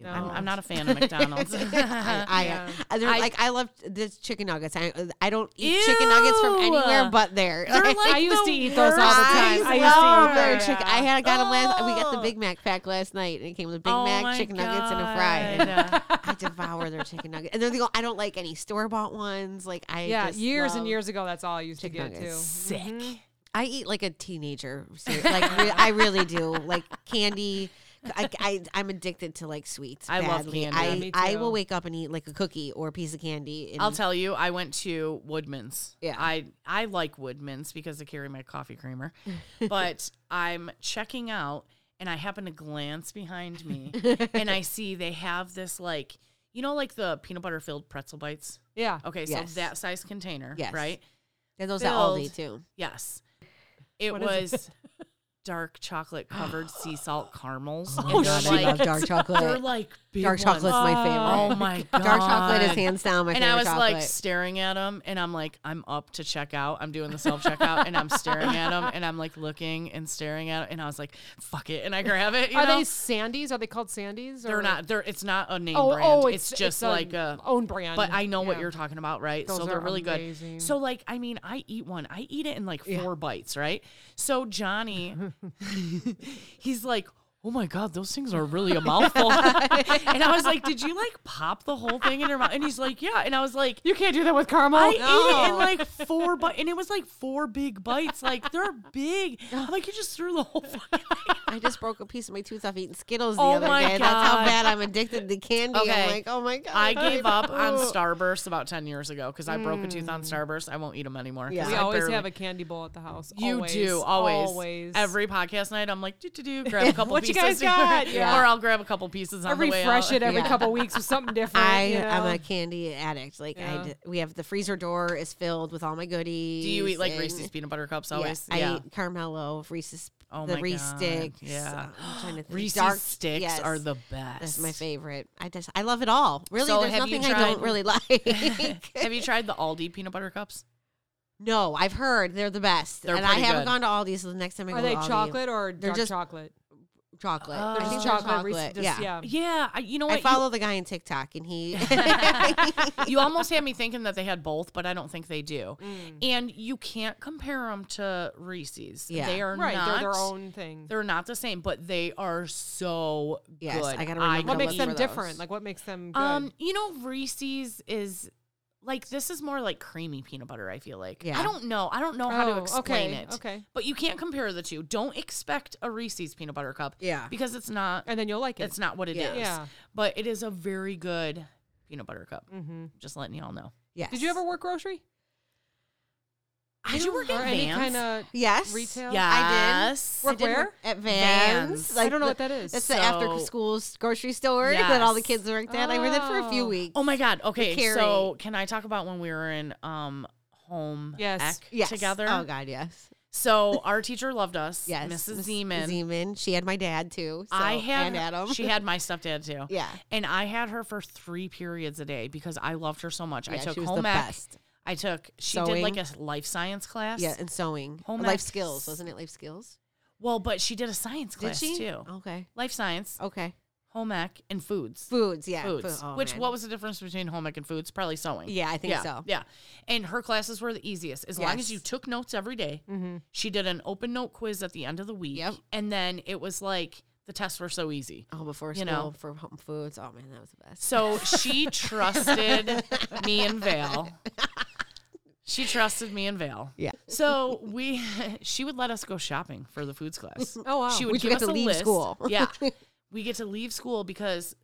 [SPEAKER 4] No.
[SPEAKER 3] I'm, I'm not a fan of McDonald's.
[SPEAKER 5] I,
[SPEAKER 4] Yeah.
[SPEAKER 5] I, they're
[SPEAKER 3] I-
[SPEAKER 5] like I love this chicken nuggets. I I don't eat chicken nuggets from
[SPEAKER 3] Ew.
[SPEAKER 5] anywhere but there.
[SPEAKER 3] They're like
[SPEAKER 4] I used
[SPEAKER 3] the
[SPEAKER 4] to eat those all the
[SPEAKER 3] worst.
[SPEAKER 4] time.
[SPEAKER 5] I,
[SPEAKER 4] I used to
[SPEAKER 5] love
[SPEAKER 4] eat
[SPEAKER 5] their
[SPEAKER 4] that.
[SPEAKER 5] chicken. I had got them last. We got the
[SPEAKER 3] Oh.
[SPEAKER 5] Big Mac pack last night, and it came with a Big
[SPEAKER 3] Oh
[SPEAKER 5] Mac,
[SPEAKER 3] my
[SPEAKER 5] chicken nuggets, and a fry. And
[SPEAKER 3] God.
[SPEAKER 5] I devour their chicken nuggets, and they're the. o- I don't like any store bought ones. Like I
[SPEAKER 4] Yeah,
[SPEAKER 5] just
[SPEAKER 4] years
[SPEAKER 5] love-
[SPEAKER 4] and years ago, that's all I used to
[SPEAKER 5] chicken
[SPEAKER 4] get
[SPEAKER 5] nuggets.
[SPEAKER 3] Sick.
[SPEAKER 4] Mm-hmm.
[SPEAKER 5] I eat like a teenager. ser- Like re- I really do. Like candy. I, I, I'm addicted to like sweets.
[SPEAKER 3] I love
[SPEAKER 5] badly.
[SPEAKER 3] candy.
[SPEAKER 5] I,
[SPEAKER 3] Yeah,
[SPEAKER 4] me
[SPEAKER 5] I
[SPEAKER 4] too.
[SPEAKER 5] will wake up and eat like a cookie or a piece of candy. And
[SPEAKER 3] I'll tell you, I went to Woodman's.
[SPEAKER 5] Mm. Yeah.
[SPEAKER 3] I I like Woodman's because they carry my coffee creamer. but I'm checking out and I happen to glance behind me and I see they have this like you know like the peanut butter filled pretzel bites.
[SPEAKER 4] too. Yeah.
[SPEAKER 3] Okay,
[SPEAKER 5] Yes.
[SPEAKER 3] so that size container,
[SPEAKER 5] Yes.
[SPEAKER 3] right?
[SPEAKER 5] and those at Aldi
[SPEAKER 3] build-
[SPEAKER 5] too.
[SPEAKER 3] Yes. It
[SPEAKER 4] What is
[SPEAKER 3] was dark chocolate covered sea salt caramels.
[SPEAKER 5] Oh,
[SPEAKER 3] and they're
[SPEAKER 5] she
[SPEAKER 3] like
[SPEAKER 5] loves dark chocolate.
[SPEAKER 3] they're like big
[SPEAKER 5] dark chocolate's
[SPEAKER 3] ones.
[SPEAKER 5] my favorite.
[SPEAKER 3] Oh my god.
[SPEAKER 5] Dark chocolate is hands down my
[SPEAKER 3] and
[SPEAKER 5] favorite
[SPEAKER 3] I was
[SPEAKER 5] chocolate.
[SPEAKER 3] like staring at him, and I'm like, I'm up to check out. I'm doing the self checkout, and I'm staring at him, and I'm like looking and staring at him, and I was like, fuck it, and I grab it. You
[SPEAKER 4] Are
[SPEAKER 3] know?
[SPEAKER 4] they Sandies? Are they called Sandies?
[SPEAKER 3] They're
[SPEAKER 4] or-
[SPEAKER 3] not. They're. It's not a name
[SPEAKER 4] Oh,
[SPEAKER 3] brand.
[SPEAKER 4] oh,
[SPEAKER 3] it's, just
[SPEAKER 4] a
[SPEAKER 3] like a.
[SPEAKER 4] own brand.
[SPEAKER 3] But I know what
[SPEAKER 4] Yeah.
[SPEAKER 3] you're talking about, right? so
[SPEAKER 4] Those
[SPEAKER 3] they're
[SPEAKER 4] are
[SPEAKER 3] really
[SPEAKER 4] amazing.
[SPEAKER 3] good. So like, I mean, I eat one. I eat it in like four bites, right? So Johnny, he's like, oh my God, those things are really a mouthful. and I was like, did you like pop the whole thing in your mouth? And he's like, yeah. And I was like,
[SPEAKER 4] You can't do that with caramel.
[SPEAKER 3] I ate it in like four, but and it was like four big bites. Like they're big. I'm like, you just threw the whole fucking thing.
[SPEAKER 5] I just broke a piece of my tooth off eating Skittles the
[SPEAKER 3] Oh
[SPEAKER 5] other
[SPEAKER 3] my
[SPEAKER 5] day. That's how
[SPEAKER 3] God.
[SPEAKER 5] bad I'm addicted to candy.
[SPEAKER 3] Okay.
[SPEAKER 5] I'm like, oh my god.
[SPEAKER 3] I gave up on Starburst about ten years ago because I broke a tooth on Starburst. I won't eat them anymore. 'cause
[SPEAKER 5] Yeah.
[SPEAKER 4] We
[SPEAKER 3] I
[SPEAKER 4] always
[SPEAKER 3] barely-
[SPEAKER 4] have a candy bowl at the house.
[SPEAKER 3] You
[SPEAKER 4] always,
[SPEAKER 3] do always.
[SPEAKER 4] always.
[SPEAKER 3] every podcast night. I'm like, do do do, grab a couple
[SPEAKER 4] What you
[SPEAKER 3] pieces,
[SPEAKER 4] guys got?
[SPEAKER 3] Or,
[SPEAKER 4] Yeah.
[SPEAKER 3] or I'll grab a couple pieces on
[SPEAKER 4] I
[SPEAKER 3] the way
[SPEAKER 4] refresh
[SPEAKER 3] out.
[SPEAKER 4] it every
[SPEAKER 5] Yeah.
[SPEAKER 4] couple weeks with something different.
[SPEAKER 5] I
[SPEAKER 4] you know?
[SPEAKER 5] am a candy addict. Like
[SPEAKER 4] Yeah.
[SPEAKER 5] I, d- we have the freezer door is filled with all my goodies.
[SPEAKER 3] Do you eat like
[SPEAKER 5] and-
[SPEAKER 3] Reese's peanut butter cups
[SPEAKER 5] Yeah,
[SPEAKER 3] always?
[SPEAKER 5] I eat Carmelo Reese's.
[SPEAKER 3] Oh
[SPEAKER 5] the
[SPEAKER 3] my
[SPEAKER 5] Reese
[SPEAKER 3] God,
[SPEAKER 5] sticks.
[SPEAKER 3] yeah.
[SPEAKER 5] I'm trying to think.
[SPEAKER 3] Reese's
[SPEAKER 5] Dark-
[SPEAKER 3] sticks
[SPEAKER 5] yes,
[SPEAKER 3] are the best.
[SPEAKER 5] That's my favorite. I just I love it all. Really,
[SPEAKER 3] So
[SPEAKER 5] there's
[SPEAKER 3] have you
[SPEAKER 5] nothing I don't
[SPEAKER 3] tried-
[SPEAKER 5] really like.
[SPEAKER 3] Have you tried the Aldi peanut butter cups?
[SPEAKER 5] no, I've heard they're the best,
[SPEAKER 3] They're
[SPEAKER 5] and I
[SPEAKER 3] pretty
[SPEAKER 5] haven't
[SPEAKER 3] good.
[SPEAKER 5] gone to Aldi's. So the next time I
[SPEAKER 4] Are
[SPEAKER 5] go
[SPEAKER 4] they
[SPEAKER 5] to Aldi,
[SPEAKER 4] chocolate or
[SPEAKER 5] They're
[SPEAKER 4] dark
[SPEAKER 5] just-
[SPEAKER 4] chocolate?
[SPEAKER 5] Chocolate.
[SPEAKER 3] Oh.
[SPEAKER 5] I
[SPEAKER 3] They're
[SPEAKER 5] think
[SPEAKER 4] Just
[SPEAKER 5] they're
[SPEAKER 4] chocolate. Reese's-
[SPEAKER 5] chocolate.
[SPEAKER 4] just-
[SPEAKER 5] yeah.
[SPEAKER 4] yeah.
[SPEAKER 3] Yeah, I, you know what?
[SPEAKER 5] I
[SPEAKER 3] You-
[SPEAKER 5] follow the guy on TikTok, and he.
[SPEAKER 3] you almost had me thinking that they had both, but I don't think they do. And you can't compare them to Reese's.
[SPEAKER 5] Mm. Yeah.
[SPEAKER 3] They are
[SPEAKER 4] Right,
[SPEAKER 3] not.
[SPEAKER 4] they're their own thing.
[SPEAKER 3] They're not the same, but they are so
[SPEAKER 5] Yes,
[SPEAKER 3] good.
[SPEAKER 5] I gotta remember
[SPEAKER 4] What
[SPEAKER 5] Gotta
[SPEAKER 4] makes
[SPEAKER 5] look
[SPEAKER 3] couldn't
[SPEAKER 4] them
[SPEAKER 5] for those.
[SPEAKER 4] different? Like what makes them good?
[SPEAKER 3] Um, you know, Reese's is like this is more like creamy peanut butter. I feel like
[SPEAKER 5] Yeah.
[SPEAKER 3] I don't know. I don't know how to
[SPEAKER 4] Oh,
[SPEAKER 3] explain
[SPEAKER 4] okay,
[SPEAKER 3] it.
[SPEAKER 4] okay.
[SPEAKER 3] but you can't compare the two. Don't expect a Reese's peanut butter cup.
[SPEAKER 5] Yeah.
[SPEAKER 3] because it's not.
[SPEAKER 4] and then you'll like it.
[SPEAKER 3] It's not what it is.
[SPEAKER 5] Yeah.
[SPEAKER 4] Yeah.
[SPEAKER 3] but it is a very good peanut butter cup.
[SPEAKER 5] Mm.
[SPEAKER 3] Just letting y'all know.
[SPEAKER 5] yes.
[SPEAKER 4] Mm-hmm. Did you ever work grocery?
[SPEAKER 3] Did you work
[SPEAKER 4] or
[SPEAKER 3] at
[SPEAKER 4] any
[SPEAKER 3] Vans?
[SPEAKER 4] kind of
[SPEAKER 5] Yes.
[SPEAKER 4] retail?
[SPEAKER 5] I did.
[SPEAKER 3] Yes.
[SPEAKER 5] I
[SPEAKER 4] Work
[SPEAKER 5] did
[SPEAKER 4] where?
[SPEAKER 5] work At Vans.
[SPEAKER 3] Vans.
[SPEAKER 4] I don't know what that is.
[SPEAKER 5] It's the after
[SPEAKER 3] So-
[SPEAKER 5] school s- grocery store that all the
[SPEAKER 3] Yes.
[SPEAKER 5] kids worked at. I worked at for a few
[SPEAKER 4] Oh.
[SPEAKER 5] weeks.
[SPEAKER 3] Oh my God. Okay.
[SPEAKER 5] Carrie.
[SPEAKER 3] So can I talk about when we were in um home
[SPEAKER 4] Yes.
[SPEAKER 3] ec
[SPEAKER 5] Yes.
[SPEAKER 3] together?
[SPEAKER 5] Oh god, yes.
[SPEAKER 3] So our teacher loved us.
[SPEAKER 5] Yes.
[SPEAKER 3] Mrs.
[SPEAKER 5] Miss
[SPEAKER 3] Zeman.
[SPEAKER 5] Zeman. She had my dad too. So,
[SPEAKER 3] I had
[SPEAKER 5] and Adam.
[SPEAKER 3] She had my stepdad too.
[SPEAKER 5] Yeah.
[SPEAKER 3] And I had her for three periods a day because I loved her so much. I
[SPEAKER 5] Yeah,
[SPEAKER 3] took
[SPEAKER 5] she was the
[SPEAKER 3] home ec.
[SPEAKER 5] best.
[SPEAKER 3] I took she did like
[SPEAKER 5] Sewing.
[SPEAKER 3] a life science class.
[SPEAKER 5] yeah, and sewing.
[SPEAKER 3] Home
[SPEAKER 5] life
[SPEAKER 3] ec.
[SPEAKER 5] skills, wasn't it? Life skills.
[SPEAKER 3] Well, but she did a science class
[SPEAKER 5] Did she? Oh.
[SPEAKER 3] too.
[SPEAKER 5] Okay.
[SPEAKER 3] Life science,
[SPEAKER 5] Okay.
[SPEAKER 3] home ec, and foods.
[SPEAKER 5] Foods, yeah.
[SPEAKER 3] foods.
[SPEAKER 5] food- oh,
[SPEAKER 3] which
[SPEAKER 5] man.
[SPEAKER 3] what was the difference between home ec and foods? Probably sewing.
[SPEAKER 5] Yeah, I think
[SPEAKER 3] yeah,
[SPEAKER 5] so.
[SPEAKER 3] Yeah. And her classes were the easiest. As long as you
[SPEAKER 5] Yes. Mm-hmm.
[SPEAKER 3] took notes every day. She did an open note quiz at the end of the week.
[SPEAKER 5] Yep.
[SPEAKER 3] And then it was like the tests were so easy.
[SPEAKER 5] Oh, before
[SPEAKER 3] You
[SPEAKER 5] school
[SPEAKER 3] know.
[SPEAKER 5] for home foods. Oh man, that was the best.
[SPEAKER 3] So she trusted me and Vale. She trusted me and Vale.
[SPEAKER 5] Yeah.
[SPEAKER 3] So we, she would let us go shopping for the foods class.
[SPEAKER 4] Oh, wow.
[SPEAKER 3] She would
[SPEAKER 5] Would you
[SPEAKER 3] give
[SPEAKER 5] get
[SPEAKER 3] us
[SPEAKER 5] to
[SPEAKER 3] a
[SPEAKER 5] leave
[SPEAKER 3] list.
[SPEAKER 5] school?
[SPEAKER 3] Yeah. We get to leave school because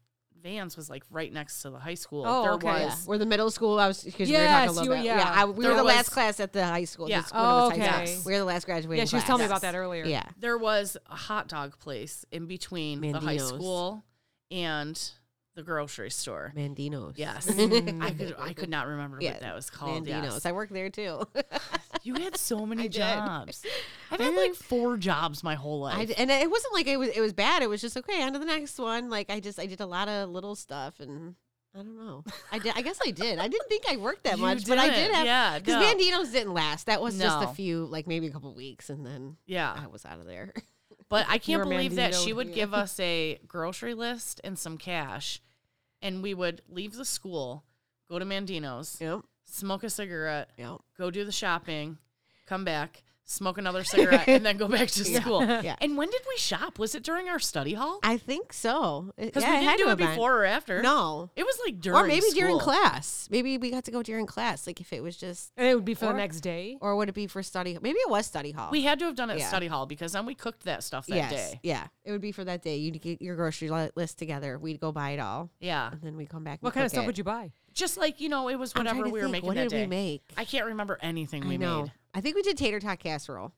[SPEAKER 3] Vans was like right next to the high school.
[SPEAKER 4] Oh,
[SPEAKER 3] there
[SPEAKER 4] okay.
[SPEAKER 5] Yeah.
[SPEAKER 3] was.
[SPEAKER 5] We're the middle school. I was because we
[SPEAKER 4] Yes,
[SPEAKER 5] were talking a
[SPEAKER 4] you
[SPEAKER 5] little
[SPEAKER 4] were-
[SPEAKER 5] bit.
[SPEAKER 4] yeah.
[SPEAKER 5] I, we
[SPEAKER 3] There
[SPEAKER 5] were the
[SPEAKER 3] was-
[SPEAKER 5] last class at the high school.
[SPEAKER 3] Yeah.
[SPEAKER 5] The school when it was
[SPEAKER 4] Oh,
[SPEAKER 5] high
[SPEAKER 4] okay.
[SPEAKER 5] school. We were the last graduating.
[SPEAKER 4] Yeah, she was telling me
[SPEAKER 5] class.
[SPEAKER 4] about that earlier.
[SPEAKER 5] Yeah.
[SPEAKER 3] There was a hot dog place in between the high
[SPEAKER 5] Mandino's.
[SPEAKER 3] school and the grocery store.
[SPEAKER 5] Mandino's. Mm.
[SPEAKER 3] Yes. I could I could not remember
[SPEAKER 5] Yeah,
[SPEAKER 3] what that was called.
[SPEAKER 5] Mandino's.
[SPEAKER 3] Yes.
[SPEAKER 5] I worked there too.
[SPEAKER 3] You had so many
[SPEAKER 5] did.
[SPEAKER 3] jobs. I've had like four jobs my whole life.
[SPEAKER 5] I d and it wasn't like it was it was bad. It was just okay. On to the next one. Like I just I did a lot of little stuff, and I don't know. I did. I guess I did. I didn't think I worked that
[SPEAKER 3] You
[SPEAKER 5] much, but I did
[SPEAKER 3] didn't.
[SPEAKER 5] have.
[SPEAKER 3] Yeah,
[SPEAKER 5] because
[SPEAKER 3] no.
[SPEAKER 5] Mandino's didn't last. That was just
[SPEAKER 3] No.
[SPEAKER 5] a few, like maybe a couple weeks, and then
[SPEAKER 3] yeah,
[SPEAKER 5] I was out of there.
[SPEAKER 3] but I can't
[SPEAKER 4] were
[SPEAKER 3] believe that she
[SPEAKER 4] Mandino.
[SPEAKER 3] would give us a grocery list and some cash, and we would leave the school, go to Mandino's,
[SPEAKER 5] yep.
[SPEAKER 3] smoke a cigarette,
[SPEAKER 5] Yep.
[SPEAKER 3] go do the shopping, come back, smoke another cigarette, and then go back to school.
[SPEAKER 5] Yeah.
[SPEAKER 3] And when did we shop? Was it during our study hall?
[SPEAKER 5] I think so. It-
[SPEAKER 3] Because
[SPEAKER 5] yeah,
[SPEAKER 3] we
[SPEAKER 5] had
[SPEAKER 3] didn't
[SPEAKER 5] to
[SPEAKER 3] do it
[SPEAKER 5] have been.
[SPEAKER 3] before or after.
[SPEAKER 5] No.
[SPEAKER 3] it was like during
[SPEAKER 5] Or maybe during
[SPEAKER 3] school.
[SPEAKER 5] class. Maybe we got to go during class. Like if it was just,
[SPEAKER 4] And it would be for
[SPEAKER 5] Or-
[SPEAKER 4] the next day.
[SPEAKER 5] or would it be for study? Maybe it was study hall.
[SPEAKER 3] We had to have done it at
[SPEAKER 5] Yeah.
[SPEAKER 3] study hall because then we cooked that stuff that
[SPEAKER 5] yes.
[SPEAKER 3] day.
[SPEAKER 5] Yeah. It would be for that day. You'd get your grocery li- list together. We'd go buy it all.
[SPEAKER 3] Yeah.
[SPEAKER 5] And then we come back.
[SPEAKER 4] What kind of stuff would you buy?
[SPEAKER 3] just like you know, it was
[SPEAKER 5] I'm trying
[SPEAKER 3] whatever
[SPEAKER 5] to
[SPEAKER 3] we were
[SPEAKER 5] think,
[SPEAKER 3] making
[SPEAKER 5] what
[SPEAKER 3] that
[SPEAKER 5] did we
[SPEAKER 3] day.
[SPEAKER 5] make?
[SPEAKER 3] I can't remember anything
[SPEAKER 5] I
[SPEAKER 3] we
[SPEAKER 5] know.
[SPEAKER 3] made,
[SPEAKER 5] I think we did tater tot casserole.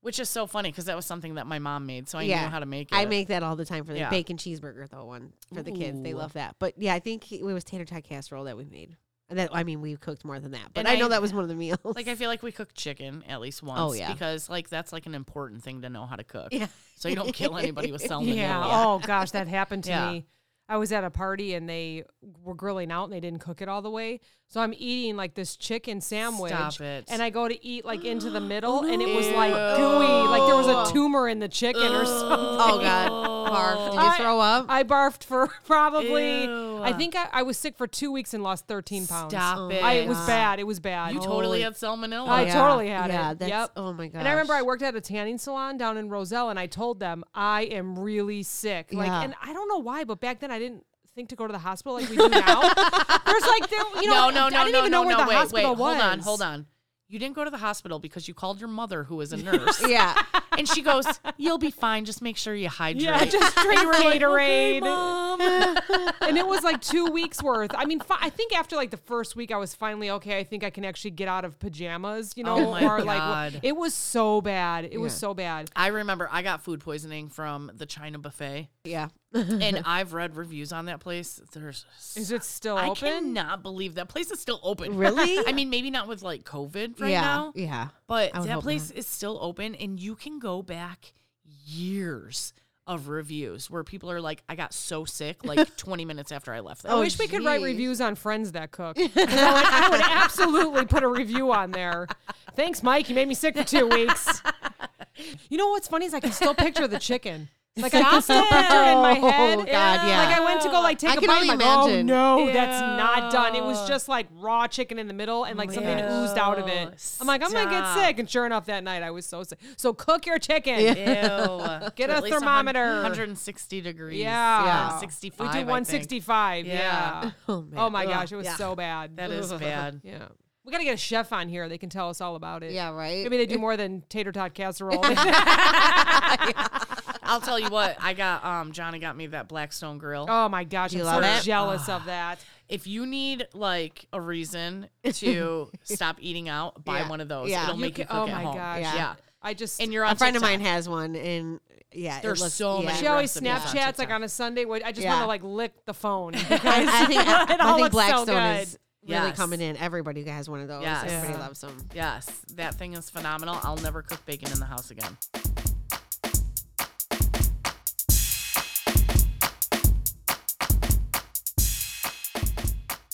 [SPEAKER 3] which is so funny because that was something that my mom made, so I
[SPEAKER 5] yeah.
[SPEAKER 3] knew how to make it.
[SPEAKER 5] I make that all the time for the
[SPEAKER 3] Yeah.
[SPEAKER 5] bacon cheeseburger though one for the kids. They
[SPEAKER 3] Ooh.
[SPEAKER 5] love that. But yeah, I think it was tater tot casserole that we made. And that I mean, we cooked more than that, but
[SPEAKER 3] And
[SPEAKER 5] I know
[SPEAKER 3] I-
[SPEAKER 5] that was one of the meals.
[SPEAKER 3] like I feel like we cooked chicken at least
[SPEAKER 4] Oh,
[SPEAKER 3] once.
[SPEAKER 5] yeah.
[SPEAKER 3] because like that's like an important thing to know how to cook.
[SPEAKER 5] Yeah.
[SPEAKER 3] so you don't kill anybody with salmonella.
[SPEAKER 4] Yeah. Oh gosh, that happened to
[SPEAKER 3] Yeah.
[SPEAKER 4] me. I was at a party and they were grilling out and they didn't cook it all the way. So I'm eating like this chicken sandwich.
[SPEAKER 3] Stop it.
[SPEAKER 4] And I go to eat like into the middle and it was like gooey. Like there was a tumor in the Oh. chicken or something.
[SPEAKER 5] Oh God, barf! Did you
[SPEAKER 4] I-
[SPEAKER 5] throw up?
[SPEAKER 4] I barfed for probably
[SPEAKER 3] Ew.
[SPEAKER 4] I think I, I was sick for two weeks and lost 13 pounds.
[SPEAKER 3] Stop it.
[SPEAKER 4] Oh, I, it was bad. It was bad. Oh,
[SPEAKER 3] You
[SPEAKER 5] Holy-
[SPEAKER 3] totally had salmonella.
[SPEAKER 4] I totally had
[SPEAKER 5] Oh, yeah,
[SPEAKER 4] it.
[SPEAKER 5] That's,
[SPEAKER 4] yep.
[SPEAKER 5] Oh my god.
[SPEAKER 4] And I remember I worked at a tanning salon down in Roselle, and I told them I am really sick. Like,
[SPEAKER 5] Yeah.
[SPEAKER 4] and I don't know why, but back then I didn't think to go to the hospital like we do now. There's like, there, you know,
[SPEAKER 3] no, no, no,
[SPEAKER 4] I didn't
[SPEAKER 3] no,
[SPEAKER 4] even
[SPEAKER 3] no,
[SPEAKER 4] know where
[SPEAKER 3] no. wait,
[SPEAKER 4] the
[SPEAKER 3] wait,
[SPEAKER 4] hospital
[SPEAKER 3] hold
[SPEAKER 4] was.
[SPEAKER 3] on, hold on. You didn't go to the hospital because you called your mother, who is a nurse,
[SPEAKER 5] Yeah.
[SPEAKER 3] and she goes, "You'll be fine. Just make sure you hydrate."
[SPEAKER 4] Yeah, just drink Gatorade.
[SPEAKER 3] Mom.
[SPEAKER 4] and it was like two weeks worth. I mean, fi- I think after like the first week, I was finally okay. I think I can actually get out of pajamas, you know,
[SPEAKER 3] Oh my
[SPEAKER 4] or like
[SPEAKER 3] God.
[SPEAKER 4] it was so bad. It was
[SPEAKER 5] Yeah.
[SPEAKER 4] so bad.
[SPEAKER 3] I remember I got food poisoning from the China buffet,
[SPEAKER 5] Yeah.
[SPEAKER 3] and I've read reviews on that place. There's,
[SPEAKER 4] Is it still
[SPEAKER 3] I
[SPEAKER 4] open?
[SPEAKER 3] cannot believe that place is still open.
[SPEAKER 5] Really?
[SPEAKER 3] I mean, maybe not with like COVID right
[SPEAKER 5] yeah.
[SPEAKER 3] now,
[SPEAKER 5] Yeah.
[SPEAKER 3] but
[SPEAKER 5] I would
[SPEAKER 3] that
[SPEAKER 5] hope
[SPEAKER 3] place is still open, and you can go back years of reviews where people are like, "I got so sick like 20 minutes after I left." That
[SPEAKER 4] I
[SPEAKER 5] Oh,
[SPEAKER 4] wish we could write
[SPEAKER 5] geez.
[SPEAKER 4] reviews on friends that cook. I, would, I would absolutely put a review on there. Thanks, Mike. You made me sick for two weeks. You know what's funny is I can still picture the chicken. Like I can still picture it in my head.
[SPEAKER 5] Oh, God,
[SPEAKER 4] Ew.
[SPEAKER 5] yeah.
[SPEAKER 4] Like I went to go like take
[SPEAKER 5] I
[SPEAKER 4] a
[SPEAKER 5] can
[SPEAKER 4] bite.
[SPEAKER 5] only
[SPEAKER 4] I'm like, oh
[SPEAKER 5] imagine.
[SPEAKER 4] no, that's not done. It was
[SPEAKER 3] Ew.
[SPEAKER 4] just like raw chicken in the middle and like something
[SPEAKER 5] gosh.
[SPEAKER 4] oozed out of it.
[SPEAKER 5] Oh,
[SPEAKER 4] I'm like, I'm gonna get
[SPEAKER 3] Stop.
[SPEAKER 4] sick. And sure enough, that night I was so sick. So cook your chicken.
[SPEAKER 3] Ew. Get
[SPEAKER 4] a thermometer.
[SPEAKER 3] 160 degrees.
[SPEAKER 4] Yeah.
[SPEAKER 5] Yeah.
[SPEAKER 3] 65.
[SPEAKER 4] We
[SPEAKER 3] I
[SPEAKER 4] do
[SPEAKER 3] think.
[SPEAKER 4] 165.
[SPEAKER 3] Yeah.
[SPEAKER 4] Yeah.
[SPEAKER 5] Oh, man.
[SPEAKER 4] Oh my
[SPEAKER 5] Ugh.
[SPEAKER 4] gosh, it was
[SPEAKER 5] Yeah.
[SPEAKER 4] so bad.
[SPEAKER 3] That is bad.
[SPEAKER 4] Yeah. We got to get a chef on here. They can tell us all about it.
[SPEAKER 5] Yeah, right?
[SPEAKER 4] Maybe they do more than tater tot casserole.
[SPEAKER 3] I'll tell you what. I got um Johnny got me that Blackstone grill.
[SPEAKER 4] oh my gosh, I'm
[SPEAKER 5] You
[SPEAKER 4] so
[SPEAKER 5] love it? Ah.
[SPEAKER 4] jealous of that.
[SPEAKER 3] If you need like a reason to stop eating out, buy
[SPEAKER 5] Yeah.
[SPEAKER 3] one of those.
[SPEAKER 5] Yeah.
[SPEAKER 3] It'll
[SPEAKER 5] You
[SPEAKER 3] make you
[SPEAKER 4] ca-
[SPEAKER 3] cook
[SPEAKER 4] oh
[SPEAKER 3] at
[SPEAKER 4] my
[SPEAKER 3] home.
[SPEAKER 4] gosh.
[SPEAKER 3] Yeah.
[SPEAKER 5] Yeah.
[SPEAKER 4] I just
[SPEAKER 3] And you're on
[SPEAKER 5] A friend of
[SPEAKER 3] TikTok.
[SPEAKER 5] mine has one, and yeah, it
[SPEAKER 3] There's
[SPEAKER 5] looks-
[SPEAKER 3] so
[SPEAKER 5] yeah.
[SPEAKER 3] many
[SPEAKER 4] she always
[SPEAKER 3] recipes on
[SPEAKER 4] Snapchats like
[SPEAKER 3] TikTok.
[SPEAKER 4] on a Sunday. Where I just
[SPEAKER 5] Yeah.
[SPEAKER 4] want to like lick the phone.
[SPEAKER 5] I, I think, uh, I,
[SPEAKER 4] all
[SPEAKER 5] think
[SPEAKER 4] looks so
[SPEAKER 5] Blackstone
[SPEAKER 4] good.
[SPEAKER 5] is really
[SPEAKER 3] Yes.
[SPEAKER 5] coming in. Everybody has one of those.
[SPEAKER 3] Yes.
[SPEAKER 5] Everybody
[SPEAKER 3] Yeah.
[SPEAKER 5] loves them.
[SPEAKER 3] Yes, that thing is phenomenal. I'll never cook bacon in the house again.
[SPEAKER 4] so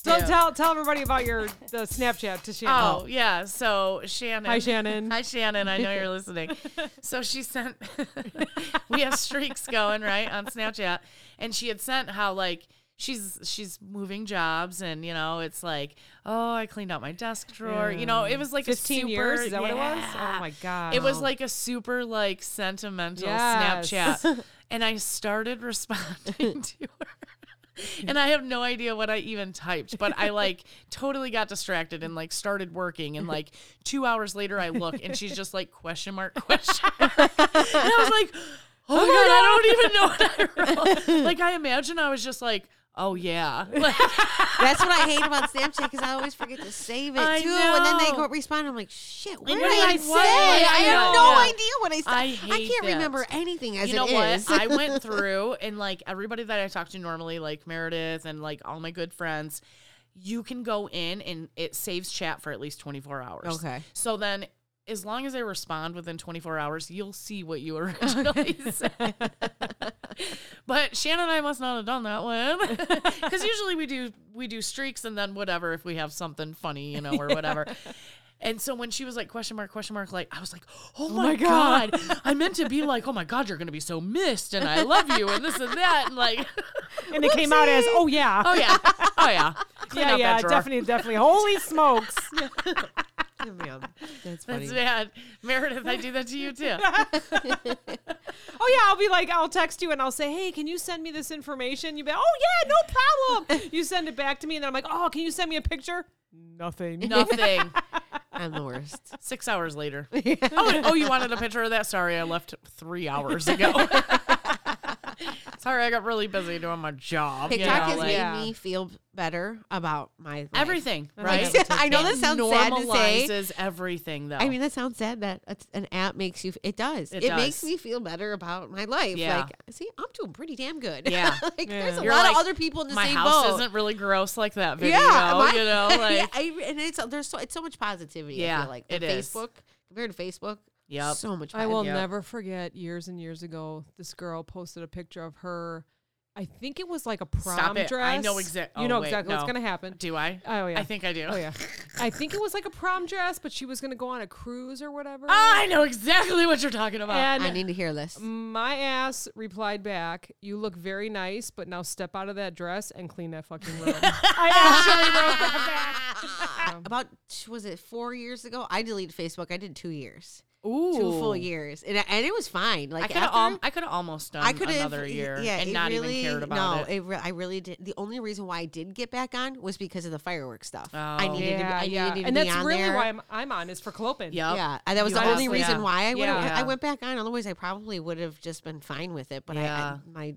[SPEAKER 3] Yeah.
[SPEAKER 4] tell tell everybody about your the Snapchat to Shannon.
[SPEAKER 3] Oh, yeah. So Shannon.
[SPEAKER 4] Hi, Shannon.
[SPEAKER 3] Hi Shannon. I know you're listening. So she sent we have streaks going, right? On Snapchat. And she had sent how like she's she's moving jobs and you know, it's like, oh, I cleaned out my desk drawer. You know, it was like a
[SPEAKER 4] Fifteen
[SPEAKER 3] super,
[SPEAKER 4] years is that what it was?
[SPEAKER 3] Yeah.
[SPEAKER 4] Oh my god,
[SPEAKER 3] It was like a super like sentimental
[SPEAKER 4] Yes.
[SPEAKER 3] Snapchat. And I started responding to her. And I have no idea what I even typed, but I like totally got distracted and like started working. And like two hours later, I look and she's just like question mark question. Mark. and I was like, oh my god, I don't even know what I wrote. Like I imagine I was just like, oh yeah, Like,
[SPEAKER 5] That's what I hate about Snapchat because I always forget to save it
[SPEAKER 3] I
[SPEAKER 5] too, and then they
[SPEAKER 3] know.
[SPEAKER 5] go respond. I'm like, shit, where
[SPEAKER 3] you're
[SPEAKER 5] did I
[SPEAKER 3] like,
[SPEAKER 5] say?
[SPEAKER 3] what?
[SPEAKER 5] I
[SPEAKER 3] Yeah,
[SPEAKER 5] have
[SPEAKER 3] yeah,
[SPEAKER 5] no
[SPEAKER 3] yeah.
[SPEAKER 5] idea what I said.
[SPEAKER 3] I hate
[SPEAKER 5] can't
[SPEAKER 3] that.
[SPEAKER 5] remember anything as
[SPEAKER 3] you know
[SPEAKER 5] it
[SPEAKER 3] what?
[SPEAKER 5] is.
[SPEAKER 3] I went through and like everybody that I talk to normally, like Meredith and like all my good friends, you can go in and it saves chat for at least 24 hours.
[SPEAKER 5] Okay.
[SPEAKER 3] So then as long as I respond within 24 hours, you'll see what you originally said. but Shannon and I must not have done that one. Because usually we do we do streaks and then whatever if we have something funny, you know, or whatever. And so when she was like question mark question mark like I was like oh my, god. I meant to be like oh my god you're gonna be so missed and I love you and this and that and like
[SPEAKER 4] and it came out as oh yeah,
[SPEAKER 3] oh yeah oh yeah Clean
[SPEAKER 4] yeah,
[SPEAKER 3] out
[SPEAKER 4] yeah,
[SPEAKER 3] that drawer.
[SPEAKER 4] definitely, definitely. Holy smokes!
[SPEAKER 5] Yeah, That's funny.
[SPEAKER 3] that's bad Meredith I do that to you too
[SPEAKER 4] Oh yeah, I'll be like, I'll text you and I'll say, hey, can you send me this information? You be, oh yeah, no problem. you send it back to me, and then I'm like, oh, can you send me a picture? Nothing.
[SPEAKER 3] nothing
[SPEAKER 5] I'm the worst.
[SPEAKER 3] six hours later oh oh you wanted a picture of that sorry I left three hours ago sorry I got really busy doing my job you
[SPEAKER 5] TikTok
[SPEAKER 3] know,
[SPEAKER 5] has
[SPEAKER 3] like,
[SPEAKER 5] made
[SPEAKER 4] yeah.
[SPEAKER 5] me feel better about my life.
[SPEAKER 3] everything
[SPEAKER 5] Like,
[SPEAKER 3] right
[SPEAKER 5] I know that sounds sad to say.
[SPEAKER 3] normalizes everything though
[SPEAKER 5] I mean, that sounds sad that it's- an app makes you. It does.
[SPEAKER 3] It
[SPEAKER 5] It, makes
[SPEAKER 3] does.
[SPEAKER 5] me feel better about my life.
[SPEAKER 3] Yeah.
[SPEAKER 5] Like, see, I'm doing pretty damn good.
[SPEAKER 3] Yeah.
[SPEAKER 5] like, there's a
[SPEAKER 3] You're
[SPEAKER 5] lot
[SPEAKER 3] like,
[SPEAKER 5] of other people in the
[SPEAKER 3] my
[SPEAKER 5] same
[SPEAKER 3] house
[SPEAKER 5] boat.
[SPEAKER 3] isn't really gross like that video.
[SPEAKER 5] my-
[SPEAKER 3] you know, like
[SPEAKER 5] yeah, I, and it's there's so it's so much positivity. I
[SPEAKER 3] Yeah,
[SPEAKER 5] feel like
[SPEAKER 3] it
[SPEAKER 5] than
[SPEAKER 3] is.
[SPEAKER 5] Facebook compared to Facebook.
[SPEAKER 3] Yep.
[SPEAKER 5] so much.
[SPEAKER 4] I will
[SPEAKER 5] positivity.
[SPEAKER 3] Yep.
[SPEAKER 4] never forget years and years ago, this girl posted a picture of her I think it was like a prom
[SPEAKER 3] Stop it.
[SPEAKER 4] dress.
[SPEAKER 3] I know exact-
[SPEAKER 4] you
[SPEAKER 3] oh,
[SPEAKER 4] know
[SPEAKER 3] wait,
[SPEAKER 4] exactly what's
[SPEAKER 3] no.
[SPEAKER 4] gonna happen.
[SPEAKER 3] Do I?
[SPEAKER 4] Oh, yeah.
[SPEAKER 3] I think I do.
[SPEAKER 4] Oh yeah, I think it was like a prom dress, but she was gonna go on a cruise or whatever.
[SPEAKER 3] I know exactly what you're talking about.
[SPEAKER 4] and
[SPEAKER 5] I need to hear this.
[SPEAKER 4] my ass replied back, "You look very nice, but now step out of that dress and clean that fucking room."
[SPEAKER 5] About was it four years ago? I deleted Facebook. I did two years,
[SPEAKER 3] Ooh.
[SPEAKER 5] two full years, and and it was fine. Like
[SPEAKER 3] I could have
[SPEAKER 5] after-
[SPEAKER 3] al- I could have almost done
[SPEAKER 5] I could
[SPEAKER 3] um, another year and not even cared about
[SPEAKER 5] no,
[SPEAKER 3] it.
[SPEAKER 5] re- I really did. The only reason why I did get back on was because of the fireworks stuff. I
[SPEAKER 3] Oh.
[SPEAKER 5] needed to, be,
[SPEAKER 4] yeah,
[SPEAKER 5] I
[SPEAKER 4] yeah,
[SPEAKER 5] needed to
[SPEAKER 4] and
[SPEAKER 5] be
[SPEAKER 4] that's
[SPEAKER 5] on
[SPEAKER 4] really
[SPEAKER 5] there.
[SPEAKER 4] why I'm I'm on is for Clopin.
[SPEAKER 3] Yep.
[SPEAKER 5] Yeah, and that was
[SPEAKER 3] You
[SPEAKER 5] the only
[SPEAKER 3] have to.
[SPEAKER 5] reason
[SPEAKER 3] Yeah.
[SPEAKER 5] why I went.
[SPEAKER 4] Yeah.
[SPEAKER 5] I went back on. Otherwise, I probably would have just been fine with it. But I,
[SPEAKER 3] Yeah.
[SPEAKER 5] I, my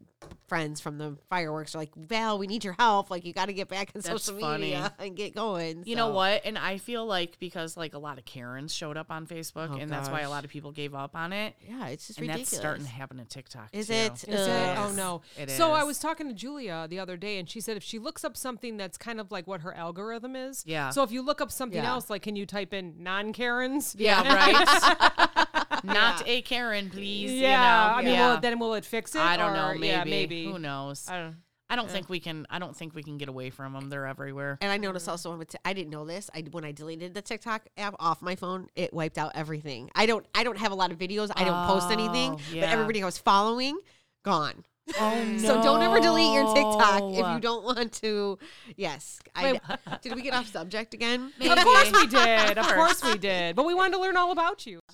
[SPEAKER 5] friends from the fireworks are like, "Val, we need your help. Like, you got to get back on
[SPEAKER 3] That's
[SPEAKER 5] social
[SPEAKER 3] funny.
[SPEAKER 5] media and get going."
[SPEAKER 3] You know
[SPEAKER 5] So-
[SPEAKER 3] what? And I feel like because like a lot of Karens showed up on Facebook,
[SPEAKER 5] Oh,
[SPEAKER 3] and that's why a
[SPEAKER 5] gosh.
[SPEAKER 3] lot of people gave up on it.
[SPEAKER 5] Yeah, it's just
[SPEAKER 3] and
[SPEAKER 5] ridiculous.
[SPEAKER 3] that's starting to happen to TikTok.
[SPEAKER 5] Is
[SPEAKER 3] too.
[SPEAKER 5] it?
[SPEAKER 4] Is it? Oh
[SPEAKER 5] Ugh.
[SPEAKER 4] no!
[SPEAKER 3] It
[SPEAKER 4] so I
[SPEAKER 3] is.
[SPEAKER 4] was talking to Julia the other day, and she said if she looks up something that's kind of like what her algorithm is.
[SPEAKER 3] Yeah.
[SPEAKER 4] So if you look up something
[SPEAKER 5] Yeah.
[SPEAKER 4] else, like can you type in non Karens?
[SPEAKER 3] Yeah, right. Not a Karen, please. you
[SPEAKER 4] Yeah.
[SPEAKER 3] know?
[SPEAKER 4] I mean,
[SPEAKER 3] Yeah.
[SPEAKER 4] Will, it- then will it fix it?
[SPEAKER 3] I don't know.
[SPEAKER 4] Or-
[SPEAKER 3] Maybe.
[SPEAKER 4] Yeah, maybe.
[SPEAKER 3] Who knows?
[SPEAKER 4] I don't.
[SPEAKER 3] I don't think we can. I don't think we can get away from them. They're everywhere.
[SPEAKER 5] And I
[SPEAKER 4] Mm-hmm.
[SPEAKER 5] noticed also on the t- I didn't know this. I when I deleted the TikTok app off my phone, it wiped out everything. I don't I don't have a lot of videos. I don't post anything.
[SPEAKER 3] Oh,
[SPEAKER 5] But
[SPEAKER 3] yeah.
[SPEAKER 5] everybody I was following, gone.
[SPEAKER 3] Oh no!
[SPEAKER 5] So don't ever delete your TikTok if you don't want to. Yes. I, did we get off subject again?
[SPEAKER 3] Maybe.
[SPEAKER 4] Of course we did. Of course we did. But we wanted to learn all about you.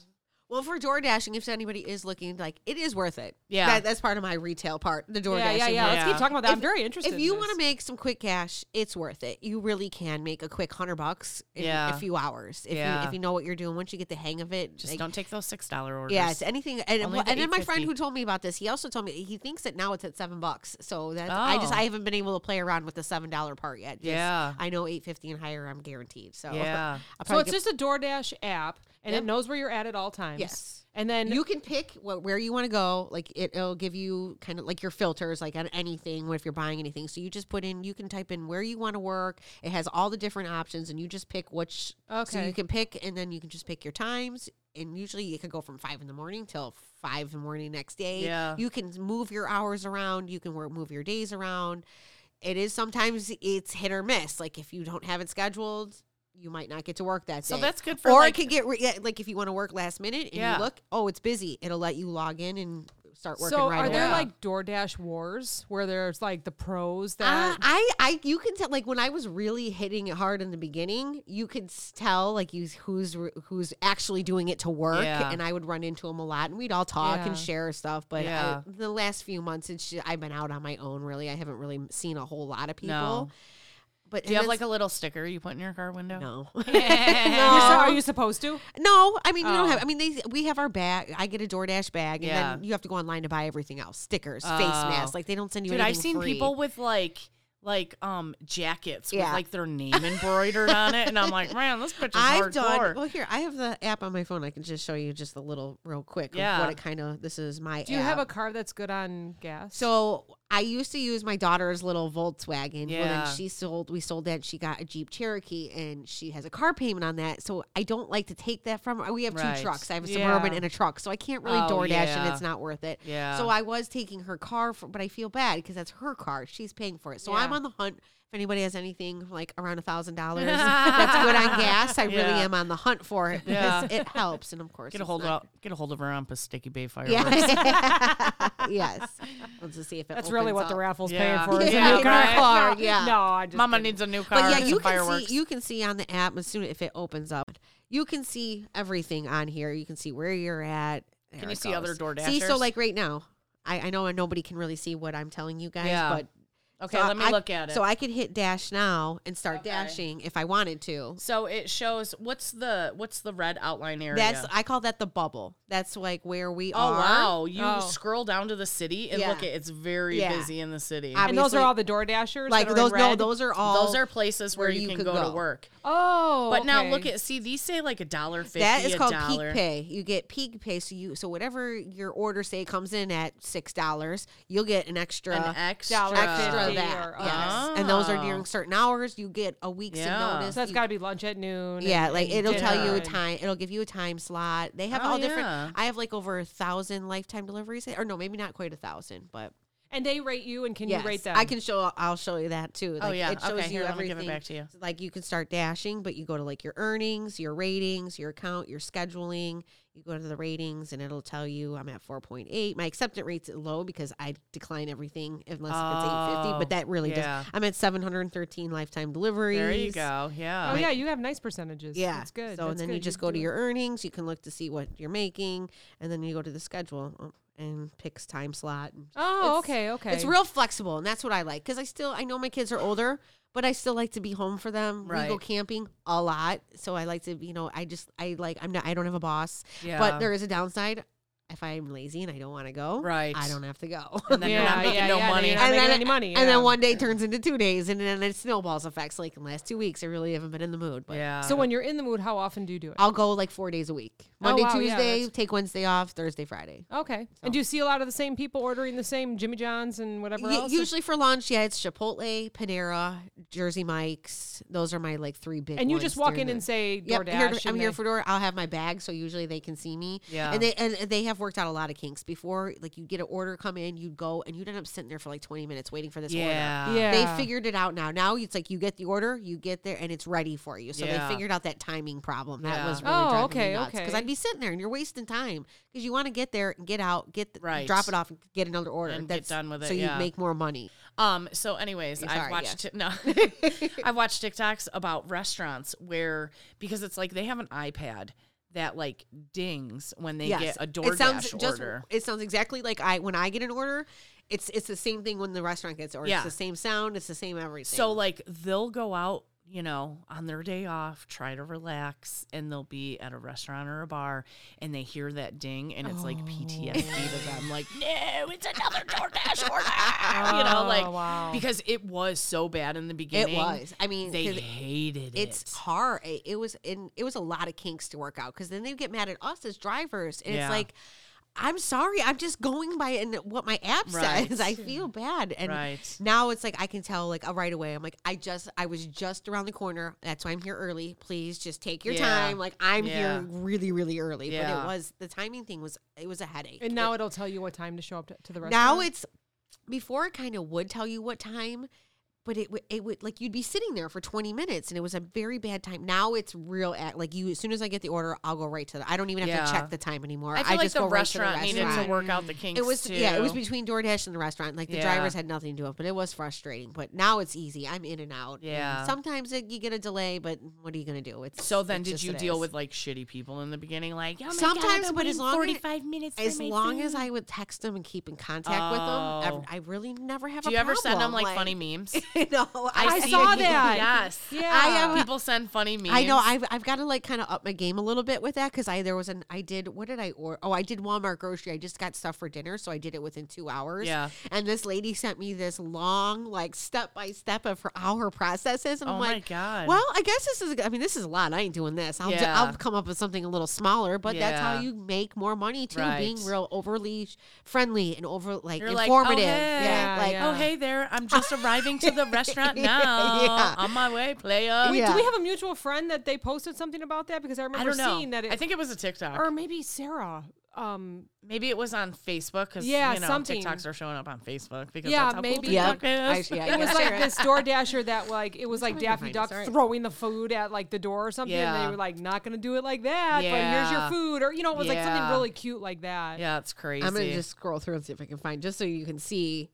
[SPEAKER 5] Well, for door dashing, if anybody is looking, like it is worth it.
[SPEAKER 3] Yeah.
[SPEAKER 5] That, that's part of my retail part, the door
[SPEAKER 4] Yeah, yeah,
[SPEAKER 5] dashing
[SPEAKER 4] yeah.
[SPEAKER 5] part.
[SPEAKER 4] Let's keep talking about that. I'm very interested.
[SPEAKER 5] If you want to make some quick cash, it's worth it. You really can make a quick hundred bucks in
[SPEAKER 3] Yeah.
[SPEAKER 5] a few hours if you
[SPEAKER 3] Yeah.
[SPEAKER 5] if you know what you're doing. Once you get the hang of it,
[SPEAKER 3] Just
[SPEAKER 5] like,
[SPEAKER 3] don't take those six dollar orders.
[SPEAKER 5] Yeah, it's anything. And,
[SPEAKER 3] Only
[SPEAKER 5] well,
[SPEAKER 3] the
[SPEAKER 5] and then my friend
[SPEAKER 3] 8.50.
[SPEAKER 5] who told me about this, he also told me he thinks that now it's at seven bucks. So that I just
[SPEAKER 3] Oh.
[SPEAKER 5] I haven't been able to play around with the seven dollar part yet. Just-
[SPEAKER 3] Yeah.
[SPEAKER 5] I know eight fifty and higher, I'm guaranteed. So
[SPEAKER 3] Yeah.
[SPEAKER 5] I'll
[SPEAKER 4] so
[SPEAKER 5] probably
[SPEAKER 4] it's
[SPEAKER 5] get-
[SPEAKER 4] just a DoorDash app, and
[SPEAKER 5] Yep.
[SPEAKER 4] it knows where you're at at all times.
[SPEAKER 5] Yes.
[SPEAKER 4] And then
[SPEAKER 5] you can pick what, where you want to go. Like it, it'll give you kind of like your filters, like on anything. What if you're buying anything? So you just put in. You can type in where you want to work. It has all the different options, and you just pick which. So
[SPEAKER 4] Okay.
[SPEAKER 5] you can pick, and then you can just pick your times. And usually, you could go from five in the morning till five in the morning next day.
[SPEAKER 3] Yeah.
[SPEAKER 5] You can move your hours around. You can work, move your days around. It is sometimes it's hit or miss. Like if you don't have it scheduled, you might not get to work that
[SPEAKER 3] So
[SPEAKER 5] day
[SPEAKER 3] that's good for
[SPEAKER 5] or
[SPEAKER 3] like
[SPEAKER 5] it could get re- yeah, like if you want to work last minute and
[SPEAKER 3] Yeah.
[SPEAKER 5] you look, oh, it's busy. It'll let you log in and start working
[SPEAKER 4] so
[SPEAKER 5] right
[SPEAKER 4] are
[SPEAKER 5] away.
[SPEAKER 4] there
[SPEAKER 3] Yeah.
[SPEAKER 4] like DoorDash wars where there's like the pros
[SPEAKER 5] Uh,
[SPEAKER 4] that
[SPEAKER 5] I, I, you can tell. Like when I was really hitting it hard in the beginning, you could s- tell like you, who's re- who's actually doing it to work,
[SPEAKER 3] Yeah.
[SPEAKER 5] and I would run into them a lot, and we'd all talk
[SPEAKER 4] Yeah.
[SPEAKER 5] and share stuff. But
[SPEAKER 3] Yeah.
[SPEAKER 5] I, the last few months, it's ju- I've been out on my own. Really, I haven't really seen a whole lot of people.
[SPEAKER 3] No.
[SPEAKER 5] But
[SPEAKER 3] Do you have like a little sticker you put in your car window?
[SPEAKER 5] no?
[SPEAKER 4] You're so-
[SPEAKER 5] No.
[SPEAKER 4] are you supposed to?
[SPEAKER 5] No, I mean you
[SPEAKER 4] Oh.
[SPEAKER 5] don't have. I mean they we have our bag. I get a DoorDash bag, and
[SPEAKER 3] Yeah.
[SPEAKER 5] then you have to go online to buy everything else: stickers, face masks.
[SPEAKER 3] Oh.
[SPEAKER 5] Like they don't send you.
[SPEAKER 3] Dude, I've
[SPEAKER 5] anything
[SPEAKER 3] seen
[SPEAKER 5] free.
[SPEAKER 3] people with like like um jackets with
[SPEAKER 5] Yeah.
[SPEAKER 3] like their name embroidered on it, and I'm like, man, this bitch is
[SPEAKER 5] I've
[SPEAKER 3] hardcore.
[SPEAKER 5] done. Well, here I have the app on my phone. I can just show you just a little real quick.
[SPEAKER 3] Yeah.
[SPEAKER 5] Of what it kind of. This is my.
[SPEAKER 4] Do you have a
[SPEAKER 5] app.
[SPEAKER 4] car that's good on gas?
[SPEAKER 5] So I used to use my daughter's little Volkswagen. Well,
[SPEAKER 3] Yeah.
[SPEAKER 5] then she sold. We sold that. She got a Jeep Cherokee, and she has a car payment on that. So I don't like to take that from. her. We have
[SPEAKER 3] Right.
[SPEAKER 5] two trucks. I have a
[SPEAKER 4] Yeah.
[SPEAKER 5] suburban and a truck, so I can't really
[SPEAKER 3] Oh,
[SPEAKER 5] DoorDash, and
[SPEAKER 3] yeah.
[SPEAKER 5] it's not worth it.
[SPEAKER 3] Yeah.
[SPEAKER 5] So I was taking her car, for, but I feel bad because that's her car. She's paying for it. So I'm
[SPEAKER 4] Yeah.
[SPEAKER 5] on the hunt. If anybody has anything like around a thousand dollars that's good on gas, I really
[SPEAKER 3] Yeah.
[SPEAKER 5] am on the hunt for it
[SPEAKER 3] Yeah.
[SPEAKER 5] because it helps. And of course,
[SPEAKER 3] get a
[SPEAKER 5] it's
[SPEAKER 3] hold
[SPEAKER 5] not-
[SPEAKER 3] of get a hold of her on Pasticky Bay Fireworks.
[SPEAKER 5] Yeah. yes. Let's just see if it
[SPEAKER 4] that's really
[SPEAKER 5] opens
[SPEAKER 4] what
[SPEAKER 5] up.
[SPEAKER 4] the raffle's
[SPEAKER 3] Yeah.
[SPEAKER 4] paying for. is a
[SPEAKER 3] Yeah,
[SPEAKER 4] new car.
[SPEAKER 3] right.
[SPEAKER 5] Car,
[SPEAKER 4] No,
[SPEAKER 5] yeah.
[SPEAKER 4] No, I just
[SPEAKER 3] Mama
[SPEAKER 4] kidding.
[SPEAKER 3] needs a new car.
[SPEAKER 5] But yeah,
[SPEAKER 3] and
[SPEAKER 5] you
[SPEAKER 3] some
[SPEAKER 5] can
[SPEAKER 3] fireworks.
[SPEAKER 5] see you can see on the app as soon if it opens up, you can see everything on here. You can see where you're at. There
[SPEAKER 3] you
[SPEAKER 5] it
[SPEAKER 3] see other
[SPEAKER 5] goes. See, so
[SPEAKER 3] DoorDashers?
[SPEAKER 5] like right now, I, I know nobody can really see what I'm telling you guys,
[SPEAKER 3] Yeah.
[SPEAKER 5] but
[SPEAKER 3] okay,
[SPEAKER 5] so
[SPEAKER 3] let me
[SPEAKER 5] I-
[SPEAKER 3] look at it.
[SPEAKER 5] So I could hit dash now and start dashing if I wanted to.
[SPEAKER 3] So it shows what's the what's the red outline area?
[SPEAKER 5] That's I call that the bubble. That's like where we
[SPEAKER 3] oh
[SPEAKER 5] are.
[SPEAKER 3] wow! You
[SPEAKER 4] Oh.
[SPEAKER 3] scroll down to the city and
[SPEAKER 5] Yeah.
[SPEAKER 3] look at it's very
[SPEAKER 5] Yeah.
[SPEAKER 3] busy in the city.
[SPEAKER 5] I-
[SPEAKER 4] And those are
[SPEAKER 5] obviously-
[SPEAKER 4] all the DoorDashers.
[SPEAKER 5] Like
[SPEAKER 4] that are in
[SPEAKER 5] those no,
[SPEAKER 4] red?
[SPEAKER 5] those are all
[SPEAKER 3] Those are places where, you, can
[SPEAKER 5] could
[SPEAKER 3] go,
[SPEAKER 5] go.
[SPEAKER 3] to work.
[SPEAKER 4] Oh,
[SPEAKER 3] But now look
[SPEAKER 4] okay.
[SPEAKER 3] at see these say like a dollar fifty.
[SPEAKER 5] that is
[SPEAKER 3] a
[SPEAKER 5] called
[SPEAKER 3] dollar.
[SPEAKER 5] peak pay. You get peak pay, so you so whatever your order say comes in at six dollars, you'll get an extra
[SPEAKER 3] An extra.
[SPEAKER 4] Dollar
[SPEAKER 5] extra
[SPEAKER 4] fifty
[SPEAKER 5] that.
[SPEAKER 4] or-
[SPEAKER 5] yes. And those are
[SPEAKER 3] Oh.
[SPEAKER 5] during certain hours. You get a week's
[SPEAKER 3] Yeah.
[SPEAKER 5] notice.
[SPEAKER 4] So that's
[SPEAKER 5] You-
[SPEAKER 4] got to be lunch at noon.
[SPEAKER 5] yeah,
[SPEAKER 4] and-
[SPEAKER 5] like
[SPEAKER 4] and
[SPEAKER 5] it'll tell you
[SPEAKER 4] dinner
[SPEAKER 5] a
[SPEAKER 4] and-
[SPEAKER 5] time. It'll give you a time slot. They have
[SPEAKER 3] Oh,
[SPEAKER 5] all
[SPEAKER 3] yeah.
[SPEAKER 5] different. I have like over a thousand lifetime deliveries, or no, maybe not quite a thousand, but
[SPEAKER 4] And they rate you, and can
[SPEAKER 5] Yes.
[SPEAKER 4] you rate them?
[SPEAKER 5] I can show. I'll show you that too. Like,
[SPEAKER 3] Oh, yeah.
[SPEAKER 5] It shows
[SPEAKER 3] Okay,
[SPEAKER 5] you
[SPEAKER 3] here, let me
[SPEAKER 5] everything.
[SPEAKER 3] give it back to you.
[SPEAKER 5] So, Like you can start dashing, but you go to like your earnings, your ratings, your account, your scheduling. You go to the ratings, and it'll tell you I'm at 4.8. My acceptance rate's low because I decline everything unless it's 850.
[SPEAKER 3] Oh,
[SPEAKER 5] But that really
[SPEAKER 3] yeah.
[SPEAKER 5] does. I'm at 713 lifetime deliveries.
[SPEAKER 3] There you go. Yeah.
[SPEAKER 4] Oh yeah, you have nice percentages.
[SPEAKER 5] Yeah,
[SPEAKER 4] that's good.
[SPEAKER 5] So
[SPEAKER 4] that's
[SPEAKER 5] and then
[SPEAKER 4] good.
[SPEAKER 5] you just
[SPEAKER 4] can
[SPEAKER 5] go to
[SPEAKER 4] do it.
[SPEAKER 5] your earnings. You can look to see what you're making, and then you go to the schedule um, and picks time slot. and
[SPEAKER 4] Oh,
[SPEAKER 5] it's-
[SPEAKER 4] okay, okay.
[SPEAKER 5] It's real flexible, and that's what I like because I still I know my kids are older, but I still like to be home for them. We go
[SPEAKER 3] Right.
[SPEAKER 5] camping a lot, so I like to you know I just I like I'm not I don't have a boss,
[SPEAKER 3] Yeah.
[SPEAKER 5] but there is a downside. If I'm lazy and I don't want to go,
[SPEAKER 3] Right.
[SPEAKER 5] I don't have to go.
[SPEAKER 3] And then you're not
[SPEAKER 4] Yeah,
[SPEAKER 3] making
[SPEAKER 4] yeah,
[SPEAKER 3] no
[SPEAKER 4] yeah, then
[SPEAKER 3] money.
[SPEAKER 4] you're not
[SPEAKER 5] And
[SPEAKER 4] making
[SPEAKER 5] then-
[SPEAKER 4] any money.
[SPEAKER 5] And
[SPEAKER 4] yeah.
[SPEAKER 5] then one day turns into two days, and then it snowballs effects. Like in the last two weeks, I really haven't been in the mood. But
[SPEAKER 3] yeah.
[SPEAKER 4] So when you're in the mood, how often do you do it?
[SPEAKER 5] I'll go like four days a week. Monday,
[SPEAKER 4] Oh, wow, yeah,
[SPEAKER 5] Tuesday,
[SPEAKER 4] that's-
[SPEAKER 5] take Wednesday off, Thursday, Friday.
[SPEAKER 4] Okay. And do you see a lot of the same people ordering the same Jimmy John's and whatever
[SPEAKER 5] Ye-
[SPEAKER 4] else?
[SPEAKER 5] usually for lunch, yeah, it's Chipotle, Panera, Jersey Mike's. Those are my like three big.
[SPEAKER 4] and you just
[SPEAKER 5] ones
[SPEAKER 4] walk
[SPEAKER 5] during
[SPEAKER 4] in
[SPEAKER 5] the-
[SPEAKER 4] and say DoorDash.
[SPEAKER 5] Yep, here- I'm
[SPEAKER 4] and
[SPEAKER 5] here
[SPEAKER 4] they-
[SPEAKER 5] for door. I'll have my bag, so usually they can see me.
[SPEAKER 3] Yeah.
[SPEAKER 5] and they and they have worked out a lot of kinks before. Like you get an order come in, you go, and you'd end up sitting there for like 20 minutes waiting for this order.
[SPEAKER 3] yeah.
[SPEAKER 4] Ah. yeah.
[SPEAKER 5] They figured it out now. Now it's like you get the order, you get there, and it's ready for you. So
[SPEAKER 3] Yeah.
[SPEAKER 5] they figured out that timing problem. That
[SPEAKER 3] Yeah.
[SPEAKER 5] was really
[SPEAKER 4] Oh,
[SPEAKER 5] driving
[SPEAKER 4] okay,
[SPEAKER 5] me nuts because
[SPEAKER 4] okay.
[SPEAKER 5] I'd be sitting there and you're wasting time because you want to get there and get out, get the,
[SPEAKER 3] Right.
[SPEAKER 5] drop it off, and get another order
[SPEAKER 3] And get done with it,
[SPEAKER 5] so you
[SPEAKER 3] yeah.
[SPEAKER 5] make more money.
[SPEAKER 3] Um. So, anyways, I've
[SPEAKER 5] sorry,
[SPEAKER 3] watched
[SPEAKER 5] yes.
[SPEAKER 3] no, I've watched TikToks about restaurants where because it's like they have an iPad that like dings when they get a DoorDash
[SPEAKER 5] it sounds just,
[SPEAKER 3] order.
[SPEAKER 5] It sounds exactly like I when I get an order. It's it's the same thing when the restaurant gets ordered.
[SPEAKER 3] Yeah.
[SPEAKER 5] It's the same sound. It's the same everything.
[SPEAKER 3] So like they'll go out, you know, on their day off, try to relax, and they'll be at a restaurant or a bar, and they hear that ding, and it's like PTSD to
[SPEAKER 5] Oh.
[SPEAKER 3] them. Like, no, it's another DoorDash order. you know, like
[SPEAKER 4] Oh, wow.
[SPEAKER 3] because it was so bad in the beginning.
[SPEAKER 5] it was. I mean,
[SPEAKER 3] They
[SPEAKER 5] 'cause
[SPEAKER 3] hated it.
[SPEAKER 5] it's hard. It, it was in it was a lot of kinks to work out because then they get mad at us as drivers. And
[SPEAKER 3] Yeah.
[SPEAKER 5] It's like. I'm sorry. I'm just going by and what my app
[SPEAKER 3] Right.
[SPEAKER 5] says. I feel bad, and
[SPEAKER 3] Right.
[SPEAKER 5] now it's like I can tell like uh, right away. I'm like I just I was just around the corner. That's why I'm here early. Please just take your
[SPEAKER 3] Yeah.
[SPEAKER 5] time. Like I'm
[SPEAKER 3] Yeah.
[SPEAKER 5] here really really early. But
[SPEAKER 3] Yeah.
[SPEAKER 5] it was the timing thing was it was a headache.
[SPEAKER 4] and now it'll tell you what time to show up to, to the
[SPEAKER 5] Now
[SPEAKER 4] restaurant.
[SPEAKER 5] it's before it kind of would tell you what time, but it would it would like you'd be sitting there for 20 minutes and it was a very bad time. Now it's real at like you as soon as I get the order, I'll go right to the I don't even have to
[SPEAKER 3] Yeah.
[SPEAKER 5] check the time anymore.
[SPEAKER 3] I feel like
[SPEAKER 5] just
[SPEAKER 3] the
[SPEAKER 5] go
[SPEAKER 3] restaurant,
[SPEAKER 5] right to the
[SPEAKER 3] needed to
[SPEAKER 5] restaurant.
[SPEAKER 3] work out the kinks.
[SPEAKER 5] It was
[SPEAKER 3] too.
[SPEAKER 5] yeah, it was between DoorDash and the restaurant. Like the
[SPEAKER 3] Yeah.
[SPEAKER 5] drivers had nothing to do with, it, but it was frustrating. But now it's easy. I'm in and out. And
[SPEAKER 3] Yeah.
[SPEAKER 5] sometimes it, you get a delay, but what are you gonna do? It's
[SPEAKER 3] So then,
[SPEAKER 5] it's
[SPEAKER 3] did
[SPEAKER 5] just
[SPEAKER 3] you
[SPEAKER 5] it
[SPEAKER 3] deal
[SPEAKER 5] is.
[SPEAKER 3] with like shitty people in the beginning? Like, oh my God, I've
[SPEAKER 5] Sometimes,
[SPEAKER 3] been
[SPEAKER 5] but as
[SPEAKER 3] waiting
[SPEAKER 5] long as-
[SPEAKER 3] forty-five minutes, for
[SPEAKER 5] as
[SPEAKER 3] my
[SPEAKER 5] long as
[SPEAKER 3] food."
[SPEAKER 5] I would text them and keep in contact with
[SPEAKER 3] Oh.
[SPEAKER 5] them, I, I really never have.
[SPEAKER 3] do,
[SPEAKER 5] a
[SPEAKER 3] you ever send them
[SPEAKER 5] problem.
[SPEAKER 3] like, funny memes?
[SPEAKER 5] no,
[SPEAKER 4] I
[SPEAKER 5] see
[SPEAKER 4] saw
[SPEAKER 5] it.
[SPEAKER 4] that.
[SPEAKER 3] Yes.
[SPEAKER 4] yeah.
[SPEAKER 5] I am-
[SPEAKER 3] People send funny memes.
[SPEAKER 5] I know I've I've got to like kind of up my game a little bit with that because I there was an I did what did I order oh I did Walmart grocery I just got stuff for dinner so I did it within two hours
[SPEAKER 3] Yeah.
[SPEAKER 5] and this lady sent me this long like step by step of her hour processes and
[SPEAKER 3] Oh
[SPEAKER 5] I'm
[SPEAKER 3] my
[SPEAKER 5] like
[SPEAKER 3] God.
[SPEAKER 5] well I guess this is I mean this is a lot I ain't doing this I'll ju-
[SPEAKER 3] Yeah.
[SPEAKER 5] I'll come up with something a little smaller but that's
[SPEAKER 3] Yeah.
[SPEAKER 5] how you make more money too being
[SPEAKER 3] Right.
[SPEAKER 5] real overly sh- friendly and over like
[SPEAKER 3] You're like, "Oh,
[SPEAKER 5] informative
[SPEAKER 3] hey."
[SPEAKER 5] yeah like
[SPEAKER 4] Yeah.
[SPEAKER 3] Oh hey there! I'm just arriving to the restaurant
[SPEAKER 5] Yeah.
[SPEAKER 3] now. On my way, player.
[SPEAKER 4] Wait,
[SPEAKER 5] Yeah.
[SPEAKER 4] do we have a mutual friend that they posted something about that? Because I
[SPEAKER 3] I
[SPEAKER 4] remember
[SPEAKER 3] don't know.
[SPEAKER 4] seeing that. It,
[SPEAKER 3] I think it was a TikTok,
[SPEAKER 4] or maybe Sarah. Um,
[SPEAKER 3] maybe it was on Facebook because
[SPEAKER 4] Yeah,
[SPEAKER 3] you know
[SPEAKER 4] something.
[SPEAKER 3] TikToks are showing up on Facebook because
[SPEAKER 4] Yeah,
[SPEAKER 3] that's how
[SPEAKER 4] maybe.
[SPEAKER 3] cool
[SPEAKER 5] yeah,
[SPEAKER 3] TikTok
[SPEAKER 5] I,
[SPEAKER 3] is.
[SPEAKER 5] yeah
[SPEAKER 4] it was
[SPEAKER 5] yeah,
[SPEAKER 4] like
[SPEAKER 5] sure.
[SPEAKER 4] this Door Dasher that like it was like
[SPEAKER 5] trying to
[SPEAKER 4] Daffy
[SPEAKER 5] find it,
[SPEAKER 4] Duck
[SPEAKER 5] sorry.
[SPEAKER 4] throwing the food at like the door or something. And
[SPEAKER 3] Yeah.
[SPEAKER 4] they were like, not gonna do it like that. But here's
[SPEAKER 3] Yeah.
[SPEAKER 4] your food, or you know, it was like something
[SPEAKER 3] Yeah.
[SPEAKER 4] really cute like that.
[SPEAKER 3] Yeah, it's crazy.
[SPEAKER 5] I'm gonna just scroll through and see if I can find just so you can see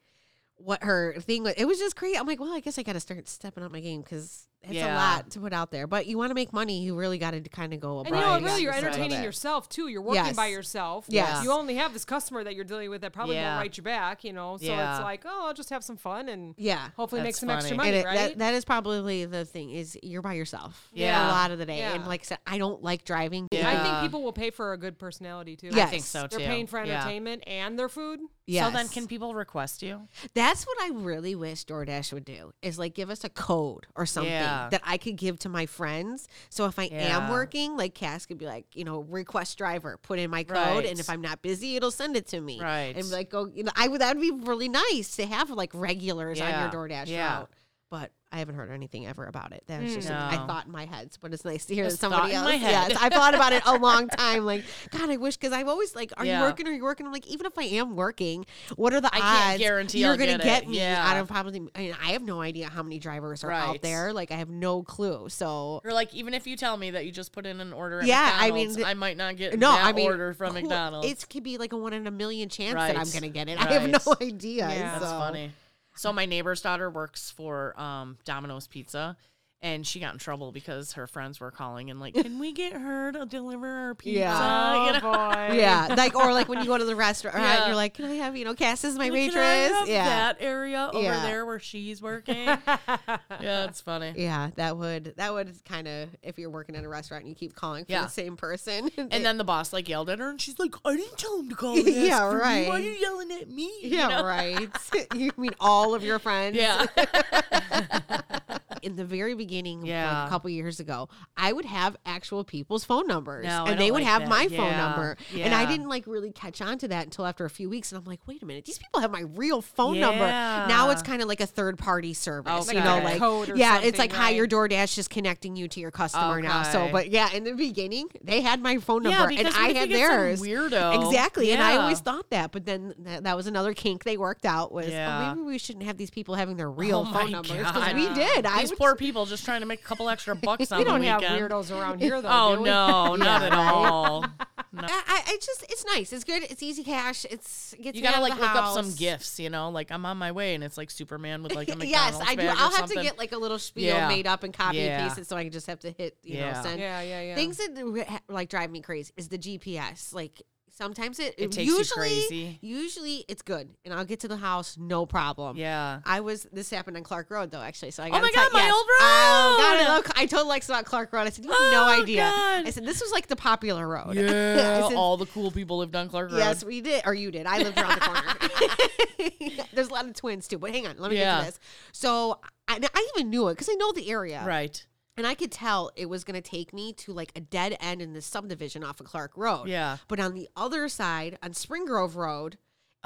[SPEAKER 5] what her thing was. It was just crazy. I'm like, well, I guess I gotta start stepping up my game because it's a
[SPEAKER 3] Yeah.
[SPEAKER 5] lot to put out there. But you want to make money, you really got to kind of go.
[SPEAKER 4] And you know, what,
[SPEAKER 5] abroad.
[SPEAKER 4] really, you're
[SPEAKER 3] Right.
[SPEAKER 4] entertaining yourself too. You're working by
[SPEAKER 5] Yes.
[SPEAKER 4] yourself.
[SPEAKER 5] Yes.
[SPEAKER 4] You only have this customer that you're dealing with that probably
[SPEAKER 3] Yeah.
[SPEAKER 4] won't write you back. You know, so
[SPEAKER 3] Yeah.
[SPEAKER 4] it's like, oh, I'll just have some fun and
[SPEAKER 5] Yeah.
[SPEAKER 4] hopefully make
[SPEAKER 3] That's
[SPEAKER 4] some extra
[SPEAKER 3] funny.
[SPEAKER 4] money,
[SPEAKER 5] And it,
[SPEAKER 4] right?
[SPEAKER 5] that, that is probably the thing is you're by yourself.
[SPEAKER 3] Yeah.
[SPEAKER 5] A lot of the day, and
[SPEAKER 4] Yeah.
[SPEAKER 5] like I said, I don't like driving. Uh,
[SPEAKER 4] I
[SPEAKER 3] Yeah.
[SPEAKER 4] think people will pay for a good personality too.
[SPEAKER 3] I
[SPEAKER 5] Yes.
[SPEAKER 3] think so too.
[SPEAKER 4] They're paying for
[SPEAKER 3] Yeah.
[SPEAKER 4] entertainment and their food.
[SPEAKER 5] Yes.
[SPEAKER 3] So then, can people request you?
[SPEAKER 5] That's what I really wish DoorDash would do is like give us a code or something
[SPEAKER 3] Yeah.
[SPEAKER 5] that I could give to my friends. So if I
[SPEAKER 3] Yeah.
[SPEAKER 5] am working, like Cass could be like, you know, request driver, put in my code,
[SPEAKER 3] Right.
[SPEAKER 5] and if I'm not busy, it'll send it to me.
[SPEAKER 3] Right.
[SPEAKER 5] And "Oh, like go, you know, I would that would be really nice to have like regulars on
[SPEAKER 3] Yeah.
[SPEAKER 5] your DoorDash
[SPEAKER 3] Yeah.
[SPEAKER 5] route. But I I haven't heard anything ever about it. That was
[SPEAKER 4] Mm.
[SPEAKER 5] just something I
[SPEAKER 3] No.
[SPEAKER 5] thought in my head, but it's nice to hear that
[SPEAKER 3] Just
[SPEAKER 5] somebody
[SPEAKER 3] thought
[SPEAKER 5] else.
[SPEAKER 3] in my head.
[SPEAKER 5] Yes, I thought about it a long time. Like, God, I wish because I've always like, are
[SPEAKER 3] Yeah.
[SPEAKER 5] you working? Are you working? I'm like, even if I am working, what are the
[SPEAKER 3] I
[SPEAKER 5] odds
[SPEAKER 3] can't guarantee
[SPEAKER 5] you're
[SPEAKER 3] I'll
[SPEAKER 5] gonna
[SPEAKER 3] get it.
[SPEAKER 5] me
[SPEAKER 3] Yeah.
[SPEAKER 5] out of probably? I mean, I have no idea how many drivers are out
[SPEAKER 3] Right.
[SPEAKER 5] there. Like, I have no clue. So.
[SPEAKER 3] Or like even if you tell me that you just put in an order at
[SPEAKER 5] Yeah, I mean,
[SPEAKER 3] McDonald's, I,
[SPEAKER 5] th-
[SPEAKER 3] might not get
[SPEAKER 5] No,
[SPEAKER 3] that
[SPEAKER 5] I mean,
[SPEAKER 3] order from
[SPEAKER 5] who-
[SPEAKER 3] McDonald's.
[SPEAKER 5] It could be like a one in a million chance
[SPEAKER 3] Right.
[SPEAKER 5] that I'm gonna get it. I have no
[SPEAKER 3] Right.
[SPEAKER 5] idea.
[SPEAKER 4] Yeah.
[SPEAKER 3] That's
[SPEAKER 5] so-
[SPEAKER 3] funny. So my neighbor's daughter works for um, Domino's Pizza, and she got in trouble because her friends were calling and like, "Can we get her to deliver our pizza?"
[SPEAKER 5] Yeah. Oh,
[SPEAKER 3] You know?
[SPEAKER 4] boy.
[SPEAKER 5] Yeah, like or like when you go to the restaurant,
[SPEAKER 3] Yeah.
[SPEAKER 5] you're like, "Can I have you know Cass is my
[SPEAKER 3] Like,
[SPEAKER 5] waitress?"
[SPEAKER 3] Can I have
[SPEAKER 5] yeah,
[SPEAKER 3] that area over
[SPEAKER 5] Yeah.
[SPEAKER 3] there where she's working. yeah, it's funny.
[SPEAKER 5] yeah, that would that would kind of if you're working at a restaurant and you keep calling for
[SPEAKER 3] Yeah.
[SPEAKER 5] the same person,
[SPEAKER 3] And then the boss like yelled at her, and she's like, "I didn't tell him to call." and ask
[SPEAKER 5] Yeah,
[SPEAKER 3] for you. Why are
[SPEAKER 5] right.
[SPEAKER 3] you yelling at me? You
[SPEAKER 5] yeah,
[SPEAKER 3] know?
[SPEAKER 5] right. you mean all of your friends?
[SPEAKER 3] Yeah,
[SPEAKER 5] In the very beginning, like,
[SPEAKER 3] Yeah.
[SPEAKER 5] a couple years ago, I would have actual people's phone numbers,
[SPEAKER 3] No, I
[SPEAKER 5] and they
[SPEAKER 3] don't
[SPEAKER 5] would
[SPEAKER 3] like
[SPEAKER 5] have
[SPEAKER 3] that.
[SPEAKER 5] my phone
[SPEAKER 3] Yeah.
[SPEAKER 5] number, and I
[SPEAKER 3] Yeah.
[SPEAKER 5] didn't like really catch on to that until after a few weeks, and I'm like, "Wait a minute, these people have my real phone number." Now
[SPEAKER 3] Yeah.
[SPEAKER 5] it's kind of like a third party service,
[SPEAKER 3] Okay.
[SPEAKER 5] you know,
[SPEAKER 3] Like a
[SPEAKER 5] like
[SPEAKER 4] code or
[SPEAKER 5] yeah, it's
[SPEAKER 4] something,
[SPEAKER 5] like hi, your
[SPEAKER 4] right?
[SPEAKER 5] DoorDash is connecting you to your customer now. So,
[SPEAKER 3] Okay.
[SPEAKER 5] but yeah, in the beginning, they had my phone
[SPEAKER 3] yeah,
[SPEAKER 5] number and
[SPEAKER 3] because
[SPEAKER 5] I
[SPEAKER 3] what if
[SPEAKER 5] had
[SPEAKER 3] you get some
[SPEAKER 5] theirs.
[SPEAKER 3] Weirdo,
[SPEAKER 5] Exactly, and I
[SPEAKER 3] Yeah.
[SPEAKER 5] always thought that, but then that, that was another kink they worked out was
[SPEAKER 3] Yeah.
[SPEAKER 5] oh, maybe we shouldn't have these people having their real
[SPEAKER 3] Oh
[SPEAKER 5] phone
[SPEAKER 3] my
[SPEAKER 5] numbers because
[SPEAKER 3] God.
[SPEAKER 5] we did. I
[SPEAKER 3] These
[SPEAKER 5] would-
[SPEAKER 3] poor people just trying to make a couple extra bucks on
[SPEAKER 4] We
[SPEAKER 3] the
[SPEAKER 4] don't have
[SPEAKER 3] weekend.
[SPEAKER 4] weirdos around here, though.
[SPEAKER 3] oh
[SPEAKER 4] do we?
[SPEAKER 3] no, not
[SPEAKER 5] Yeah,
[SPEAKER 3] at
[SPEAKER 5] right.
[SPEAKER 3] all. No.
[SPEAKER 5] I, I, it's just it's nice. It's good. It's easy cash. It's it gets
[SPEAKER 3] You
[SPEAKER 5] me
[SPEAKER 3] gotta
[SPEAKER 5] out of
[SPEAKER 3] like
[SPEAKER 5] the
[SPEAKER 3] look up some
[SPEAKER 5] house.
[SPEAKER 3] gifts, you know. Like I'm on my way, and it's like Superman with like a McDonald's
[SPEAKER 5] Yes, I do.
[SPEAKER 3] bag or
[SPEAKER 5] I'll have to
[SPEAKER 3] something.
[SPEAKER 5] get like a little spiel
[SPEAKER 3] Yeah.
[SPEAKER 5] made up and copy
[SPEAKER 3] Yeah.
[SPEAKER 5] and paste it, so I can just have to hit you know
[SPEAKER 3] Yeah.
[SPEAKER 5] send.
[SPEAKER 4] Yeah, yeah, yeah.
[SPEAKER 5] Things that do ha- like drive me crazy is the GPS. Like sometimes it,
[SPEAKER 3] It takes you
[SPEAKER 5] usually
[SPEAKER 3] crazy.
[SPEAKER 5] usually it's good, and I'll get to the house no problem.
[SPEAKER 3] yeah.
[SPEAKER 5] I was this happened on Clark Road though actually so I
[SPEAKER 3] Oh
[SPEAKER 5] got
[SPEAKER 3] my God, my old
[SPEAKER 5] oh, God, I,
[SPEAKER 3] road!
[SPEAKER 5] love, I told Lex about Clark Road I said you have
[SPEAKER 3] Oh,
[SPEAKER 5] no idea
[SPEAKER 3] God.
[SPEAKER 5] I said this was like the popular road
[SPEAKER 3] Yeah,
[SPEAKER 5] I said,
[SPEAKER 3] all the cool people lived on Clark Road.
[SPEAKER 5] yes we did or you did I lived around the corner there's a lot of twins too but hang on let me get
[SPEAKER 3] Yeah.
[SPEAKER 5] to this so I, I even knew it because I know the area
[SPEAKER 3] right.
[SPEAKER 5] and I could tell it was going to take me to like a dead end in the subdivision off of Clark Road.
[SPEAKER 3] Yeah.
[SPEAKER 5] But on the other side, on Spring Grove Road,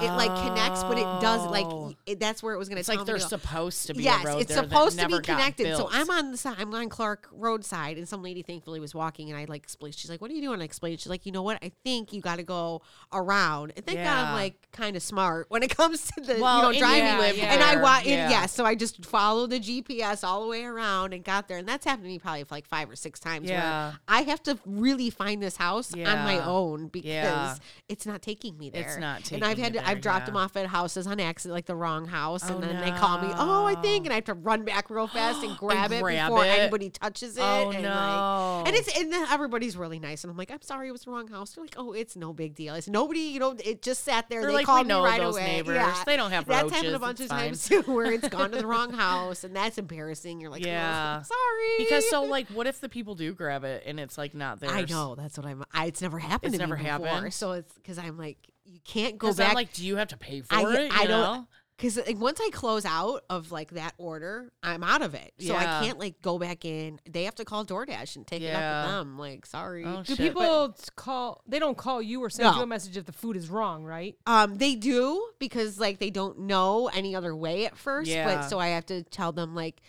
[SPEAKER 5] it like connects, but it does like
[SPEAKER 3] Oh.
[SPEAKER 5] it, that's where it was going to
[SPEAKER 3] It's
[SPEAKER 5] tell
[SPEAKER 3] like
[SPEAKER 5] me
[SPEAKER 3] they're
[SPEAKER 5] to go.
[SPEAKER 3] supposed to be.
[SPEAKER 5] Oh Yes,
[SPEAKER 3] a road
[SPEAKER 5] it's
[SPEAKER 3] there that
[SPEAKER 5] supposed to be
[SPEAKER 3] never got
[SPEAKER 5] connected. So
[SPEAKER 3] built.
[SPEAKER 5] I'm on the side. I'm on Clark Road side, and some lady thankfully was walking, and I like explained. She's like, "What are you doing?" I explained. She's like, "You know what? I think you got to go around." And thank God
[SPEAKER 3] Yeah.
[SPEAKER 5] I'm like kind of smart when it comes to the
[SPEAKER 3] Well,
[SPEAKER 5] you
[SPEAKER 3] and
[SPEAKER 5] know
[SPEAKER 3] you
[SPEAKER 5] driving.
[SPEAKER 3] live
[SPEAKER 5] And I
[SPEAKER 3] there.
[SPEAKER 5] wa- and
[SPEAKER 3] Yeah.
[SPEAKER 5] yes, so I just followed the GPS all the way around and got there. And that's happened to me probably like five or six times.
[SPEAKER 3] Yeah.
[SPEAKER 5] Where I have to really find this house on my
[SPEAKER 3] Yeah.
[SPEAKER 5] own because
[SPEAKER 3] Yeah.
[SPEAKER 5] it's not taking me there.
[SPEAKER 3] It's not
[SPEAKER 5] And I've
[SPEAKER 3] taking
[SPEAKER 5] had
[SPEAKER 3] you
[SPEAKER 5] to, I've
[SPEAKER 3] there,
[SPEAKER 5] dropped
[SPEAKER 3] yeah.
[SPEAKER 5] them off at houses on accident, like the wrong house, and
[SPEAKER 3] Oh,
[SPEAKER 5] then they call me. Oh, I think,
[SPEAKER 3] no.
[SPEAKER 5] and I have to run back real fast and grab it
[SPEAKER 3] grab
[SPEAKER 5] before
[SPEAKER 3] it.
[SPEAKER 5] anybody touches it.
[SPEAKER 3] Oh,
[SPEAKER 5] and
[SPEAKER 3] no.
[SPEAKER 5] Like, and it's and then everybody's really nice, and I'm like, I'm sorry, it was the wrong house. They're like, oh, it's no big deal. It's nobody, you know, it just sat there.
[SPEAKER 3] They're
[SPEAKER 5] they
[SPEAKER 3] like,
[SPEAKER 5] called
[SPEAKER 3] we know
[SPEAKER 5] me right
[SPEAKER 3] those
[SPEAKER 5] away.
[SPEAKER 3] neighbors.
[SPEAKER 5] Yeah.
[SPEAKER 3] They don't have
[SPEAKER 5] That's
[SPEAKER 3] roaches.
[SPEAKER 5] happened a bunch
[SPEAKER 3] it's
[SPEAKER 5] of times
[SPEAKER 3] fine.
[SPEAKER 5] too, where it's gone to the wrong house, and that's embarrassing. You're like,
[SPEAKER 3] Yeah.
[SPEAKER 5] oh, sorry,
[SPEAKER 3] Because so like, what if the people do grab it and it's like not theirs?
[SPEAKER 5] I know that's what I'm. I, it's never happened
[SPEAKER 3] It's
[SPEAKER 5] to
[SPEAKER 3] never
[SPEAKER 5] me before,
[SPEAKER 3] happened?
[SPEAKER 5] so it's because I'm like, you can't go
[SPEAKER 3] Because I'm
[SPEAKER 5] back.
[SPEAKER 3] like, do you have to pay for
[SPEAKER 5] I-
[SPEAKER 3] it?
[SPEAKER 5] I don't-
[SPEAKER 3] you know?
[SPEAKER 5] Because like, once I close out of like that order, I'm out of it. So
[SPEAKER 3] Yeah.
[SPEAKER 5] I can't like go back in. They have to call DoorDash and take it up
[SPEAKER 3] Yeah.
[SPEAKER 5] with them. Like, sorry.
[SPEAKER 3] Oh,
[SPEAKER 4] Do
[SPEAKER 3] shit.
[SPEAKER 4] people call? They don't call you or send
[SPEAKER 5] No.
[SPEAKER 4] you a message if the food is wrong, right?
[SPEAKER 5] Um, they do because like they don't know any other way at first. But
[SPEAKER 3] Yeah.
[SPEAKER 5] so I have to tell them like,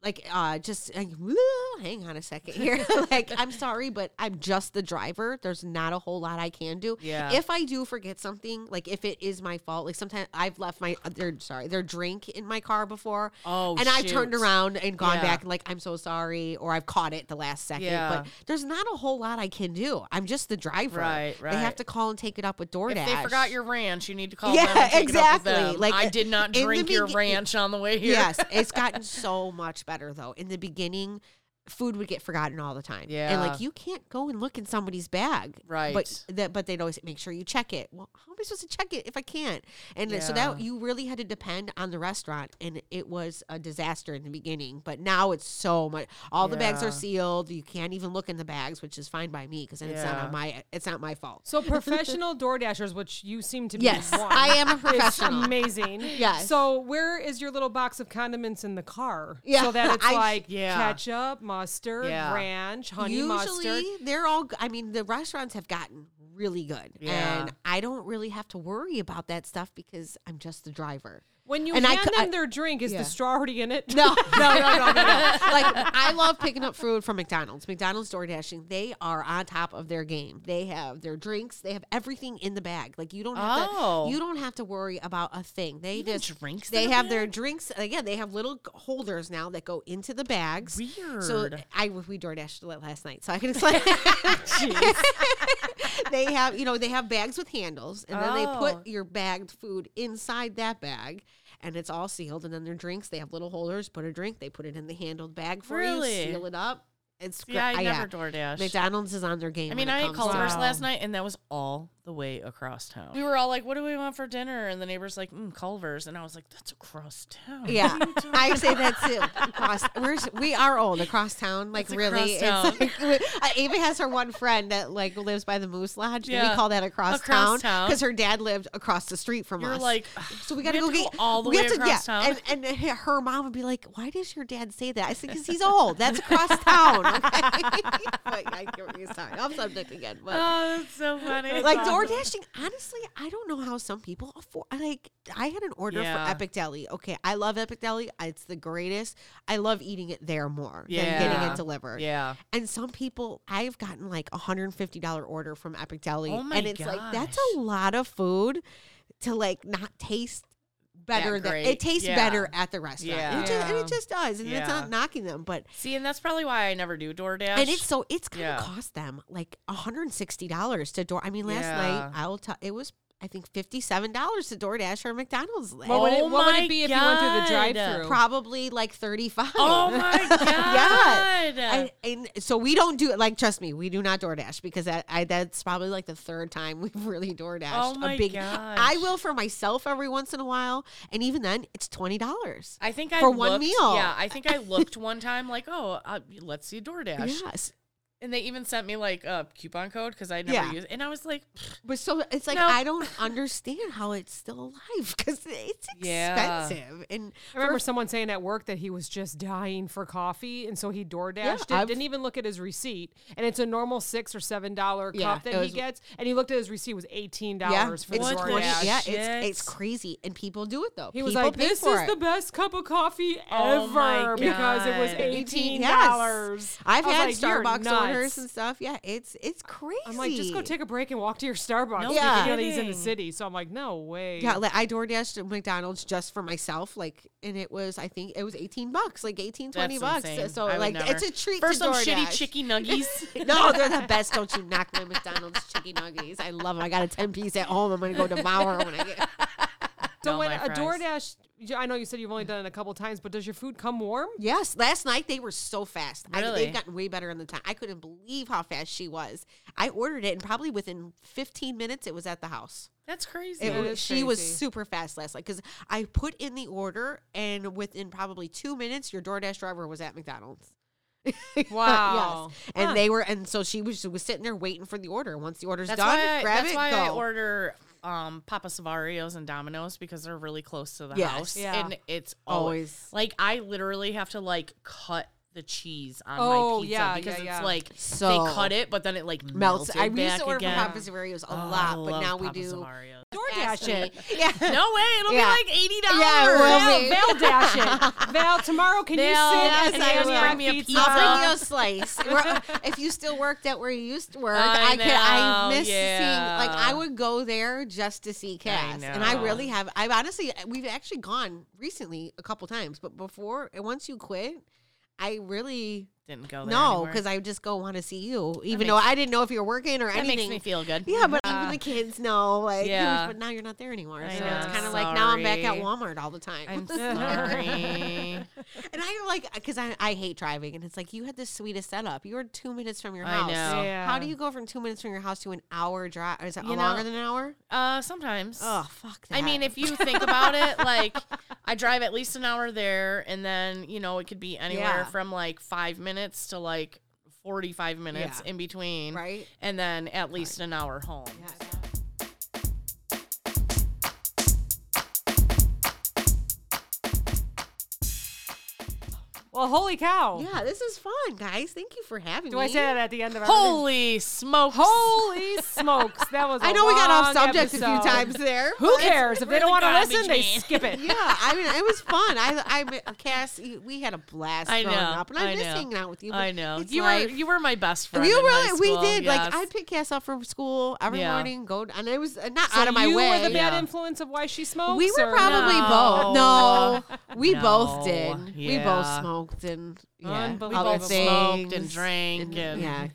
[SPEAKER 5] like uh, just like, hang on a second here. like I'm sorry, but I'm just the driver. There's not a whole lot I can do.
[SPEAKER 3] Yeah.
[SPEAKER 5] If I do forget something, like if it is my fault, like sometimes I've left my uh, their sorry their drink in my car before.
[SPEAKER 3] Oh,
[SPEAKER 5] and I've turned
[SPEAKER 3] shoot.
[SPEAKER 5] around and gone
[SPEAKER 3] Yeah.
[SPEAKER 5] back and like I'm so sorry, or I've caught it the last second.
[SPEAKER 3] Yeah.
[SPEAKER 5] But there's not a whole lot I can do. I'm just the driver.
[SPEAKER 3] Right,
[SPEAKER 5] They have
[SPEAKER 3] right.
[SPEAKER 5] to call and take it up with DoorDash.
[SPEAKER 3] If they forgot your ranch, you need to call
[SPEAKER 5] Yeah,
[SPEAKER 3] them. And take
[SPEAKER 5] exactly.
[SPEAKER 3] It up with them.
[SPEAKER 5] Like,
[SPEAKER 3] I did not
[SPEAKER 5] in the
[SPEAKER 3] drink your
[SPEAKER 5] begin-
[SPEAKER 3] ranch on the way here.
[SPEAKER 5] Yes, it's gotten so much better though. In the beginning, food would get forgotten all the time. and
[SPEAKER 3] Yeah.
[SPEAKER 5] like you can't go and look in somebody's bag,
[SPEAKER 3] Right.
[SPEAKER 5] But that, but they'd always make sure you check it. Well, how am I supposed to check it if I can't? And so that
[SPEAKER 3] Yeah.
[SPEAKER 5] you really had to depend on the restaurant, and it was a disaster in the beginning. But now it's so much. All the bags are
[SPEAKER 3] Yeah.
[SPEAKER 5] sealed. You can't even look in the bags, which is fine by me because then it's not
[SPEAKER 3] Yeah.
[SPEAKER 5] on my it's not my fault.
[SPEAKER 4] So professional door dashers, which you seem to be.
[SPEAKER 5] Yes,
[SPEAKER 4] one,
[SPEAKER 5] I am a
[SPEAKER 4] is
[SPEAKER 5] professional.
[SPEAKER 4] Amazing.
[SPEAKER 5] Yes.
[SPEAKER 4] So where is your little box of condiments in the car?
[SPEAKER 5] Yeah,
[SPEAKER 4] So that it's
[SPEAKER 5] I-
[SPEAKER 4] like
[SPEAKER 3] Yeah.
[SPEAKER 4] ketchup, mustard,
[SPEAKER 3] Yeah.
[SPEAKER 4] ranch, honey mustard.
[SPEAKER 5] Usually, they're all. g- I mean, the restaurants have gotten really good,
[SPEAKER 3] Yeah.
[SPEAKER 5] and I don't really have to worry about that stuff because I'm just the driver.
[SPEAKER 4] When you
[SPEAKER 5] And I
[SPEAKER 4] hand
[SPEAKER 5] cou-
[SPEAKER 4] them
[SPEAKER 5] I-
[SPEAKER 4] their drink, is
[SPEAKER 5] yeah.
[SPEAKER 4] the straw already in it?
[SPEAKER 5] No, no, no, no, no, no. Like I love picking up food from McDonald's. McDonald's door dashing, they are on top of their game. They have their drinks, they have everything in the bag. Like you don't have
[SPEAKER 3] Oh.
[SPEAKER 5] to you don't have to worry about a thing. They
[SPEAKER 3] Even
[SPEAKER 5] just
[SPEAKER 3] drinks in
[SPEAKER 5] They
[SPEAKER 3] the
[SPEAKER 5] have
[SPEAKER 3] bag?
[SPEAKER 5] their drinks again. They have little holders now that go into the bags. So
[SPEAKER 3] Weird.
[SPEAKER 5] I we door dashed last night, so I can explain. they have you know they have bags with handles and then they
[SPEAKER 3] Oh.
[SPEAKER 5] put your bagged food inside that bag and it's all sealed and then their drinks they have little holders put a drink they put it in the handled bag for
[SPEAKER 3] Really?
[SPEAKER 5] you seal it up it's
[SPEAKER 3] yeah, I
[SPEAKER 5] gr- uh,
[SPEAKER 3] never DoorDash.
[SPEAKER 5] mcdonald's is on their game
[SPEAKER 3] I mean,
[SPEAKER 5] when it
[SPEAKER 3] I ate
[SPEAKER 5] comes
[SPEAKER 3] Culver's
[SPEAKER 4] Wow.
[SPEAKER 3] last night, and that was all the way across town. We were all like, "What do we want for dinner?" And the neighbor's like, mm, "Culver's," and I was like, "That's across town."
[SPEAKER 5] to- yeah i say that too across, we're, s- we are old across town like
[SPEAKER 3] It's
[SPEAKER 5] really
[SPEAKER 3] across
[SPEAKER 5] it's like, uh, ava has her one friend that like lives by the moose lodge and
[SPEAKER 3] Yeah.
[SPEAKER 5] we call that across,
[SPEAKER 3] Across town.
[SPEAKER 5] because her dad lived across the street from
[SPEAKER 3] You're
[SPEAKER 5] us
[SPEAKER 3] like,
[SPEAKER 5] So we got to
[SPEAKER 3] have
[SPEAKER 5] go get
[SPEAKER 3] all the
[SPEAKER 5] we
[SPEAKER 3] way
[SPEAKER 5] have to-
[SPEAKER 3] across
[SPEAKER 5] yeah,
[SPEAKER 3] town.
[SPEAKER 5] And, and h- her mom would be like, "Why does your dad say that?" I said, "Because he's old. That's across town." Okay? but yeah, I get what you're saying. I'm subject again, but
[SPEAKER 3] oh, that's so funny.
[SPEAKER 5] like door dashing. Honestly, I don't know how some people afford. Like, I had an order
[SPEAKER 3] Yeah.
[SPEAKER 5] for Epic Deli. Okay, I love Epic Deli. It's the greatest. I love eating it there more than getting
[SPEAKER 3] Yeah.
[SPEAKER 5] it delivered.
[SPEAKER 3] Yeah.
[SPEAKER 5] And some people, I've gotten like a hundred and fifty dollar order from Epic Deli,
[SPEAKER 3] Oh my
[SPEAKER 5] and it's like that's a
[SPEAKER 3] gosh.
[SPEAKER 5] lot of food to like not taste better. Than,
[SPEAKER 3] great.
[SPEAKER 5] it tastes
[SPEAKER 3] Yeah.
[SPEAKER 5] better at the restaurant,
[SPEAKER 3] Yeah.
[SPEAKER 5] It ju- and
[SPEAKER 4] Yeah.
[SPEAKER 5] it just does, and that's
[SPEAKER 3] Yeah.
[SPEAKER 5] not knocking them, but.
[SPEAKER 3] See, and that's probably why I never do DoorDash.
[SPEAKER 5] And it's so it's gonna
[SPEAKER 3] Yeah.
[SPEAKER 5] cost them like hundred and sixty dollars to door. I mean, last night
[SPEAKER 3] Yeah.
[SPEAKER 5] I'll tell it was I think fifty seven dollars to DoorDash or McDonald's. last-
[SPEAKER 4] What would it,
[SPEAKER 3] Oh
[SPEAKER 4] what would
[SPEAKER 3] my
[SPEAKER 4] it be if you went through the
[SPEAKER 3] God.
[SPEAKER 4] drive-through?
[SPEAKER 5] probably like thirty five.
[SPEAKER 3] oh my god.
[SPEAKER 5] I, and so we don't do it. Like, trust me, we do not DoorDash because that I that's probably like the third time we've really DoorDashed
[SPEAKER 3] Oh my
[SPEAKER 5] a big.
[SPEAKER 3] gosh.
[SPEAKER 5] I will for myself every once in a while, and even then, it's twenty dollars.
[SPEAKER 3] I think I
[SPEAKER 5] for one
[SPEAKER 3] looked-
[SPEAKER 5] meal.
[SPEAKER 3] Yeah, I think I looked one time like, oh, uh, let's see DoorDash,
[SPEAKER 5] Yes,
[SPEAKER 3] and they even sent me like a coupon code because I never
[SPEAKER 5] Yeah.
[SPEAKER 3] used, and I was like,
[SPEAKER 5] but so it's like
[SPEAKER 3] No.
[SPEAKER 5] I don't understand how it's still alive because it's
[SPEAKER 3] Yeah.
[SPEAKER 5] expensive and
[SPEAKER 4] I remember someone saying at work that he was just dying for coffee, and so he door dashed it.
[SPEAKER 5] I've-
[SPEAKER 4] Didn't even look at his receipt, and it's a normal six or seven dollar
[SPEAKER 5] Yeah,
[SPEAKER 4] cup that
[SPEAKER 5] it
[SPEAKER 4] he
[SPEAKER 5] was-
[SPEAKER 4] gets, and he looked at his receipt it was eighteen
[SPEAKER 5] yeah,
[SPEAKER 4] dollars
[SPEAKER 5] it's
[SPEAKER 4] for the door
[SPEAKER 5] 20
[SPEAKER 4] dash.
[SPEAKER 5] yeah,
[SPEAKER 3] shit.
[SPEAKER 5] it's it's crazy, and people do it though.
[SPEAKER 4] He was
[SPEAKER 5] People
[SPEAKER 4] like,
[SPEAKER 5] pay
[SPEAKER 4] "This
[SPEAKER 5] for
[SPEAKER 4] is
[SPEAKER 5] it.
[SPEAKER 4] the best cup of coffee
[SPEAKER 3] Oh my
[SPEAKER 4] ever because it was
[SPEAKER 3] God.
[SPEAKER 5] $18,
[SPEAKER 4] eighteen dollars."
[SPEAKER 5] yes. I've had
[SPEAKER 4] "You're
[SPEAKER 5] Starbucks orders
[SPEAKER 4] nuts."
[SPEAKER 5] and stuff. Yeah, it's it's crazy.
[SPEAKER 4] I'm like, just go take a break and walk to your Starbucks.
[SPEAKER 3] No
[SPEAKER 4] because you know that he's in the
[SPEAKER 3] kidding.
[SPEAKER 4] city, so I'm like, no way.
[SPEAKER 5] Yeah, like I door dashed at McDonald's just for myself, like, and it was I think it was eighteen bucks, like 18, 20
[SPEAKER 3] That's
[SPEAKER 5] bucks.
[SPEAKER 3] insane.
[SPEAKER 5] So
[SPEAKER 3] I would
[SPEAKER 5] like
[SPEAKER 3] never.
[SPEAKER 5] it's a treat
[SPEAKER 3] for
[SPEAKER 5] to
[SPEAKER 3] some shitty
[SPEAKER 5] DoorDash.
[SPEAKER 3] chicky nuggies.
[SPEAKER 5] No, they're the best. Don't you knock my McDonald's chicken nuggies? I love them. I got a ten piece at home. I'm gonna go devour 'em when I get.
[SPEAKER 4] So
[SPEAKER 3] No,
[SPEAKER 4] when
[SPEAKER 3] my
[SPEAKER 4] a
[SPEAKER 3] fries.
[SPEAKER 4] DoorDash, you- I know you said you've only done it a couple times, but does your food come warm?
[SPEAKER 5] Yes, last night they were so fast. I,
[SPEAKER 3] Really?
[SPEAKER 5] they've gotten way better in the time. I couldn't believe how fast she was. I ordered it, and probably within fifteen minutes, it was at the house.
[SPEAKER 3] That's crazy.
[SPEAKER 5] It
[SPEAKER 4] That
[SPEAKER 5] was,
[SPEAKER 4] is
[SPEAKER 5] she was
[SPEAKER 4] crazy.
[SPEAKER 5] super fast last night because I put in the order, and within probably two minutes, your DoorDash driver was at McDonald's.
[SPEAKER 3] Oh.
[SPEAKER 4] Wow.
[SPEAKER 5] yes. And they were, and so she was, she was sitting there waiting for the order. Once the order's done,
[SPEAKER 3] why I,
[SPEAKER 5] grab
[SPEAKER 3] that's
[SPEAKER 5] it,
[SPEAKER 3] why
[SPEAKER 5] go.
[SPEAKER 3] I order um Papa Savarios and Domino's because they're really close to the
[SPEAKER 5] Yes.
[SPEAKER 3] house.
[SPEAKER 4] Yeah.
[SPEAKER 3] And it's always,
[SPEAKER 5] Always.
[SPEAKER 3] like I literally have to like cut the cheese on
[SPEAKER 4] Oh,
[SPEAKER 3] my pizza
[SPEAKER 4] yeah,
[SPEAKER 3] because
[SPEAKER 4] yeah,
[SPEAKER 3] it's
[SPEAKER 4] yeah.
[SPEAKER 3] like
[SPEAKER 5] So-
[SPEAKER 3] they cut it, but then it like melts.
[SPEAKER 5] melts. I we used
[SPEAKER 3] back
[SPEAKER 5] to order
[SPEAKER 3] again.
[SPEAKER 5] from Papa Zavarios a
[SPEAKER 3] Oh, I
[SPEAKER 5] lot, but
[SPEAKER 3] love
[SPEAKER 5] now we
[SPEAKER 3] Papa
[SPEAKER 5] do
[SPEAKER 3] Savarios.
[SPEAKER 5] DoorDash it. Yeah.
[SPEAKER 3] No way, it'll
[SPEAKER 5] Yeah.
[SPEAKER 3] be like eighty dollars.
[SPEAKER 5] Yeah, it will
[SPEAKER 4] Val,
[SPEAKER 5] be.
[SPEAKER 4] Val dash it. Val, tomorrow can you
[SPEAKER 3] Val,
[SPEAKER 4] sit
[SPEAKER 5] yes,
[SPEAKER 4] and
[SPEAKER 5] I
[SPEAKER 4] hand
[SPEAKER 5] will.
[SPEAKER 4] me
[SPEAKER 5] Bring
[SPEAKER 3] me a
[SPEAKER 4] pizza?
[SPEAKER 3] pizza.
[SPEAKER 5] I'll bring you a slice. We're- uh, if you still worked at where you used to work,
[SPEAKER 3] I
[SPEAKER 5] I, could. I
[SPEAKER 3] know,
[SPEAKER 5] miss
[SPEAKER 3] yeah.
[SPEAKER 5] seeing. Like I would go there just to see Cass, and I
[SPEAKER 3] know.
[SPEAKER 5] really have. I've honestly, we've actually gone recently a couple times, but before, once you quit, I really
[SPEAKER 3] Didn't go there.
[SPEAKER 5] no
[SPEAKER 3] anymore.
[SPEAKER 5] because I just go want to see you, even
[SPEAKER 3] makes-
[SPEAKER 5] though I didn't know if you were working or
[SPEAKER 3] that
[SPEAKER 5] anything.
[SPEAKER 3] makes me feel good.
[SPEAKER 5] yeah, but even the kids know, like,
[SPEAKER 3] Yeah.
[SPEAKER 5] but now you're not there anymore.
[SPEAKER 3] I
[SPEAKER 5] so
[SPEAKER 3] know,
[SPEAKER 5] it's
[SPEAKER 3] I'm
[SPEAKER 5] kind of like now I'm back at
[SPEAKER 3] sorry.
[SPEAKER 5] Walmart all the time.
[SPEAKER 3] I'm sorry.
[SPEAKER 5] And I'm like, because I, I hate driving, and it's like you had the sweetest setup. You were two minutes from your
[SPEAKER 3] I
[SPEAKER 5] house.
[SPEAKER 3] know.
[SPEAKER 4] Yeah.
[SPEAKER 5] How do you go from two minutes from your house to an hour drive? Or is it
[SPEAKER 3] You
[SPEAKER 5] longer
[SPEAKER 3] know-
[SPEAKER 5] than an hour?
[SPEAKER 3] uh, sometimes.
[SPEAKER 5] Oh fuck! That.
[SPEAKER 3] I mean, if you think about it, like I drive at least an hour there, and then you know it could be anywhere
[SPEAKER 5] Yeah.
[SPEAKER 3] from like five minutes to like forty-five minutes
[SPEAKER 5] Yeah.
[SPEAKER 3] in between,
[SPEAKER 5] Right.
[SPEAKER 3] And then at least an hour home.
[SPEAKER 4] Well, holy cow.
[SPEAKER 5] Yeah, this is fun, guys. Thank you for having
[SPEAKER 4] Do
[SPEAKER 5] me.
[SPEAKER 4] I say that at the end of everything?
[SPEAKER 3] Holy smokes.
[SPEAKER 4] Holy smokes. That was I
[SPEAKER 5] I know we got off subject
[SPEAKER 4] subject
[SPEAKER 5] a few times there.
[SPEAKER 4] Who
[SPEAKER 5] but-
[SPEAKER 4] cares? If they
[SPEAKER 3] We're
[SPEAKER 4] don't
[SPEAKER 3] the
[SPEAKER 4] want to
[SPEAKER 3] garbage
[SPEAKER 4] listen, they
[SPEAKER 3] man.
[SPEAKER 4] skip it.
[SPEAKER 5] Yeah, I mean, it was fun. I, I, Cass, you- we had a blast
[SPEAKER 3] I know.
[SPEAKER 5] growing up, and I,
[SPEAKER 3] I
[SPEAKER 5] miss
[SPEAKER 3] know.
[SPEAKER 5] hanging out with you. but
[SPEAKER 3] I know.
[SPEAKER 5] it's
[SPEAKER 3] You
[SPEAKER 5] like-
[SPEAKER 3] were you were my best friend.
[SPEAKER 5] We
[SPEAKER 3] in high
[SPEAKER 5] really, we
[SPEAKER 3] school,
[SPEAKER 5] did.
[SPEAKER 3] yes.
[SPEAKER 5] Like I'd pick Cass up from school every
[SPEAKER 3] Yeah.
[SPEAKER 5] morning, go, and it was uh, not
[SPEAKER 4] So
[SPEAKER 5] out of my
[SPEAKER 4] you
[SPEAKER 5] way.
[SPEAKER 4] were the bad
[SPEAKER 3] Yeah.
[SPEAKER 4] influence of why she smokes.
[SPEAKER 5] we were
[SPEAKER 4] or-
[SPEAKER 5] probably both. No,
[SPEAKER 3] No.
[SPEAKER 5] we
[SPEAKER 3] No.
[SPEAKER 5] both did. We both
[SPEAKER 3] Yeah.
[SPEAKER 5] smoked and yeah,
[SPEAKER 4] Unbelievable.
[SPEAKER 3] we
[SPEAKER 5] other
[SPEAKER 3] both smoked and
[SPEAKER 5] things,
[SPEAKER 3] drank and,
[SPEAKER 5] yeah,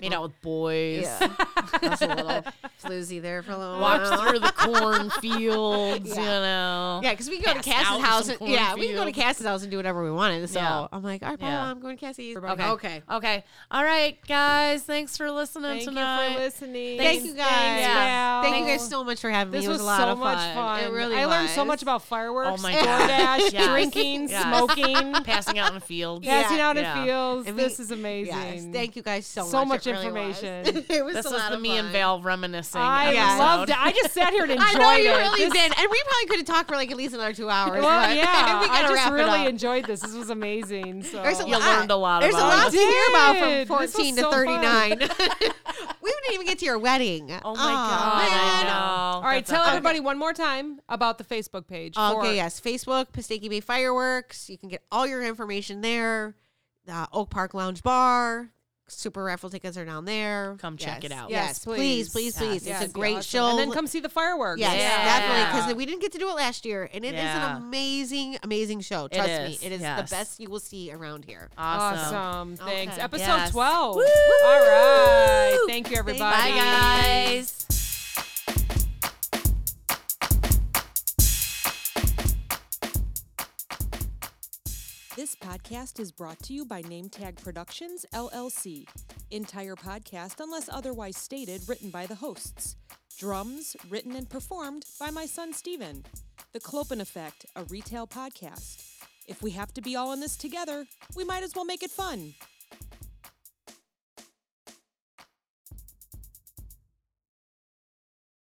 [SPEAKER 3] made out with boys.
[SPEAKER 5] yeah. I was a little floozy there for a little
[SPEAKER 3] Walked
[SPEAKER 5] while.
[SPEAKER 3] through the cornfields,
[SPEAKER 5] Yeah.
[SPEAKER 3] you know.
[SPEAKER 5] Yeah, because we go to
[SPEAKER 3] Passed
[SPEAKER 5] Cass's
[SPEAKER 3] out in
[SPEAKER 5] house.
[SPEAKER 3] some
[SPEAKER 5] And, yeah, we can go to
[SPEAKER 3] cornfield.
[SPEAKER 5] Cass's house and do whatever we wanted. So
[SPEAKER 3] Yeah.
[SPEAKER 5] I'm like, all right, Paula,
[SPEAKER 3] Yeah.
[SPEAKER 5] I'm going to Cassie's.
[SPEAKER 4] Everybody-
[SPEAKER 5] okay.
[SPEAKER 3] Okay. All right, guys. Thanks for listening
[SPEAKER 4] Thank
[SPEAKER 3] tonight.
[SPEAKER 4] you for listening.
[SPEAKER 5] Thank you guys.
[SPEAKER 3] Yeah.
[SPEAKER 5] Thank you
[SPEAKER 4] Val.
[SPEAKER 5] guys so much for having me.
[SPEAKER 4] This
[SPEAKER 5] It was,
[SPEAKER 4] was,
[SPEAKER 5] a lot
[SPEAKER 4] so
[SPEAKER 5] of
[SPEAKER 4] much
[SPEAKER 5] fun.
[SPEAKER 4] fun.
[SPEAKER 5] It really
[SPEAKER 4] I learned so
[SPEAKER 5] was.
[SPEAKER 4] much about fireworks,
[SPEAKER 3] Oh my God.
[SPEAKER 4] DoorDash,
[SPEAKER 3] Yes.
[SPEAKER 4] drinking,
[SPEAKER 3] Yes.
[SPEAKER 4] smoking,
[SPEAKER 3] Passing out in the field.
[SPEAKER 4] passing out
[SPEAKER 3] Yeah.
[SPEAKER 4] in fields.
[SPEAKER 5] And we-
[SPEAKER 4] this is amazing.
[SPEAKER 5] Yes. Thank you guys so,
[SPEAKER 4] So
[SPEAKER 5] much.
[SPEAKER 4] much
[SPEAKER 5] It really was.
[SPEAKER 4] information.
[SPEAKER 5] it was
[SPEAKER 3] This
[SPEAKER 5] a
[SPEAKER 3] was
[SPEAKER 5] lot
[SPEAKER 3] the
[SPEAKER 5] of
[SPEAKER 3] me and
[SPEAKER 5] fun.
[SPEAKER 3] Val reminiscing.
[SPEAKER 4] I
[SPEAKER 5] Yes.
[SPEAKER 4] loved it. I just sat here and enjoyed
[SPEAKER 5] I know you
[SPEAKER 4] it.
[SPEAKER 5] really
[SPEAKER 4] This-
[SPEAKER 5] did, and we probably could have talked for like at least another two hours.
[SPEAKER 4] Well,
[SPEAKER 5] but
[SPEAKER 4] yeah,
[SPEAKER 5] we
[SPEAKER 4] I
[SPEAKER 5] gotta
[SPEAKER 4] just
[SPEAKER 5] wrap
[SPEAKER 4] really
[SPEAKER 5] it up.
[SPEAKER 4] enjoyed this. This was amazing. So
[SPEAKER 5] There's a
[SPEAKER 3] You
[SPEAKER 5] lot.
[SPEAKER 3] learned a lot
[SPEAKER 5] There's
[SPEAKER 3] about
[SPEAKER 5] a lot
[SPEAKER 3] us.
[SPEAKER 5] to hear about
[SPEAKER 4] Did.
[SPEAKER 5] from
[SPEAKER 4] This was
[SPEAKER 5] 14 to
[SPEAKER 4] so fun.
[SPEAKER 5] 39. we didn't even get to your wedding.
[SPEAKER 3] Oh my
[SPEAKER 5] Aw,
[SPEAKER 3] god.
[SPEAKER 5] man.
[SPEAKER 3] I know.
[SPEAKER 4] All right,
[SPEAKER 3] That's
[SPEAKER 4] tell
[SPEAKER 3] okay.
[SPEAKER 4] everybody one more time about the Facebook page. for-
[SPEAKER 5] Okay, yes. Facebook, Pasteki Bay Fireworks. You can get all your information there. Uh, Oak Park Lounge Bar. Super raffle tickets are down there.
[SPEAKER 3] Come check it out.
[SPEAKER 5] Yes,
[SPEAKER 4] Yes,
[SPEAKER 5] please,
[SPEAKER 4] please.
[SPEAKER 5] please,
[SPEAKER 3] Yes.
[SPEAKER 5] please.
[SPEAKER 4] Yeah,
[SPEAKER 5] It's
[SPEAKER 4] it'd
[SPEAKER 5] a
[SPEAKER 4] be
[SPEAKER 5] great
[SPEAKER 4] awesome.
[SPEAKER 5] show.
[SPEAKER 4] And then come see the fireworks.
[SPEAKER 5] Yes,
[SPEAKER 3] Yeah.
[SPEAKER 5] definitely. Because we didn't get to do it last year, and it is
[SPEAKER 3] Yeah.
[SPEAKER 5] an amazing, amazing show.
[SPEAKER 3] It
[SPEAKER 5] Trust
[SPEAKER 3] is,
[SPEAKER 5] me, it is
[SPEAKER 3] yes.
[SPEAKER 5] the best you will see around here.
[SPEAKER 3] Awesome.
[SPEAKER 4] Awesome. Thanks.
[SPEAKER 5] Okay.
[SPEAKER 4] Episode
[SPEAKER 3] Yes.
[SPEAKER 4] 12.
[SPEAKER 3] Woo!
[SPEAKER 4] All right. Thank you, everybody.
[SPEAKER 3] Bye guys.
[SPEAKER 1] This podcast is brought to you by NameTag Productions, LLC. Entire podcast, unless otherwise stated, written by the hosts. Drums, written and performed by my son Steven. The Clopen Effect, a retail podcast. If we have to be all in this together, we might as well make it fun.